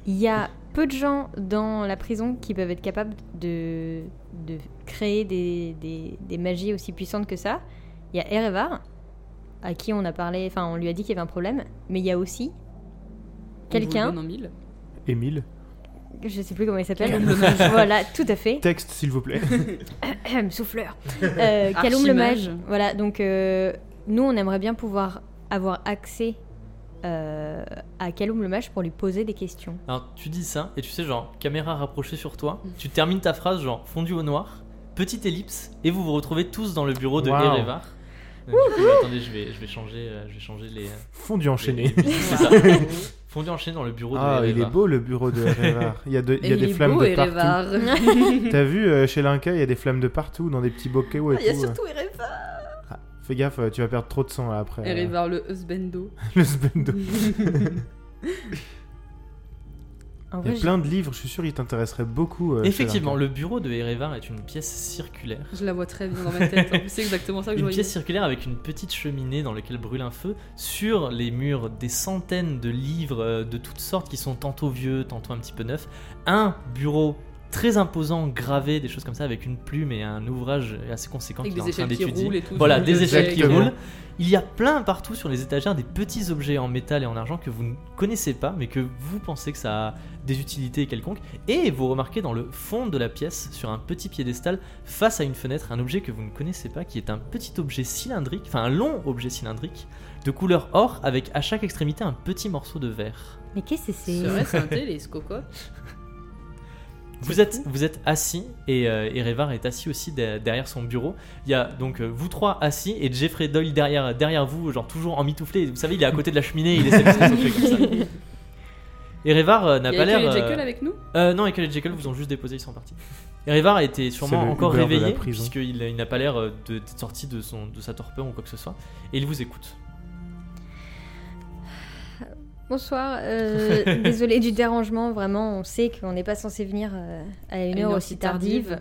[SPEAKER 2] Il y a peu de gens dans la prison qui peuvent être capables de, de créer des, des- des magies aussi puissantes que ça. Il y a Erevar, à qui on a parlé, enfin on lui a dit qu'il y avait un problème, mais il y a aussi
[SPEAKER 4] On
[SPEAKER 2] quelqu'un,
[SPEAKER 4] vous le donne en mille.
[SPEAKER 3] Émile.
[SPEAKER 2] je sais plus comment il s'appelle,
[SPEAKER 4] Calum le mage.
[SPEAKER 2] voilà, tout à fait,
[SPEAKER 3] Texte, s'il vous plaît.
[SPEAKER 2] Ahem, souffleur, euh, Calum le
[SPEAKER 4] Archimage.
[SPEAKER 2] mage, voilà, donc euh, nous on aimerait bien pouvoir avoir accès euh, à Calum le mage pour lui poser des questions.
[SPEAKER 1] Alors tu dis ça, et tu sais, genre, caméra rapprochée sur toi, tu termines ta phrase, genre, fondu au noir, petite ellipse, et vous vous retrouvez tous dans le bureau de
[SPEAKER 3] Wow.
[SPEAKER 1] Erevar. Euh, du coup, attendez, je vais, je vais changer, euh, je vais changer les.
[SPEAKER 3] Fondu enchaîné.
[SPEAKER 1] les- les- c'est ça. Fondu enchaîné dans le bureau
[SPEAKER 3] Ah,
[SPEAKER 1] de
[SPEAKER 3] il est
[SPEAKER 1] Erevar.
[SPEAKER 3] beau le bureau de Erevar. Il y a, de- il y a des flammes de partout. T'as vu, euh, chez Linka, il y a des flammes de partout, dans des petits bocaux et
[SPEAKER 4] Ah, Il y a
[SPEAKER 3] tout.
[SPEAKER 4] surtout Erevar.
[SPEAKER 3] Fais gaffe, euh, tu vas perdre trop de sang là, après. euh,
[SPEAKER 4] Erevar, le husbando.
[SPEAKER 3] le sbendo.
[SPEAKER 4] Mmh.
[SPEAKER 2] En
[SPEAKER 3] Il y
[SPEAKER 2] vrai,
[SPEAKER 3] a plein de livres, je suis sûr qu'ils t'intéresseraient beaucoup. euh, chez
[SPEAKER 1] Effectivement,
[SPEAKER 3] Linka.
[SPEAKER 1] le bureau de Erevar est une pièce circulaire.
[SPEAKER 4] Je la vois très bien dans ma tête. hein. C'est exactement ça que je
[SPEAKER 1] Une
[SPEAKER 4] voyais.
[SPEAKER 1] pièce circulaire avec une petite cheminée dans laquelle brûle un feu. Sur les murs, des centaines de livres euh, de toutes sortes qui sont tantôt vieux, tantôt un petit peu neufs. Un bureau très imposant, gravé, des choses comme ça, avec une plume et un ouvrage assez conséquent
[SPEAKER 4] Avec
[SPEAKER 1] qu'il est
[SPEAKER 4] des
[SPEAKER 1] en train
[SPEAKER 4] échelles qui
[SPEAKER 1] d'étudier.
[SPEAKER 4] roulent et tout.
[SPEAKER 1] Voilà,
[SPEAKER 4] tout
[SPEAKER 1] des
[SPEAKER 4] le
[SPEAKER 1] échelles qui
[SPEAKER 4] Exactement.
[SPEAKER 1] roulent. Il y a plein partout sur les étagères des petits objets en métal et en argent que vous ne connaissez pas, mais que vous pensez que ça a des utilités quelconques. Et vous remarquez dans le fond de la pièce, sur un petit piédestal, face à une fenêtre, un objet que vous ne connaissez pas, qui est un petit objet cylindrique, enfin un long objet cylindrique, de couleur or, avec à chaque extrémité un petit morceau de verre.
[SPEAKER 2] Mais qu'est-ce que c'est
[SPEAKER 4] C'est vrai, c'est un télescope. quoi.
[SPEAKER 1] Vous êtes, vous êtes assis et, euh, et Révar est assis aussi de- derrière son bureau. Il y a donc euh, vous trois assis et Jeffrey Doyle derrière, derrière vous, genre toujours en mitouflé. Vous savez, il est à côté de la cheminée, il essaie de se souffler comme ça. Et Révar euh, n'a
[SPEAKER 4] Il y
[SPEAKER 1] pas
[SPEAKER 4] a
[SPEAKER 1] l'air.
[SPEAKER 4] Jekyll et
[SPEAKER 1] euh,
[SPEAKER 4] Jekyll avec nous
[SPEAKER 1] Euh, non, Ekel et Jekyll vous ont juste déposé, ils sont partis. Erevar était sûrement
[SPEAKER 3] C'est le
[SPEAKER 1] encore
[SPEAKER 3] Uber de la
[SPEAKER 1] réveillé,
[SPEAKER 3] prison.
[SPEAKER 1] puisqu'il il n'a pas l'air euh, de- d'être sorti de, son, de sa torpeur ou quoi que ce soit, et il vous écoute.
[SPEAKER 2] Bonsoir, euh, désolé du dérangement, vraiment, on sait qu'on n'est pas censé venir euh, à une heure aussi tardive,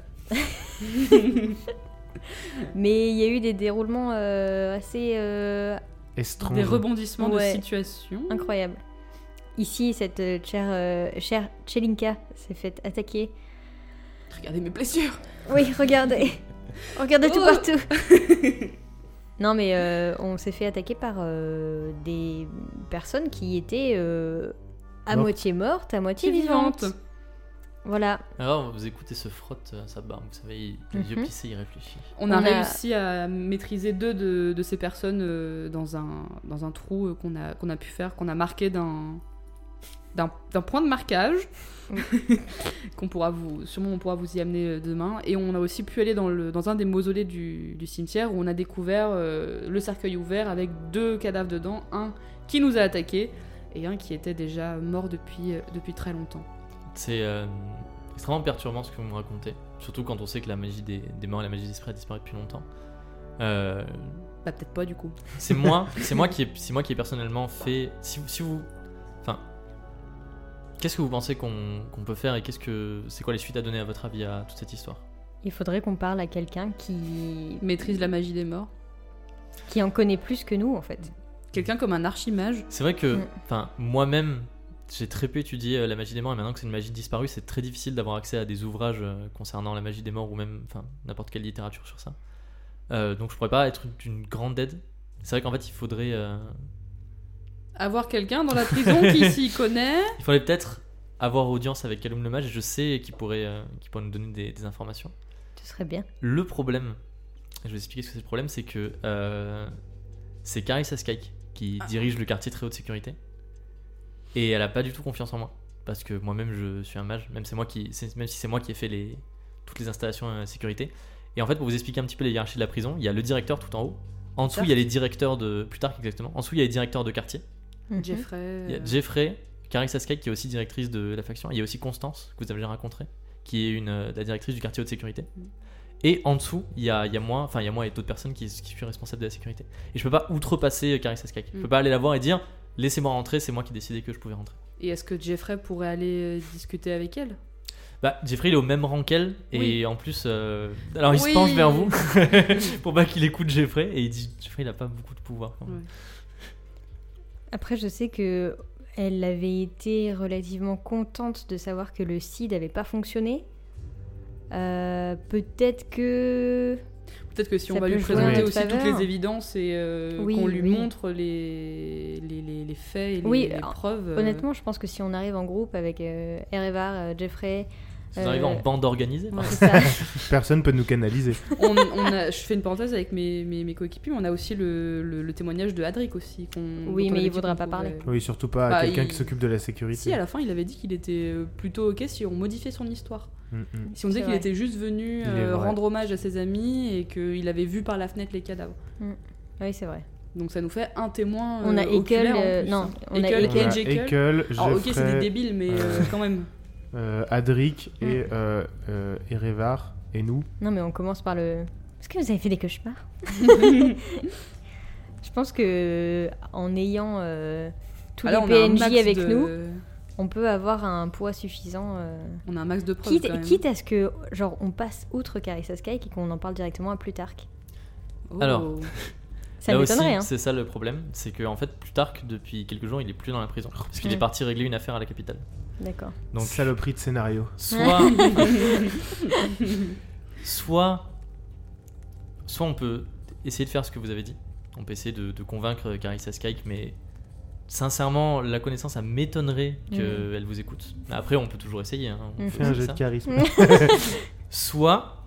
[SPEAKER 2] mais il y a eu des déroulements euh, assez euh,
[SPEAKER 3] Estrange.
[SPEAKER 4] Des rebondissements de
[SPEAKER 2] Ouais.
[SPEAKER 4] situation.
[SPEAKER 2] incroyables. Ici, cette euh, chère, euh, chère Chelinka s'est faite attaquer.
[SPEAKER 4] Regardez mes blessures.
[SPEAKER 2] Oui, regardez Regardez tout
[SPEAKER 4] Oh.
[SPEAKER 2] partout. non, mais euh, on s'est fait attaquer par euh, des personnes qui étaient euh, à
[SPEAKER 3] Mortes.
[SPEAKER 2] moitié mortes, à moitié
[SPEAKER 4] vivante.
[SPEAKER 2] vivantes. Voilà.
[SPEAKER 1] Alors, vous écoutez ce frotte, euh, ça barbe, vous savez, il, les yeux
[SPEAKER 2] Mhm.
[SPEAKER 1] plissés, il réfléchit.
[SPEAKER 4] On a
[SPEAKER 2] On a-
[SPEAKER 4] réussi à maîtriser deux de, de ces personnes euh, dans, un, dans un trou euh, qu'on a, qu'on a pu faire, qu'on a marqué d'un d'un d'un point de marquage qu'on pourra vous sûrement on pourra vous y amener euh, demain et on a aussi pu aller dans, le, dans un des mausolées du, du cimetière où on a découvert euh, le cercueil ouvert avec deux cadavres dedans un qui nous a attaqué et un qui était déjà mort depuis, euh, depuis très longtemps
[SPEAKER 1] C'est euh, extrêmement perturbant ce que vous me racontez, surtout quand on sait que la magie des, des morts et la magie des esprits a disparu depuis longtemps. Euh,
[SPEAKER 4] bah peut-être pas du coup
[SPEAKER 1] c'est moi, c'est moi qui ai, c'est moi qui ai personnellement fait. Si, vous- si vous, enfin, qu'est-ce que vous pensez qu'on qu'on peut faire et qu'est-ce que, c'est quoi les suites à donner à votre avis à toute cette histoire
[SPEAKER 2] Il faudrait qu'on parle à quelqu'un qui...
[SPEAKER 4] maîtrise la magie des morts
[SPEAKER 2] qui en connaît plus que nous, en fait.
[SPEAKER 4] quelqu'un comme un archimage
[SPEAKER 1] C'est vrai que,
[SPEAKER 2] Mm.
[SPEAKER 1] enfin, moi-même, j'ai très peu étudié euh, la magie des morts et maintenant que c'est une magie disparue, c'est très difficile d'avoir accès à des ouvrages euh, concernant la magie des morts ou même, enfin, n'importe quelle littérature sur ça. Euh, donc je pourrais pas être d'une grande aide. C'est vrai qu'en fait, il faudrait, euh,
[SPEAKER 4] avoir quelqu'un dans la prison qui s'y connaît
[SPEAKER 1] il faudrait peut-être avoir audience avec Calum le mage. et Je sais qu'il pourrait, euh, qu'il pourrait nous donner des, des informations.
[SPEAKER 2] Ce serait bien.
[SPEAKER 1] Le problème, je vais vous expliquer ce que c'est le problème, c'est que euh, c'est Carissa Skyke qui dirige le quartier très haute sécurité et elle a pas du tout confiance en moi parce que moi-même je suis un mage, même c'est moi qui, c'est- même si c'est moi qui ai fait les toutes les installations euh, sécurité. Et en fait, pour vous expliquer un petit peu les hiérarchies de la prison, il y a le directeur tout en haut. En dessous, il y a les directeurs de plus tard exactement. En dessous, il y a les directeurs de quartier.
[SPEAKER 4] Mm-hmm.
[SPEAKER 2] Mhm.
[SPEAKER 4] Jeffrey.
[SPEAKER 1] Il y a Jeffrey, Carissa Skyke qui est aussi directrice de la faction. Il y a aussi Constance, que vous avez déjà rencontrée, qui est une, euh, la directrice du quartier haute sécurité.
[SPEAKER 4] Mm.
[SPEAKER 1] Et en dessous, il y a, il y a moi, enfin il y a moi et d'autres personnes qui, qui suis responsable de la sécurité. Et je peux pas outrepasser euh, Carissa Skyke. Je
[SPEAKER 4] Mm.
[SPEAKER 1] peux pas aller la voir et dire laissez-moi rentrer, c'est moi qui ai décidé que je pouvais rentrer.
[SPEAKER 4] Et est-ce que Jeffrey pourrait aller euh, discuter avec elle
[SPEAKER 1] Bah Jeffrey il est au même rang qu'elle et
[SPEAKER 4] Oui.
[SPEAKER 1] en plus, euh, alors il
[SPEAKER 4] Oui.
[SPEAKER 1] se penche vers vous pour pas qu'il écoute Jeffrey et il dit Jeffrey il a pas beaucoup de pouvoir. quand même.
[SPEAKER 4] Ouais.
[SPEAKER 2] Après, je sais que elle avait été relativement contente de savoir que le CID n'avait pas fonctionné. Euh, Peut-être que.
[SPEAKER 4] Peut-être que si
[SPEAKER 2] Ça
[SPEAKER 4] on va
[SPEAKER 2] peut
[SPEAKER 4] lui
[SPEAKER 2] jouer
[SPEAKER 3] en
[SPEAKER 4] présenter
[SPEAKER 3] notre
[SPEAKER 4] aussi
[SPEAKER 2] faveur.
[SPEAKER 4] toutes les évidences et euh,
[SPEAKER 2] Oui,
[SPEAKER 4] qu'on lui
[SPEAKER 2] oui.
[SPEAKER 4] montre les, les, les- les faits et les,
[SPEAKER 2] Oui,
[SPEAKER 4] les
[SPEAKER 2] euh,
[SPEAKER 4] preuves. euh,
[SPEAKER 2] Honnêtement, je pense que si on arrive en groupe avec euh, Erevar, euh, Jeffrey.
[SPEAKER 1] Vous arrivez en
[SPEAKER 2] euh,
[SPEAKER 1] bande organisée. par
[SPEAKER 2] c'est ça.
[SPEAKER 3] Personne peut nous canaliser.
[SPEAKER 4] on, on a- je fais une parenthèse avec mes, mes, mes coéquipiers, mais on a aussi le, le- le témoignage de Adric aussi. qu'on-
[SPEAKER 2] Oui,
[SPEAKER 4] dont on
[SPEAKER 2] mais
[SPEAKER 4] avait
[SPEAKER 2] il
[SPEAKER 4] dit
[SPEAKER 2] voudra
[SPEAKER 4] qu'on
[SPEAKER 2] pas parler.
[SPEAKER 4] pourrait-
[SPEAKER 3] Oui, surtout pas à
[SPEAKER 4] Bah,
[SPEAKER 3] quelqu'un
[SPEAKER 4] il-
[SPEAKER 3] qui s'occupe de la sécurité.
[SPEAKER 4] Si, à la fin, il avait dit qu'il était euh, plutôt ok si on modifiait son histoire.
[SPEAKER 3] Mm, mm.
[SPEAKER 4] Si on disait
[SPEAKER 2] C'est
[SPEAKER 4] qu'il
[SPEAKER 2] vrai.
[SPEAKER 4] était juste venu
[SPEAKER 3] Il est
[SPEAKER 4] euh,
[SPEAKER 3] vrai.
[SPEAKER 4] rendre hommage à ses amis et qu'il avait vu par la fenêtre les cadavres.
[SPEAKER 2] oui, c'est vrai.
[SPEAKER 4] Donc ça nous fait un témoin.
[SPEAKER 2] On
[SPEAKER 4] euh,
[SPEAKER 2] a Ekel.
[SPEAKER 4] oculaire, en
[SPEAKER 2] euh,
[SPEAKER 4] plus. hein.
[SPEAKER 2] non, on a
[SPEAKER 4] Ekel,
[SPEAKER 3] On
[SPEAKER 2] Ekel.
[SPEAKER 3] a
[SPEAKER 4] Jekyll.
[SPEAKER 3] Haeckel,
[SPEAKER 4] Alors Ah, ok, c'est des Mmh.
[SPEAKER 3] Jeffrey,
[SPEAKER 4] débiles, mais
[SPEAKER 3] euh,
[SPEAKER 4] euh, quand même.
[SPEAKER 3] euh, Adric et euh, euh, Erevar et nous.
[SPEAKER 2] Non, mais on commence par le. Est-ce que vous avez fait des cauchemars Je pense que en ayant euh, tous
[SPEAKER 4] Alors,
[SPEAKER 2] les
[SPEAKER 4] on a un
[SPEAKER 2] PNJ
[SPEAKER 4] max
[SPEAKER 2] avec
[SPEAKER 4] de-
[SPEAKER 2] nous, on peut avoir un poids suffisant. euh,
[SPEAKER 4] On a un max de preuves.
[SPEAKER 2] Quitte,
[SPEAKER 4] quand même.
[SPEAKER 2] quitte à ce que, genre, on passe outre Carissa Skyke et qu'on en parle directement à Plutarque.
[SPEAKER 4] Oh.
[SPEAKER 1] Alors.
[SPEAKER 2] Ça
[SPEAKER 1] Là aussi,
[SPEAKER 2] m'étonnerait, hein.
[SPEAKER 1] c'est ça le problème, c'est que en fait, Plutarque, depuis quelques jours, il est plus dans la prison. Parce qu'il
[SPEAKER 2] putain.
[SPEAKER 1] est parti régler une affaire à la capitale.
[SPEAKER 2] hein. D'accord.
[SPEAKER 1] Donc,
[SPEAKER 3] Saloperie de scénario.
[SPEAKER 1] soit. soit. Soit on peut essayer de faire ce que vous avez dit. On peut essayer de, de convaincre Carissa Skyke, mais sincèrement, la connaissance, ça m'étonnerait
[SPEAKER 2] Mm.
[SPEAKER 1] qu'elle vous écoute. Après, on peut toujours essayer. hein, on
[SPEAKER 2] Mhm.
[SPEAKER 1] peut
[SPEAKER 3] Fais un
[SPEAKER 1] essayer
[SPEAKER 3] jet
[SPEAKER 1] ça.
[SPEAKER 3] de charisme.
[SPEAKER 1] Soit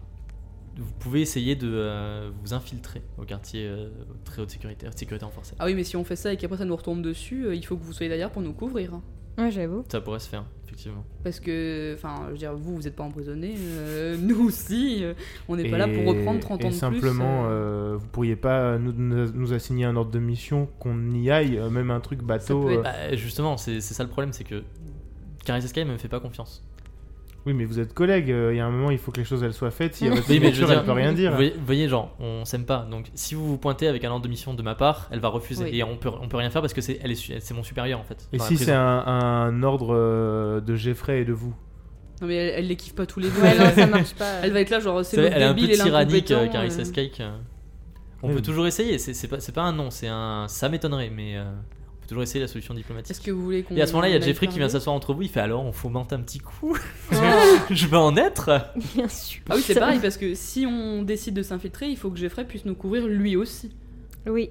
[SPEAKER 1] vous pouvez essayer de euh, vous infiltrer au quartier euh, très haute sécurité, haute sécurité renforcée.
[SPEAKER 4] Ah oui, mais si on fait ça et qu'après ça nous retombe dessus, euh, il faut que vous soyez derrière pour nous couvrir. hein.
[SPEAKER 2] Ouais, j'avoue.
[SPEAKER 1] Ça pourrait se faire, effectivement.
[SPEAKER 4] Parce que, enfin, je veux dire, vous, vous n'êtes pas empoisonnés, euh, nous aussi, euh, on n'est pas là pour reprendre 30
[SPEAKER 3] et
[SPEAKER 4] ans de
[SPEAKER 3] simplement,
[SPEAKER 4] plus. euh,
[SPEAKER 3] euh, vous pourriez pas nous, nous- nous assigner un ordre de mission qu'on y aille, euh, même un truc bateau.
[SPEAKER 4] peut être-
[SPEAKER 3] euh,
[SPEAKER 1] Bah, justement, c'est c'est ça le problème, c'est que Carissa Sky ne me fait pas confiance.
[SPEAKER 3] Oui, mais vous êtes collègues. euh, Il y a un moment, il faut que les choses elles soient faites. Si votre
[SPEAKER 1] Oui, mais je veux
[SPEAKER 3] signature, elle
[SPEAKER 1] dire-
[SPEAKER 3] peut rien dire.
[SPEAKER 1] Vous voyez, vous voyez, genre, on s'aime pas. Donc, si vous vous pointez avec un ordre de mission de ma part, elle va refuser.
[SPEAKER 4] Oui.
[SPEAKER 1] Et on peut, on peut rien faire parce que c'est elle est su- c'est mon supérieur en fait.
[SPEAKER 3] Et
[SPEAKER 1] dans la
[SPEAKER 3] si
[SPEAKER 1] prison.
[SPEAKER 3] c'est un, un ordre euh, de Jeffrey et de vous
[SPEAKER 4] Non, mais elle, elle les kiffe pas tous les deux.
[SPEAKER 2] Ouais, non,
[SPEAKER 4] elle,
[SPEAKER 2] ça marche pas.
[SPEAKER 4] elle va être là, genre, c'est
[SPEAKER 1] Vous savez,
[SPEAKER 4] le
[SPEAKER 1] elle est un peu
[SPEAKER 4] débile et
[SPEAKER 1] tyrannique, euh,
[SPEAKER 4] l'incompétent,
[SPEAKER 1] Carissa
[SPEAKER 4] euh.
[SPEAKER 1] Skyke, euh. On
[SPEAKER 3] Oui,
[SPEAKER 1] peut
[SPEAKER 3] mais-
[SPEAKER 1] toujours essayer. C'est c'est pas, c'est pas un non, c'est un. Ça m'étonnerait, mais euh, on peut peut toujours essayer la solution diplomatique.
[SPEAKER 4] Est-ce que vous voulez qu'on.
[SPEAKER 1] Et à ce moment-là, il y a
[SPEAKER 4] aille
[SPEAKER 1] Jeffrey
[SPEAKER 4] faire
[SPEAKER 1] qui
[SPEAKER 4] un
[SPEAKER 1] vient
[SPEAKER 4] tour
[SPEAKER 1] s'asseoir entre vous. Il fait alors, on fomente un petit coup.
[SPEAKER 4] Ah
[SPEAKER 1] Je vais en être.
[SPEAKER 2] Bien sûr.
[SPEAKER 4] Ah oui, c'est pareil, parce que si on décide de s'infiltrer, il faut que Jeffrey puisse nous couvrir lui aussi.
[SPEAKER 2] Oui.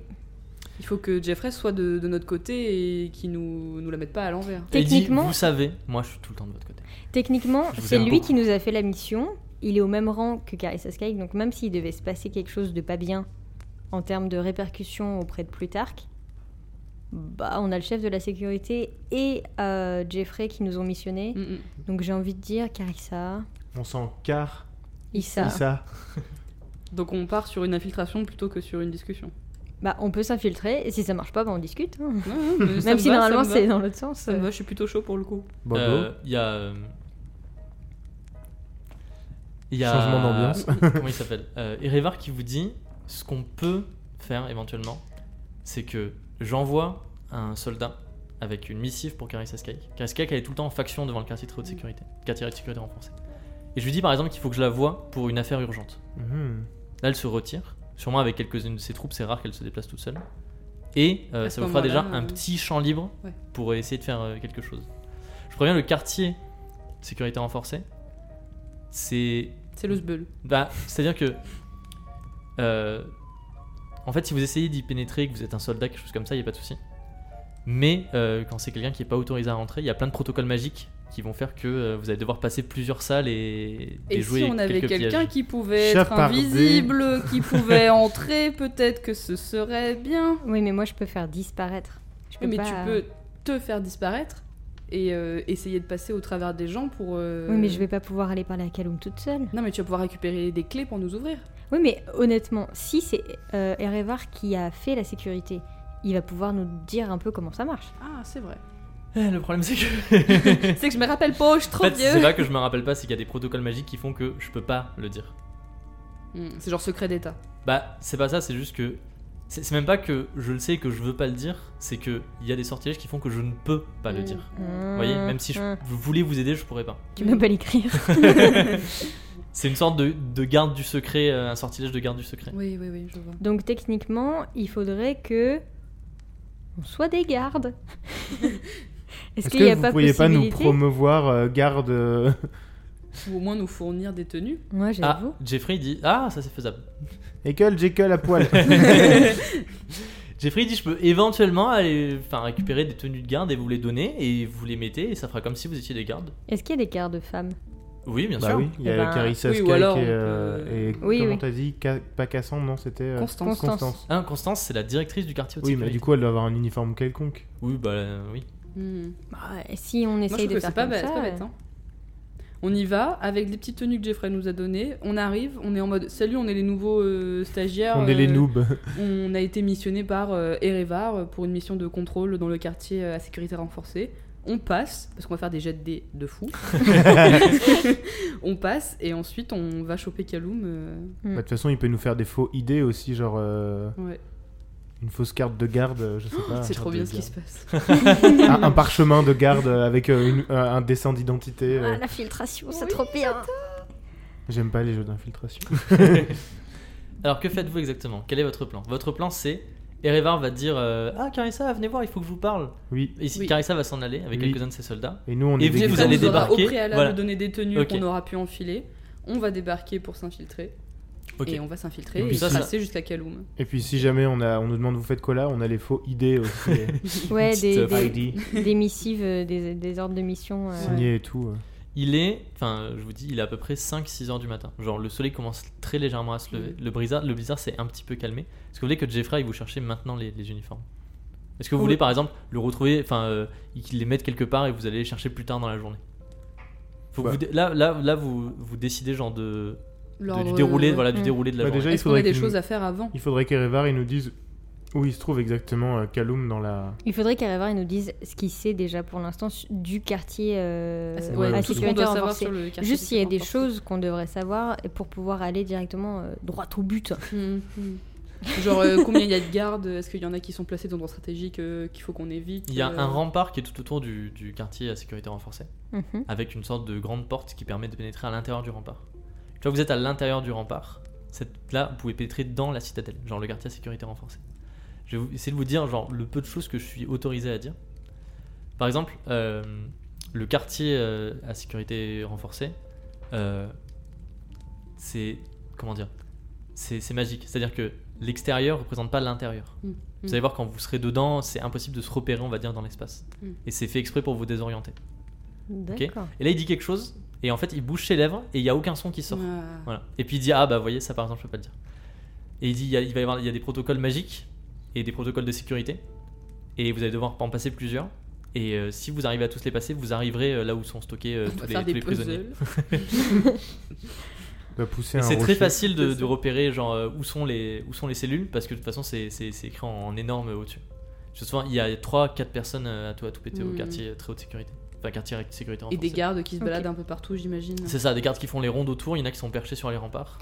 [SPEAKER 4] Il faut que Jeffrey soit de, de notre côté et qu'il nous, nous la mette pas à l'envers.
[SPEAKER 1] Et il dit,
[SPEAKER 2] Techniquement,
[SPEAKER 1] vous savez, moi je suis tout le temps de votre côté.
[SPEAKER 2] Techniquement,
[SPEAKER 1] Je vous
[SPEAKER 2] c'est
[SPEAKER 1] aime
[SPEAKER 2] lui
[SPEAKER 1] beaucoup.
[SPEAKER 2] qui nous a fait la mission. Il est au même rang que Carissa Sky, donc même s'il devait se passer quelque chose de pas bien en termes de répercussions auprès de Plutarque, bah on a le chef de la sécurité et euh, Jeffrey qui nous ont missionnés.
[SPEAKER 4] Mm, mm.
[SPEAKER 2] Donc j'ai envie de dire Carissa,
[SPEAKER 3] On s'en car,
[SPEAKER 2] Issa.
[SPEAKER 3] Issa.
[SPEAKER 4] Donc on part sur une infiltration plutôt que sur une discussion.
[SPEAKER 2] Bah on peut s'infiltrer et si ça marche pas, bah on discute. hein.
[SPEAKER 4] Ouais, ouais, mais ça
[SPEAKER 2] Même
[SPEAKER 4] me
[SPEAKER 2] si
[SPEAKER 4] va,
[SPEAKER 2] normalement
[SPEAKER 4] ça me va.
[SPEAKER 2] c'est dans l'autre sens.
[SPEAKER 4] Ça me va, je suis plutôt chaud pour le coup.
[SPEAKER 3] Bobo.
[SPEAKER 1] Euh, Il y a. euh, Il y a.
[SPEAKER 3] Changement d'ambiance.
[SPEAKER 1] comment il s'appelle euh, Erevar qui vous dit ce qu'on peut faire éventuellement, c'est que j'envoie un soldat avec une missive pour Carissa Sky. Carissa Sky, elle est tout le temps en faction devant le quartier très haute sécurité. Quartier de sécurité renforcée. Et je lui dis par exemple qu'il faut que je la voie pour une affaire urgente.
[SPEAKER 3] Mhm.
[SPEAKER 1] Là, elle se retire. Sûrement avec quelques-unes de ses troupes, c'est rare qu'elle se déplace toute seule. Et euh,
[SPEAKER 4] À ce
[SPEAKER 1] ça vous fera déjà
[SPEAKER 4] moment-là,
[SPEAKER 1] un
[SPEAKER 4] euh,
[SPEAKER 1] petit champ libre
[SPEAKER 4] ouais.
[SPEAKER 1] pour essayer de faire euh, quelque chose. Je préviens le quartier sécurité renforcée. C'est.
[SPEAKER 4] C'est le sbeul.
[SPEAKER 1] Bah, c'est-à-dire que. euh, en fait, si vous essayez d'y pénétrer, que vous êtes un soldat, quelque chose comme ça, il n'y a pas de souci. Mais euh, quand c'est quelqu'un qui n'est pas autorisé à rentrer, il y a plein de protocoles magiques qui vont faire que euh, vous allez devoir passer plusieurs salles et,
[SPEAKER 4] Et
[SPEAKER 1] déjouer
[SPEAKER 4] si on avait
[SPEAKER 1] quelques pièges.
[SPEAKER 4] quelqu'un qui pouvait être
[SPEAKER 3] Chapardé.
[SPEAKER 4] invisible, qui pouvait entrer, peut-être que ce serait bien.
[SPEAKER 2] Oui mais moi je peux faire disparaître. Je peux
[SPEAKER 4] Mais
[SPEAKER 2] pas- euh,
[SPEAKER 4] tu peux te faire disparaître et euh, essayer de passer au travers des gens pour. euh,
[SPEAKER 2] Oui mais je vais pas pouvoir aller parler à Kaloum toute seule.
[SPEAKER 4] Non, mais tu vas pouvoir récupérer des clés pour nous ouvrir.
[SPEAKER 2] Oui, mais honnêtement, si c'est euh, Erevar qui a fait la sécurité, il va pouvoir nous dire un peu comment ça marche.
[SPEAKER 4] Ah, c'est vrai.
[SPEAKER 1] Eh, le problème, c'est que.
[SPEAKER 4] c'est que je me rappelle pas, je suis
[SPEAKER 1] En
[SPEAKER 4] trop
[SPEAKER 1] fait, c'est
[SPEAKER 4] vieux.
[SPEAKER 1] là que je me rappelle pas, c'est qu'il y a des protocoles magiques qui font que je peux pas le dire.
[SPEAKER 4] Hmm, C'est genre secret d'état.
[SPEAKER 1] Bah, c'est pas ça, c'est juste que. C'est c'est même pas que je le sais et que je veux pas le dire, c'est que il y a des sortilèges qui font que je ne peux pas le
[SPEAKER 4] Mm.
[SPEAKER 1] dire. Vous voyez, même si je
[SPEAKER 2] Hum,
[SPEAKER 1] je voulais vous aider, je pourrais pas.
[SPEAKER 2] Tu peux pas l'écrire.
[SPEAKER 1] C'est une sorte de, de garde du secret, euh, un sortilège de garde du secret.
[SPEAKER 4] Oui, oui, oui, je vois.
[SPEAKER 2] Donc techniquement, il faudrait que. On soit des gardes. Est-ce
[SPEAKER 3] Est-ce
[SPEAKER 2] qu'il n'y
[SPEAKER 3] que
[SPEAKER 2] a
[SPEAKER 3] vous
[SPEAKER 2] pas
[SPEAKER 3] pourriez pas nous
[SPEAKER 2] possibilité
[SPEAKER 3] promouvoir euh, garde euh,
[SPEAKER 4] Ou au moins nous fournir des tenues.
[SPEAKER 2] Moi,
[SPEAKER 1] Ah,
[SPEAKER 2] j'avoue.
[SPEAKER 1] Jeffrey dit Ah, ça c'est faisable.
[SPEAKER 3] Ekel, Jekyll à poil Bah
[SPEAKER 1] Jeffrey dit Je peux éventuellement aller enfin, récupérer des tenues de garde et vous les donner, et vous les mettez, et ça fera comme si vous étiez des gardes.
[SPEAKER 2] Est-ce qu'il y a des gardes femmes
[SPEAKER 1] Oui, bien
[SPEAKER 3] Bah
[SPEAKER 1] sûr.
[SPEAKER 3] oui, il y
[SPEAKER 2] Eh
[SPEAKER 3] a
[SPEAKER 2] ben,
[SPEAKER 3] Carissa
[SPEAKER 4] oui, ou
[SPEAKER 3] Sky
[SPEAKER 4] alors
[SPEAKER 3] qui est,
[SPEAKER 4] on peut-
[SPEAKER 3] euh, et
[SPEAKER 2] Oui,
[SPEAKER 3] comment
[SPEAKER 2] oui.
[SPEAKER 3] t'as dit Ca- Pas Cassandre, non, c'était euh,
[SPEAKER 4] Constance.
[SPEAKER 2] Constance.
[SPEAKER 1] Ah, Constance, c'est la directrice du quartier haute
[SPEAKER 3] Oui, mais
[SPEAKER 1] sécurité.
[SPEAKER 3] du coup, elle doit avoir un uniforme quelconque.
[SPEAKER 1] Oui, bah euh, oui.
[SPEAKER 4] Hmm.
[SPEAKER 2] Bah, Si on
[SPEAKER 4] Moi, je
[SPEAKER 2] essaye
[SPEAKER 4] trouve
[SPEAKER 2] de
[SPEAKER 4] que
[SPEAKER 2] faire
[SPEAKER 4] c'est pas,
[SPEAKER 2] comme
[SPEAKER 4] bête,
[SPEAKER 2] ça, euh.
[SPEAKER 4] c'est pas bête. hein. On y va avec les petites tenues que Jeffrey nous a données. On arrive, on est en mode salut, on est les nouveaux euh, stagiaires.
[SPEAKER 3] on est les
[SPEAKER 4] euh,
[SPEAKER 3] noobs.
[SPEAKER 4] On a été missionné par euh, Erevar euh, pour une mission de contrôle dans le quartier euh, à sécurité renforcée. On passe, parce qu'on va faire des jets de dés de fou. on passe et ensuite on va choper Kaloum. euh,
[SPEAKER 3] Bah, De toute façon, il peut nous faire des faux idées aussi, genre euh,
[SPEAKER 4] ouais.
[SPEAKER 3] une fausse carte de garde, euh, je sais pas.
[SPEAKER 4] Oh,
[SPEAKER 3] Ah,
[SPEAKER 4] C'est trop
[SPEAKER 1] de
[SPEAKER 4] bien ce qui
[SPEAKER 1] garde.
[SPEAKER 4] se passe.
[SPEAKER 3] un, un parchemin de garde euh, avec euh, une- euh, un dessin d'identité. euh.
[SPEAKER 2] Ah, la filtration, c'est
[SPEAKER 4] Oui,
[SPEAKER 2] trop bien.
[SPEAKER 3] J'aime pas les jeux d'infiltration.
[SPEAKER 1] Alors que faites-vous exactement Quel est votre plan Votre plan c'est Erevar va dire euh, Ah Carissa, venez voir, il faut que je vous parle.
[SPEAKER 3] Oui,
[SPEAKER 1] Et si
[SPEAKER 4] Oui.
[SPEAKER 1] Carissa va s'en aller avec
[SPEAKER 3] Oui.
[SPEAKER 1] quelques-uns de ses soldats.
[SPEAKER 3] et nous, on
[SPEAKER 1] Et
[SPEAKER 3] est des
[SPEAKER 1] vous
[SPEAKER 4] Jeffrey
[SPEAKER 1] allez
[SPEAKER 4] nous aura
[SPEAKER 1] débarquer,
[SPEAKER 4] au préalable
[SPEAKER 1] voilà.
[SPEAKER 4] donner des tenues
[SPEAKER 1] Ok.
[SPEAKER 4] qu'on aura pu enfiler. On va débarquer pour s'infiltrer.
[SPEAKER 1] Ok.
[SPEAKER 4] Et on va s'infiltrer
[SPEAKER 1] Et
[SPEAKER 4] et,
[SPEAKER 1] puis ça, ça-
[SPEAKER 4] passer jusqu'à Kaloum.
[SPEAKER 3] Et puis, si jamais on, a, on nous demande vous faites quoi là, on a les faux idées aussi. euh,
[SPEAKER 2] Ouais,
[SPEAKER 1] Petite,
[SPEAKER 2] des,
[SPEAKER 1] euh,
[SPEAKER 2] des-
[SPEAKER 3] ID,
[SPEAKER 2] des missives, euh, des, des ordres de mission. euh,
[SPEAKER 3] signées et tout. euh.
[SPEAKER 1] Il est, enfin euh, je vous dis, il est à peu près 5-6 heures du matin. Genre le soleil commence très légèrement à se lever.
[SPEAKER 4] Mhm.
[SPEAKER 1] Le blizzard, le blizzard s'est un petit peu calmé. Est-ce que vous voulez que Jeffrey il vous cherchez maintenant les, les uniformes Est-ce que vous
[SPEAKER 4] Oui.
[SPEAKER 1] voulez par exemple le retrouver, enfin euh, qu'il les mette quelque part et vous allez les chercher plus tard dans la journée Faut que
[SPEAKER 3] Ouais.
[SPEAKER 1] vous dé- Là, là, là vous, vous décidez genre de, de-
[SPEAKER 4] L'ordre,
[SPEAKER 1] du déroulé,
[SPEAKER 4] ouais.
[SPEAKER 1] voilà, du
[SPEAKER 2] Mm.
[SPEAKER 1] déroulé de la
[SPEAKER 3] Bah,
[SPEAKER 1] journée.
[SPEAKER 3] déjà, il
[SPEAKER 4] Est-ce qu'on a
[SPEAKER 3] faudrait
[SPEAKER 4] des
[SPEAKER 3] qu'il-
[SPEAKER 4] choses à faire avant
[SPEAKER 1] Euh,
[SPEAKER 3] Il faudrait qu'Erevar il nous dise où il se trouve exactement euh, Kaloum dans la.
[SPEAKER 2] Il faudrait qu'Arevar nous dise ce qu'il sait déjà pour l'instant su- du quartier euh,
[SPEAKER 4] Ah, c'est-
[SPEAKER 3] ouais,
[SPEAKER 2] à
[SPEAKER 4] tout ce qu'on
[SPEAKER 2] sécurité
[SPEAKER 4] doit savoir
[SPEAKER 2] renforcée.
[SPEAKER 4] sur le quartier
[SPEAKER 2] Juste s'il y a des
[SPEAKER 4] sécurité
[SPEAKER 2] choses qu'on devrait savoir et pour pouvoir aller directement euh, droit au but.
[SPEAKER 4] Mhm. Genre euh, combien il y a de gardes Est-ce qu'il y en a qui sont placés dans l'endroit stratégique euh, qu'il faut qu'on évite
[SPEAKER 1] Il y a
[SPEAKER 4] euh,
[SPEAKER 1] un rempart qui est tout autour du, du quartier à sécurité renforcée,
[SPEAKER 2] Mhm.
[SPEAKER 1] avec une sorte de grande porte qui permet de pénétrer à l'intérieur du rempart. Tu vois, vous êtes à l'intérieur du rempart. Cette, là, vous pouvez pénétrer dans la citadelle, genre le quartier à sécurité renforcée. je vais vous- essayer de vous dire genre le peu de choses que je suis autorisé à dire. Par exemple, euh, le quartier euh, à sécurité renforcée, euh, c'est comment dire, c'est c'est magique. C'est-à-dire que l'extérieur représente pas l'intérieur.
[SPEAKER 4] Mm,
[SPEAKER 1] Vous
[SPEAKER 4] mm.
[SPEAKER 1] allez voir quand vous serez dedans, c'est impossible de se repérer, on va dire, dans l'espace.
[SPEAKER 4] Mm.
[SPEAKER 1] Et c'est fait exprès pour vous désorienter.
[SPEAKER 2] D'accord.
[SPEAKER 1] Et là, il dit quelque chose, et en fait, il bouge ses lèvres, et il y a aucun son qui sort.
[SPEAKER 4] Ah.
[SPEAKER 1] Voilà. Et puis il dit ah bah voyez ça par exemple je peux pas le dire. Et il dit il, y a- il va y avoir il y a des protocoles magiques et des protocoles de sécurité et vous allez devoir en passer plusieurs et euh, si vous arrivez à tous les passer vous arriverez euh, là où sont stockés euh,
[SPEAKER 4] On
[SPEAKER 1] tous,
[SPEAKER 4] va
[SPEAKER 1] les,
[SPEAKER 4] faire
[SPEAKER 1] tous
[SPEAKER 4] des
[SPEAKER 1] les prisonniers.
[SPEAKER 4] puzzles.
[SPEAKER 3] Doit pousser
[SPEAKER 1] Et
[SPEAKER 3] un
[SPEAKER 1] c'est très
[SPEAKER 3] rocher.
[SPEAKER 1] facile de,
[SPEAKER 5] C'est ça.
[SPEAKER 1] de repérer genre euh, où sont les où sont les cellules parce que de toute façon c'est c'est- c'est écrit en, en énorme au-dessus. Je me souviens, il y a 3-4 personnes euh, à tout, à tout péter au
[SPEAKER 4] Mm.
[SPEAKER 1] quartier euh, très haute sécurité. Enfin, quartier avec sécurité
[SPEAKER 4] Et des
[SPEAKER 1] renforcée.
[SPEAKER 4] gardes qui se
[SPEAKER 2] Ok.
[SPEAKER 4] baladent un peu partout, j'imagine.
[SPEAKER 1] C'est ça, des gardes qui font les rondes autour, il y en a qui sont perchés sur les remparts.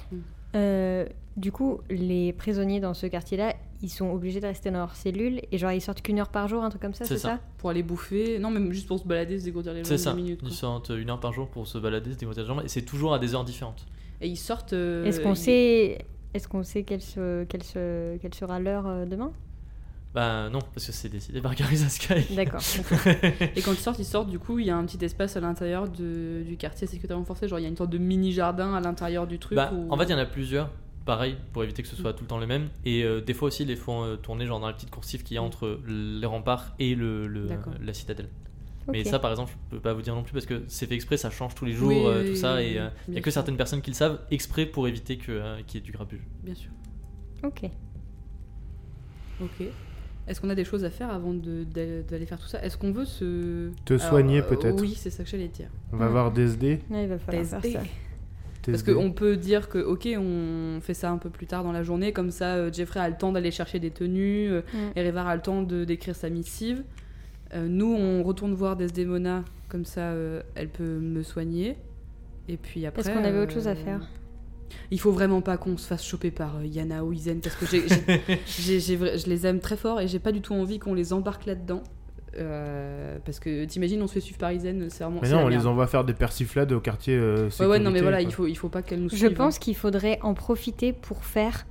[SPEAKER 2] Euh, du coup, les prisonniers dans ce quartier-là, ils sont obligés de rester dans leur cellule et genre ils sortent qu'une heure par jour, un truc comme ça,
[SPEAKER 1] C'est
[SPEAKER 2] c'est
[SPEAKER 1] ça.
[SPEAKER 2] ça,
[SPEAKER 4] Pour aller bouffer. Non, même juste pour se balader, se dégourdir les
[SPEAKER 1] C'est
[SPEAKER 4] jambes
[SPEAKER 1] ça,
[SPEAKER 4] 10 minutes. quoi.
[SPEAKER 1] ils sortent une heure par jour pour se balader, se dégourdir les jambes, et c'est toujours à des heures différentes.
[SPEAKER 4] Et ils sortent. euh,
[SPEAKER 2] Est-ce qu'on
[SPEAKER 4] ils-
[SPEAKER 2] sait, est-ce qu'on sait quelle, se- quelle se- quelle sera l'heure euh, demain
[SPEAKER 1] Bah non, parce que c'est décidé par Gary Sky.
[SPEAKER 2] D'accord.
[SPEAKER 4] Et quand ils sortent, ils sortent, du coup, il y a un petit espace à l'intérieur de- du quartier sécuritaire renforcé. Genre, il y a une sorte de mini jardin à l'intérieur du truc.
[SPEAKER 1] bah,
[SPEAKER 4] où-
[SPEAKER 1] En fait, il y en a plusieurs, pareil, pour éviter que ce soit tout le temps le même, et euh, des fois aussi, ils les font euh, tourner genre dans la petite coursive qu'il y a entre les remparts et le, le-
[SPEAKER 4] Mm. D'accord.
[SPEAKER 1] la citadelle.
[SPEAKER 2] Ok.
[SPEAKER 1] Mais ça, par exemple, je peux pas vous dire non plus parce que c'est fait exprès, ça change tous les jours,
[SPEAKER 4] Oui,
[SPEAKER 1] euh,
[SPEAKER 4] oui,
[SPEAKER 1] tout
[SPEAKER 4] oui,
[SPEAKER 1] ça,
[SPEAKER 4] oui,
[SPEAKER 1] et il
[SPEAKER 4] oui,
[SPEAKER 1] y a
[SPEAKER 4] bien
[SPEAKER 1] que
[SPEAKER 4] sûr.
[SPEAKER 1] certaines personnes qui le savent exprès pour éviter que, euh, qu'il y ait du grabuge.
[SPEAKER 4] Bien sûr.
[SPEAKER 2] Ok.
[SPEAKER 4] Ok. Est-ce qu'on a des choses à faire avant de- d'a- d'aller faire tout ça Est-ce qu'on veut se.
[SPEAKER 3] Te
[SPEAKER 4] Alors,
[SPEAKER 3] soigner,
[SPEAKER 4] euh,
[SPEAKER 3] peut-être.
[SPEAKER 4] Oui, c'est ça que j'allais dire.
[SPEAKER 3] On va voir DSD.
[SPEAKER 2] Ouais, il va falloir faire
[SPEAKER 4] Tester.
[SPEAKER 2] ça.
[SPEAKER 4] Parce
[SPEAKER 3] DSD.
[SPEAKER 4] qu'on peut dire que, ok, on fait ça un peu plus tard dans la journée, comme ça euh, Jeffrey a le temps d'aller chercher des tenues, euh,
[SPEAKER 2] Mm.
[SPEAKER 4] Erevar a le temps de d'écrire sa missive. Euh, nous, on retourne voir Desdemona, comme ça euh, elle peut me soigner. Et puis après. euh,
[SPEAKER 2] Est-ce qu'on avait autre chose à faire
[SPEAKER 4] Il faut vraiment pas qu'on se fasse choper par euh, Yana ou Izen, parce que j'ai- j'ai- j'ai- j'ai vra- je les aime très fort et j'ai pas du tout envie qu'on les embarque là-dedans. Euh, parce que t'imagines, on se fait suivre par Izen, c'est vraiment.
[SPEAKER 3] Mais
[SPEAKER 4] c'est
[SPEAKER 3] non,
[SPEAKER 4] la
[SPEAKER 3] on
[SPEAKER 4] merde.
[SPEAKER 3] les envoie faire des persiflades au quartier. euh,
[SPEAKER 4] Ouais, ouais, non,
[SPEAKER 3] sécurité,
[SPEAKER 4] mais voilà,
[SPEAKER 3] quoi.
[SPEAKER 4] il faut, il faut pas qu'elle nous
[SPEAKER 2] Je
[SPEAKER 4] suive, hein.
[SPEAKER 2] pense qu'il faudrait en profiter pour faire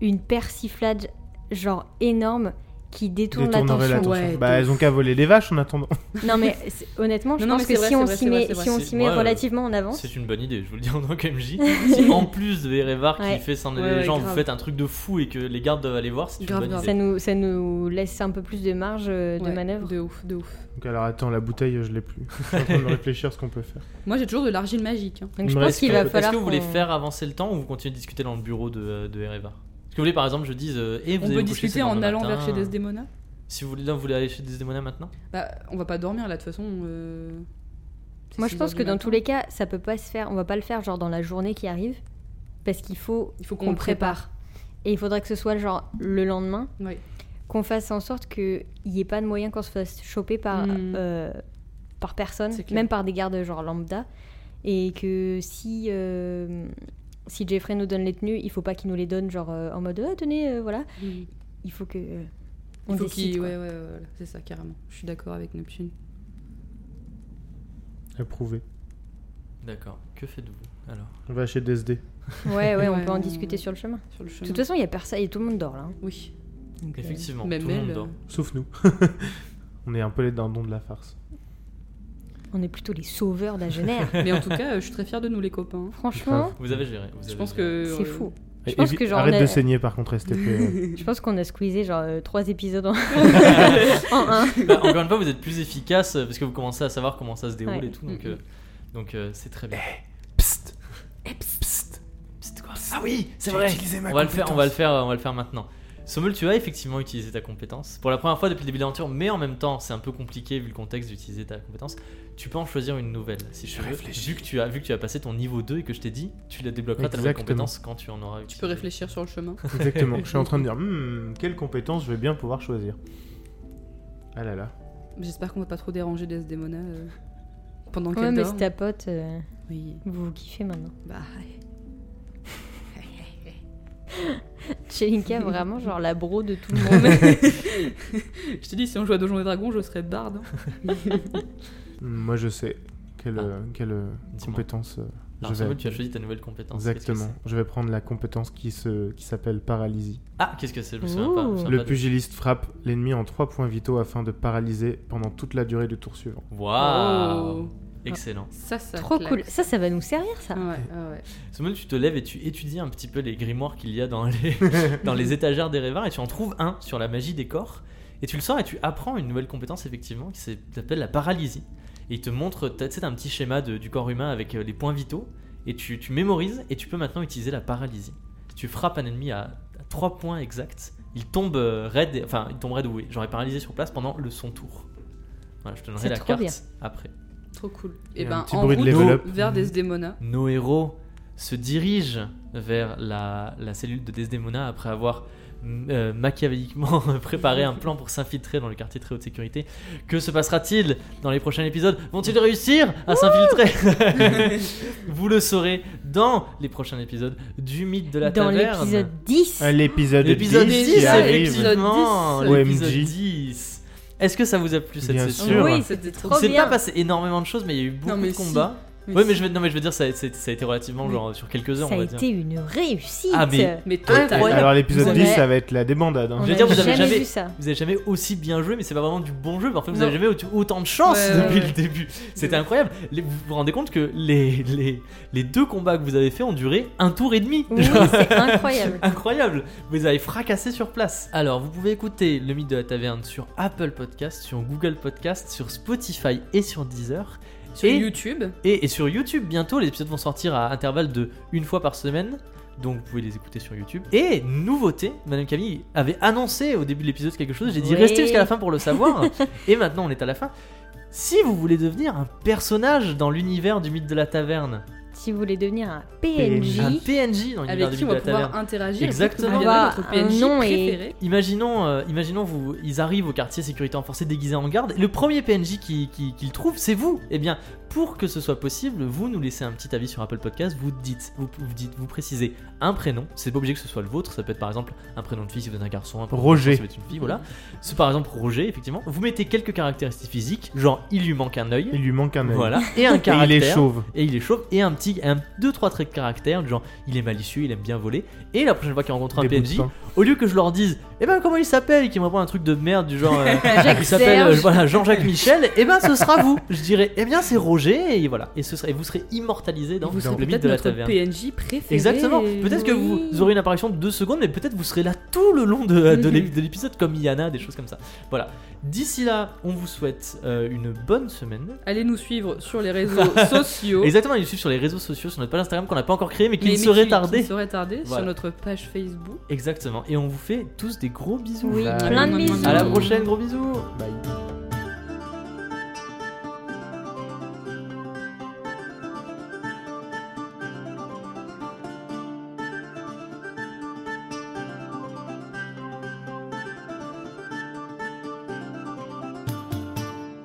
[SPEAKER 2] une persiflade genre énorme qui détourne
[SPEAKER 3] Détournerait
[SPEAKER 2] l'attention.
[SPEAKER 3] l'attention.
[SPEAKER 4] ouais,
[SPEAKER 3] bah,
[SPEAKER 4] de
[SPEAKER 3] elles ont qu'à voler des vaches en attendant.
[SPEAKER 2] Non mais c'est- honnêtement, je
[SPEAKER 4] Non, non,
[SPEAKER 2] pense
[SPEAKER 4] mais
[SPEAKER 2] que
[SPEAKER 4] c'est
[SPEAKER 2] si
[SPEAKER 4] vrai,
[SPEAKER 2] on
[SPEAKER 4] c'est
[SPEAKER 2] s'y
[SPEAKER 4] vrai,
[SPEAKER 2] met,
[SPEAKER 4] c'est vrai,
[SPEAKER 2] si on
[SPEAKER 1] c'est-
[SPEAKER 2] s'y met
[SPEAKER 1] moi, euh,
[SPEAKER 2] relativement en avance,
[SPEAKER 1] C'est une bonne idée, je vous le dis en tant qu'MJ. si en plus de Erevar
[SPEAKER 2] Ouais.
[SPEAKER 1] qui fait sans
[SPEAKER 4] Ouais,
[SPEAKER 1] les
[SPEAKER 4] ouais,
[SPEAKER 1] gens, vous
[SPEAKER 4] grave.
[SPEAKER 1] faites un truc de fou et que les gardes doivent aller voir, c'est une
[SPEAKER 4] Grave,
[SPEAKER 1] bonne
[SPEAKER 4] grave.
[SPEAKER 1] idée.
[SPEAKER 2] ça nous, ça nous laisse un peu plus de marge euh, de
[SPEAKER 4] Ouais,
[SPEAKER 2] manœuvre.
[SPEAKER 4] De ouf, de ouf.
[SPEAKER 3] Donc, alors attends, la bouteille, je l'ai plus. Je suis en train de réfléchir ce qu'on peut faire.
[SPEAKER 4] Moi, j'ai toujours de l'argile magique. hein.
[SPEAKER 2] Donc
[SPEAKER 3] Il
[SPEAKER 2] je
[SPEAKER 3] me
[SPEAKER 2] pense
[SPEAKER 3] reste
[SPEAKER 2] qu'il
[SPEAKER 3] que-
[SPEAKER 2] va
[SPEAKER 3] est-ce
[SPEAKER 2] falloir.
[SPEAKER 1] Est-ce que vous voulez
[SPEAKER 2] qu'on-
[SPEAKER 1] faire avancer le temps ou vous continuez de discuter dans le bureau de, de Erevar Est-ce que vous voulez par exemple je dise euh, Eh, vous
[SPEAKER 4] On
[SPEAKER 1] allez
[SPEAKER 4] peut
[SPEAKER 1] vous coucher, c'est
[SPEAKER 4] discuter en
[SPEAKER 1] demain
[SPEAKER 4] allant
[SPEAKER 1] matin. euh.
[SPEAKER 4] vers chez Desdemona
[SPEAKER 1] Si vous voulez, là, vous voulez aller chez Desdemona maintenant
[SPEAKER 4] Bah, on va pas dormir là, de toute façon. euh, c'est
[SPEAKER 2] Moi je
[SPEAKER 4] six
[SPEAKER 2] pense
[SPEAKER 4] heures
[SPEAKER 2] que
[SPEAKER 4] du
[SPEAKER 2] dans
[SPEAKER 4] matin.
[SPEAKER 2] tous les cas, ça peut pas se faire. On va pas le faire genre dans la journée qui arrive, parce qu'il faut
[SPEAKER 4] Il faut qu'on
[SPEAKER 2] qu'on
[SPEAKER 4] le prépare.
[SPEAKER 2] prépare. Et il faudrait que ce soit genre le lendemain,
[SPEAKER 4] Ouais.
[SPEAKER 2] qu'on fasse en sorte qu'il n'y ait pas de moyen qu'on se fasse choper par,
[SPEAKER 4] Mm.
[SPEAKER 2] euh, par personne,
[SPEAKER 4] C'est clair.
[SPEAKER 2] même par des gardes genre lambda. Et que si, euh, si Jeffrey nous donne les tenues, il faut pas qu'il nous les donne genre euh, en mode Ah, tenez, euh, voilà. Il faut que. euh, on
[SPEAKER 4] Il faut
[SPEAKER 2] décide,
[SPEAKER 4] qu'il.
[SPEAKER 2] quoi.
[SPEAKER 4] Ouais, ouais, ouais, voilà, c'est ça, carrément. Je suis d'accord avec Neptune.
[SPEAKER 3] Approuvé.
[SPEAKER 1] D'accord. Que faites-vous alors
[SPEAKER 3] On va chez DSD.
[SPEAKER 2] Ouais, ouais, on
[SPEAKER 4] Ouais, Mm.
[SPEAKER 2] peut en
[SPEAKER 4] on-
[SPEAKER 2] discuter sur le chemin.
[SPEAKER 4] Sur le
[SPEAKER 2] De
[SPEAKER 4] chemin.
[SPEAKER 2] toute façon, il y a personne et tout le monde dort là. hein.
[SPEAKER 4] Oui.
[SPEAKER 2] Donc, euh,
[SPEAKER 1] Effectivement,
[SPEAKER 4] Même
[SPEAKER 1] tout le monde
[SPEAKER 4] elle, euh,
[SPEAKER 1] dort.
[SPEAKER 3] Sauf nous. on est un peu les dindons de la farce.
[SPEAKER 2] on est plutôt les sauveurs d'Agener.
[SPEAKER 4] Mais en tout cas, euh, je suis très fière de nous, les copains.
[SPEAKER 2] Franchement,
[SPEAKER 1] Vous avez géré. vous
[SPEAKER 4] Je
[SPEAKER 1] avez
[SPEAKER 4] pense
[SPEAKER 1] géré.
[SPEAKER 4] que.
[SPEAKER 2] c'est fou. Je
[SPEAKER 3] Et
[SPEAKER 2] pense
[SPEAKER 3] évi-
[SPEAKER 2] que genre,
[SPEAKER 3] Arrête
[SPEAKER 2] on a-
[SPEAKER 3] de saigner par contre, STP.
[SPEAKER 2] Je pense qu'on a squeezé genre euh, trois épisodes en, en un.
[SPEAKER 1] Bah, encore une fois, vous êtes plus efficace euh, parce que vous commencez à savoir comment ça se déroule
[SPEAKER 2] Ouais.
[SPEAKER 1] et tout. Donc,
[SPEAKER 4] Mm,
[SPEAKER 1] euh, donc euh, c'est très bien.
[SPEAKER 3] Psst. Psst.
[SPEAKER 1] Psst, quoi. Ah oui, c'est
[SPEAKER 3] J'ai
[SPEAKER 1] vrai.
[SPEAKER 3] utilisé ma
[SPEAKER 1] on va le faire, on
[SPEAKER 3] compétence.
[SPEAKER 1] va le faire, on va le faire maintenant. Sommel, tu as effectivement utilisé ta compétence pour la première fois depuis le début de l'aventure, mais en même temps, c'est un peu compliqué vu le contexte d'utiliser ta compétence. Tu peux en choisir une nouvelle si tu veux.
[SPEAKER 3] réfléchis.
[SPEAKER 1] Vu que tu as vu que tu as passé ton niveau 2 et que je t'ai dit, tu la débloqueras ta nouvelle
[SPEAKER 3] Exactement.
[SPEAKER 1] compétence quand tu en auras.
[SPEAKER 4] Tu peux réfléchir sur le chemin.
[SPEAKER 3] Exactement. Je suis en train de dire, Hmm, quelle compétence je vais bien pouvoir choisir. Ah là là.
[SPEAKER 4] J'espère qu'on va pas trop déranger Desdemona euh, pendant
[SPEAKER 2] Ouais,
[SPEAKER 4] qu'elle
[SPEAKER 2] mais
[SPEAKER 4] dort.
[SPEAKER 2] c'est ta pote, euh,
[SPEAKER 4] Oui.
[SPEAKER 2] vous vous kiffez maintenant.
[SPEAKER 4] Bah.
[SPEAKER 2] Chelinka, vraiment, genre la bro de tout le monde.
[SPEAKER 4] Je te dis, si on jouait à Donjons et Dragons, je serais barde. hein.
[SPEAKER 3] Hmm, Moi je sais quelle,
[SPEAKER 1] Ah.
[SPEAKER 3] euh, quelle euh,
[SPEAKER 1] Dis-moi.
[SPEAKER 3] compétence euh,
[SPEAKER 1] Alors
[SPEAKER 3] Je
[SPEAKER 1] Samuel,
[SPEAKER 3] vais.
[SPEAKER 1] tu as choisi ta nouvelle compétence. Qu'est-ce que
[SPEAKER 3] Exactement. Je vais prendre la compétence qui se qui s'appelle paralysie.
[SPEAKER 1] c'est Ah, qu'est-ce que c'est Je me souviens pas. je me souviens
[SPEAKER 3] Le
[SPEAKER 1] pas de-
[SPEAKER 3] pugiliste frappe l'ennemi en 3 points vitaux afin de paralyser pendant toute la durée du tour suivant.
[SPEAKER 1] Waouh
[SPEAKER 6] Oh.
[SPEAKER 1] Excellent.
[SPEAKER 6] Ça, ça.
[SPEAKER 2] Trop
[SPEAKER 6] claque.
[SPEAKER 2] cool. Ça, ça va nous servir, ça.
[SPEAKER 6] Ah ouais, ah ouais.
[SPEAKER 1] Samuel, tu te lèves et tu étudies un petit peu les grimoires qu'il y a dans les, dans les étagères des rêveurs et tu en trouves un sur la magie des corps. Et tu le sors et tu apprends une nouvelle compétence, effectivement, qui s'appelle la paralysie. Et il te montre, tu sais, t'as un petit schéma de- du corps humain avec euh, les points vitaux. Et tu, tu mémorises et tu peux maintenant utiliser la paralysie. Si tu frappes un ennemi à, 3 points exacts, il tombe euh, raide, enfin, il tombe raide ou oui, j'aurais paralysé sur place pendant le son tour. Voilà, je te donnerai
[SPEAKER 2] C'est
[SPEAKER 1] la
[SPEAKER 2] trop
[SPEAKER 1] carte
[SPEAKER 2] bien.
[SPEAKER 1] après.
[SPEAKER 6] Trop cool.
[SPEAKER 3] Il
[SPEAKER 6] Et
[SPEAKER 3] y a un
[SPEAKER 6] ben,
[SPEAKER 3] petit
[SPEAKER 6] en
[SPEAKER 3] bruit de
[SPEAKER 6] route
[SPEAKER 3] level up.
[SPEAKER 6] vers Desdemona.
[SPEAKER 1] nos héros se dirigent vers la, la cellule de Desdemona après avoir euh, machiavéliquement préparé un plan pour s'infiltrer dans le quartier très haute sécurité. Que se passera-t-il dans les prochains épisodes Vont-ils réussir à s'infiltrer Vous le saurez dans les prochains épisodes du mythe de la
[SPEAKER 2] Dans
[SPEAKER 1] taverne.
[SPEAKER 2] l'épisode 10.
[SPEAKER 3] À Euh, L'épisode
[SPEAKER 1] L'épisode
[SPEAKER 3] 10,
[SPEAKER 1] 10,
[SPEAKER 3] qui
[SPEAKER 6] déjà,
[SPEAKER 3] arrive.
[SPEAKER 6] l'épisode-
[SPEAKER 1] effectivement.
[SPEAKER 6] OMG.
[SPEAKER 1] L'épisode 10. Est-ce que ça vous a plu cette
[SPEAKER 3] Bien
[SPEAKER 1] session
[SPEAKER 3] sûr.
[SPEAKER 2] Oui,
[SPEAKER 6] C'était
[SPEAKER 2] c'était
[SPEAKER 6] trop
[SPEAKER 2] trop
[SPEAKER 1] Il s'est pas
[SPEAKER 2] bien.
[SPEAKER 1] passé énormément de choses, mais il y a eu beaucoup
[SPEAKER 6] Non, mais
[SPEAKER 1] de
[SPEAKER 6] si.
[SPEAKER 1] combats.
[SPEAKER 6] Mais
[SPEAKER 1] Oui,
[SPEAKER 6] si.
[SPEAKER 1] mais je vais, non, mais je veux dire, ça a, c'est- ça a été relativement genre sur quelques heures,
[SPEAKER 2] Ça
[SPEAKER 1] on va
[SPEAKER 2] a
[SPEAKER 1] dire.
[SPEAKER 2] été une réussite.
[SPEAKER 1] Ah, mais-
[SPEAKER 6] Mais
[SPEAKER 1] Incroyable.
[SPEAKER 6] total.
[SPEAKER 3] Alors l'épisode
[SPEAKER 2] Vous
[SPEAKER 3] 10,
[SPEAKER 2] avez-
[SPEAKER 3] ça va être la débandade. hein.
[SPEAKER 2] On
[SPEAKER 1] Je veux
[SPEAKER 2] a
[SPEAKER 1] dire, vous avez jamais-
[SPEAKER 2] vu ça.
[SPEAKER 1] Vous avez jamais aussi bien joué, mais c'est pas vraiment du bon jeu. mais En fait, vous
[SPEAKER 6] Non.
[SPEAKER 1] avez jamais eu autant de chance
[SPEAKER 6] Ouais, ouais,
[SPEAKER 1] depuis
[SPEAKER 6] ouais.
[SPEAKER 1] le début. C'était incroyable. Les- vous vous rendez compte que les, les, les deux combats que vous avez fait ont duré un tour et demi.
[SPEAKER 2] Oui, c'est incroyable.
[SPEAKER 1] Incroyable Vous avez fracassé sur place. Alors, vous pouvez écouter Le Mythe de la Taverne sur Apple Podcast, sur Google Podcast, sur Spotify et sur Deezer.
[SPEAKER 6] Sur
[SPEAKER 1] Et-
[SPEAKER 6] YouTube.
[SPEAKER 1] Et, et sur YouTube, bientôt, les épisodes vont sortir à intervalles de une fois par semaine. Donc vous pouvez les écouter sur YouTube. Et nouveauté, Madame Camille avait annoncé au début de l'épisode quelque chose. J'ai dit
[SPEAKER 2] Oui.
[SPEAKER 1] restez jusqu'à la fin pour le savoir. et maintenant on est à la fin. Si vous voulez devenir un personnage dans l'univers du mythe de la taverne,
[SPEAKER 2] Si vous voulez devenir un
[SPEAKER 3] PNJ.
[SPEAKER 2] PNJ,
[SPEAKER 1] un PNJ dans l'univers
[SPEAKER 6] Avec
[SPEAKER 1] du
[SPEAKER 6] qui on va
[SPEAKER 1] mythe de la taverne.
[SPEAKER 6] pouvoir interagir.
[SPEAKER 1] Exactement.
[SPEAKER 6] On
[SPEAKER 2] Avoir
[SPEAKER 6] va notre
[SPEAKER 2] un
[SPEAKER 6] PNJ
[SPEAKER 2] nom et-
[SPEAKER 6] préféré.
[SPEAKER 1] Imaginons, euh, imaginons vous, ils arrivent au quartier sécurité renforcée déguisés en garde. et le premier PNJ qui, qui, qu'ils trouvent, c'est vous. Eh bien, pour que ce soit possible, vous nous laissez un petit avis sur Apple Podcast. Vous dites, vous, vous dites, vous précisez un prénom. C'est pas obligé que ce soit le vôtre. Ça peut être par exemple un prénom de fille si vous êtes un garçon, un prénom de
[SPEAKER 3] Roger.
[SPEAKER 1] garçon si vous êtes une fille. Voilà. C'est par exemple Roger, effectivement. Vous mettez quelques caractéristiques physiques, genre il lui manque un œil.
[SPEAKER 3] Il lui manque un œil.
[SPEAKER 1] Voilà. Et un
[SPEAKER 3] Et il
[SPEAKER 1] caractère
[SPEAKER 3] est chauve.
[SPEAKER 1] et il est chauve et un petit un deux trois traits de caractère du genre il est malicieux il aime bien voler et la prochaine fois qu'il rencontre un
[SPEAKER 3] Des bouts de
[SPEAKER 1] PNJ
[SPEAKER 3] pain.
[SPEAKER 1] au lieu que je leur dise eh ben comment il s'appelle et qu'ils me répondent un truc de merde du genre euh, il s'appelle
[SPEAKER 2] Serge.
[SPEAKER 1] euh, voilà Jean-Jacques Michel et ben ce sera vous je dirais eh bien c'est Roger et voilà et ce serait et vous serez immortalisé dans
[SPEAKER 6] Vous serez
[SPEAKER 1] le mythe
[SPEAKER 6] peut-être
[SPEAKER 1] de la
[SPEAKER 6] notre
[SPEAKER 1] taverne
[SPEAKER 6] PNJ préféré.
[SPEAKER 1] Exactement. Peut-être que
[SPEAKER 2] oui.
[SPEAKER 1] vous aurez une apparition de deux secondes, mais peut-être vous serez là tout le long de, de l'ép- de l'épisode, comme Yana, des choses comme ça. Voilà. D'ici là, on vous souhaite euh, une bonne semaine.
[SPEAKER 6] Allez nous suivre sur les réseaux sociaux.
[SPEAKER 1] Exactement, ils nous suivent sur les réseaux sociaux, sur notre page Instagram qu'on n'a pas encore créé mais qui
[SPEAKER 6] Oh. Mais-
[SPEAKER 1] ne
[SPEAKER 6] mais
[SPEAKER 1] serait
[SPEAKER 6] qui-
[SPEAKER 1] tardé.
[SPEAKER 6] qui serait tardé
[SPEAKER 1] Voilà.
[SPEAKER 6] sur notre page Facebook.
[SPEAKER 1] Exactement. Et on vous fait tous des gros bisous.
[SPEAKER 2] oui,
[SPEAKER 3] Bah,
[SPEAKER 2] plein de
[SPEAKER 6] oui.
[SPEAKER 2] bisous.
[SPEAKER 1] À la prochaine, gros bisous.
[SPEAKER 3] Bye.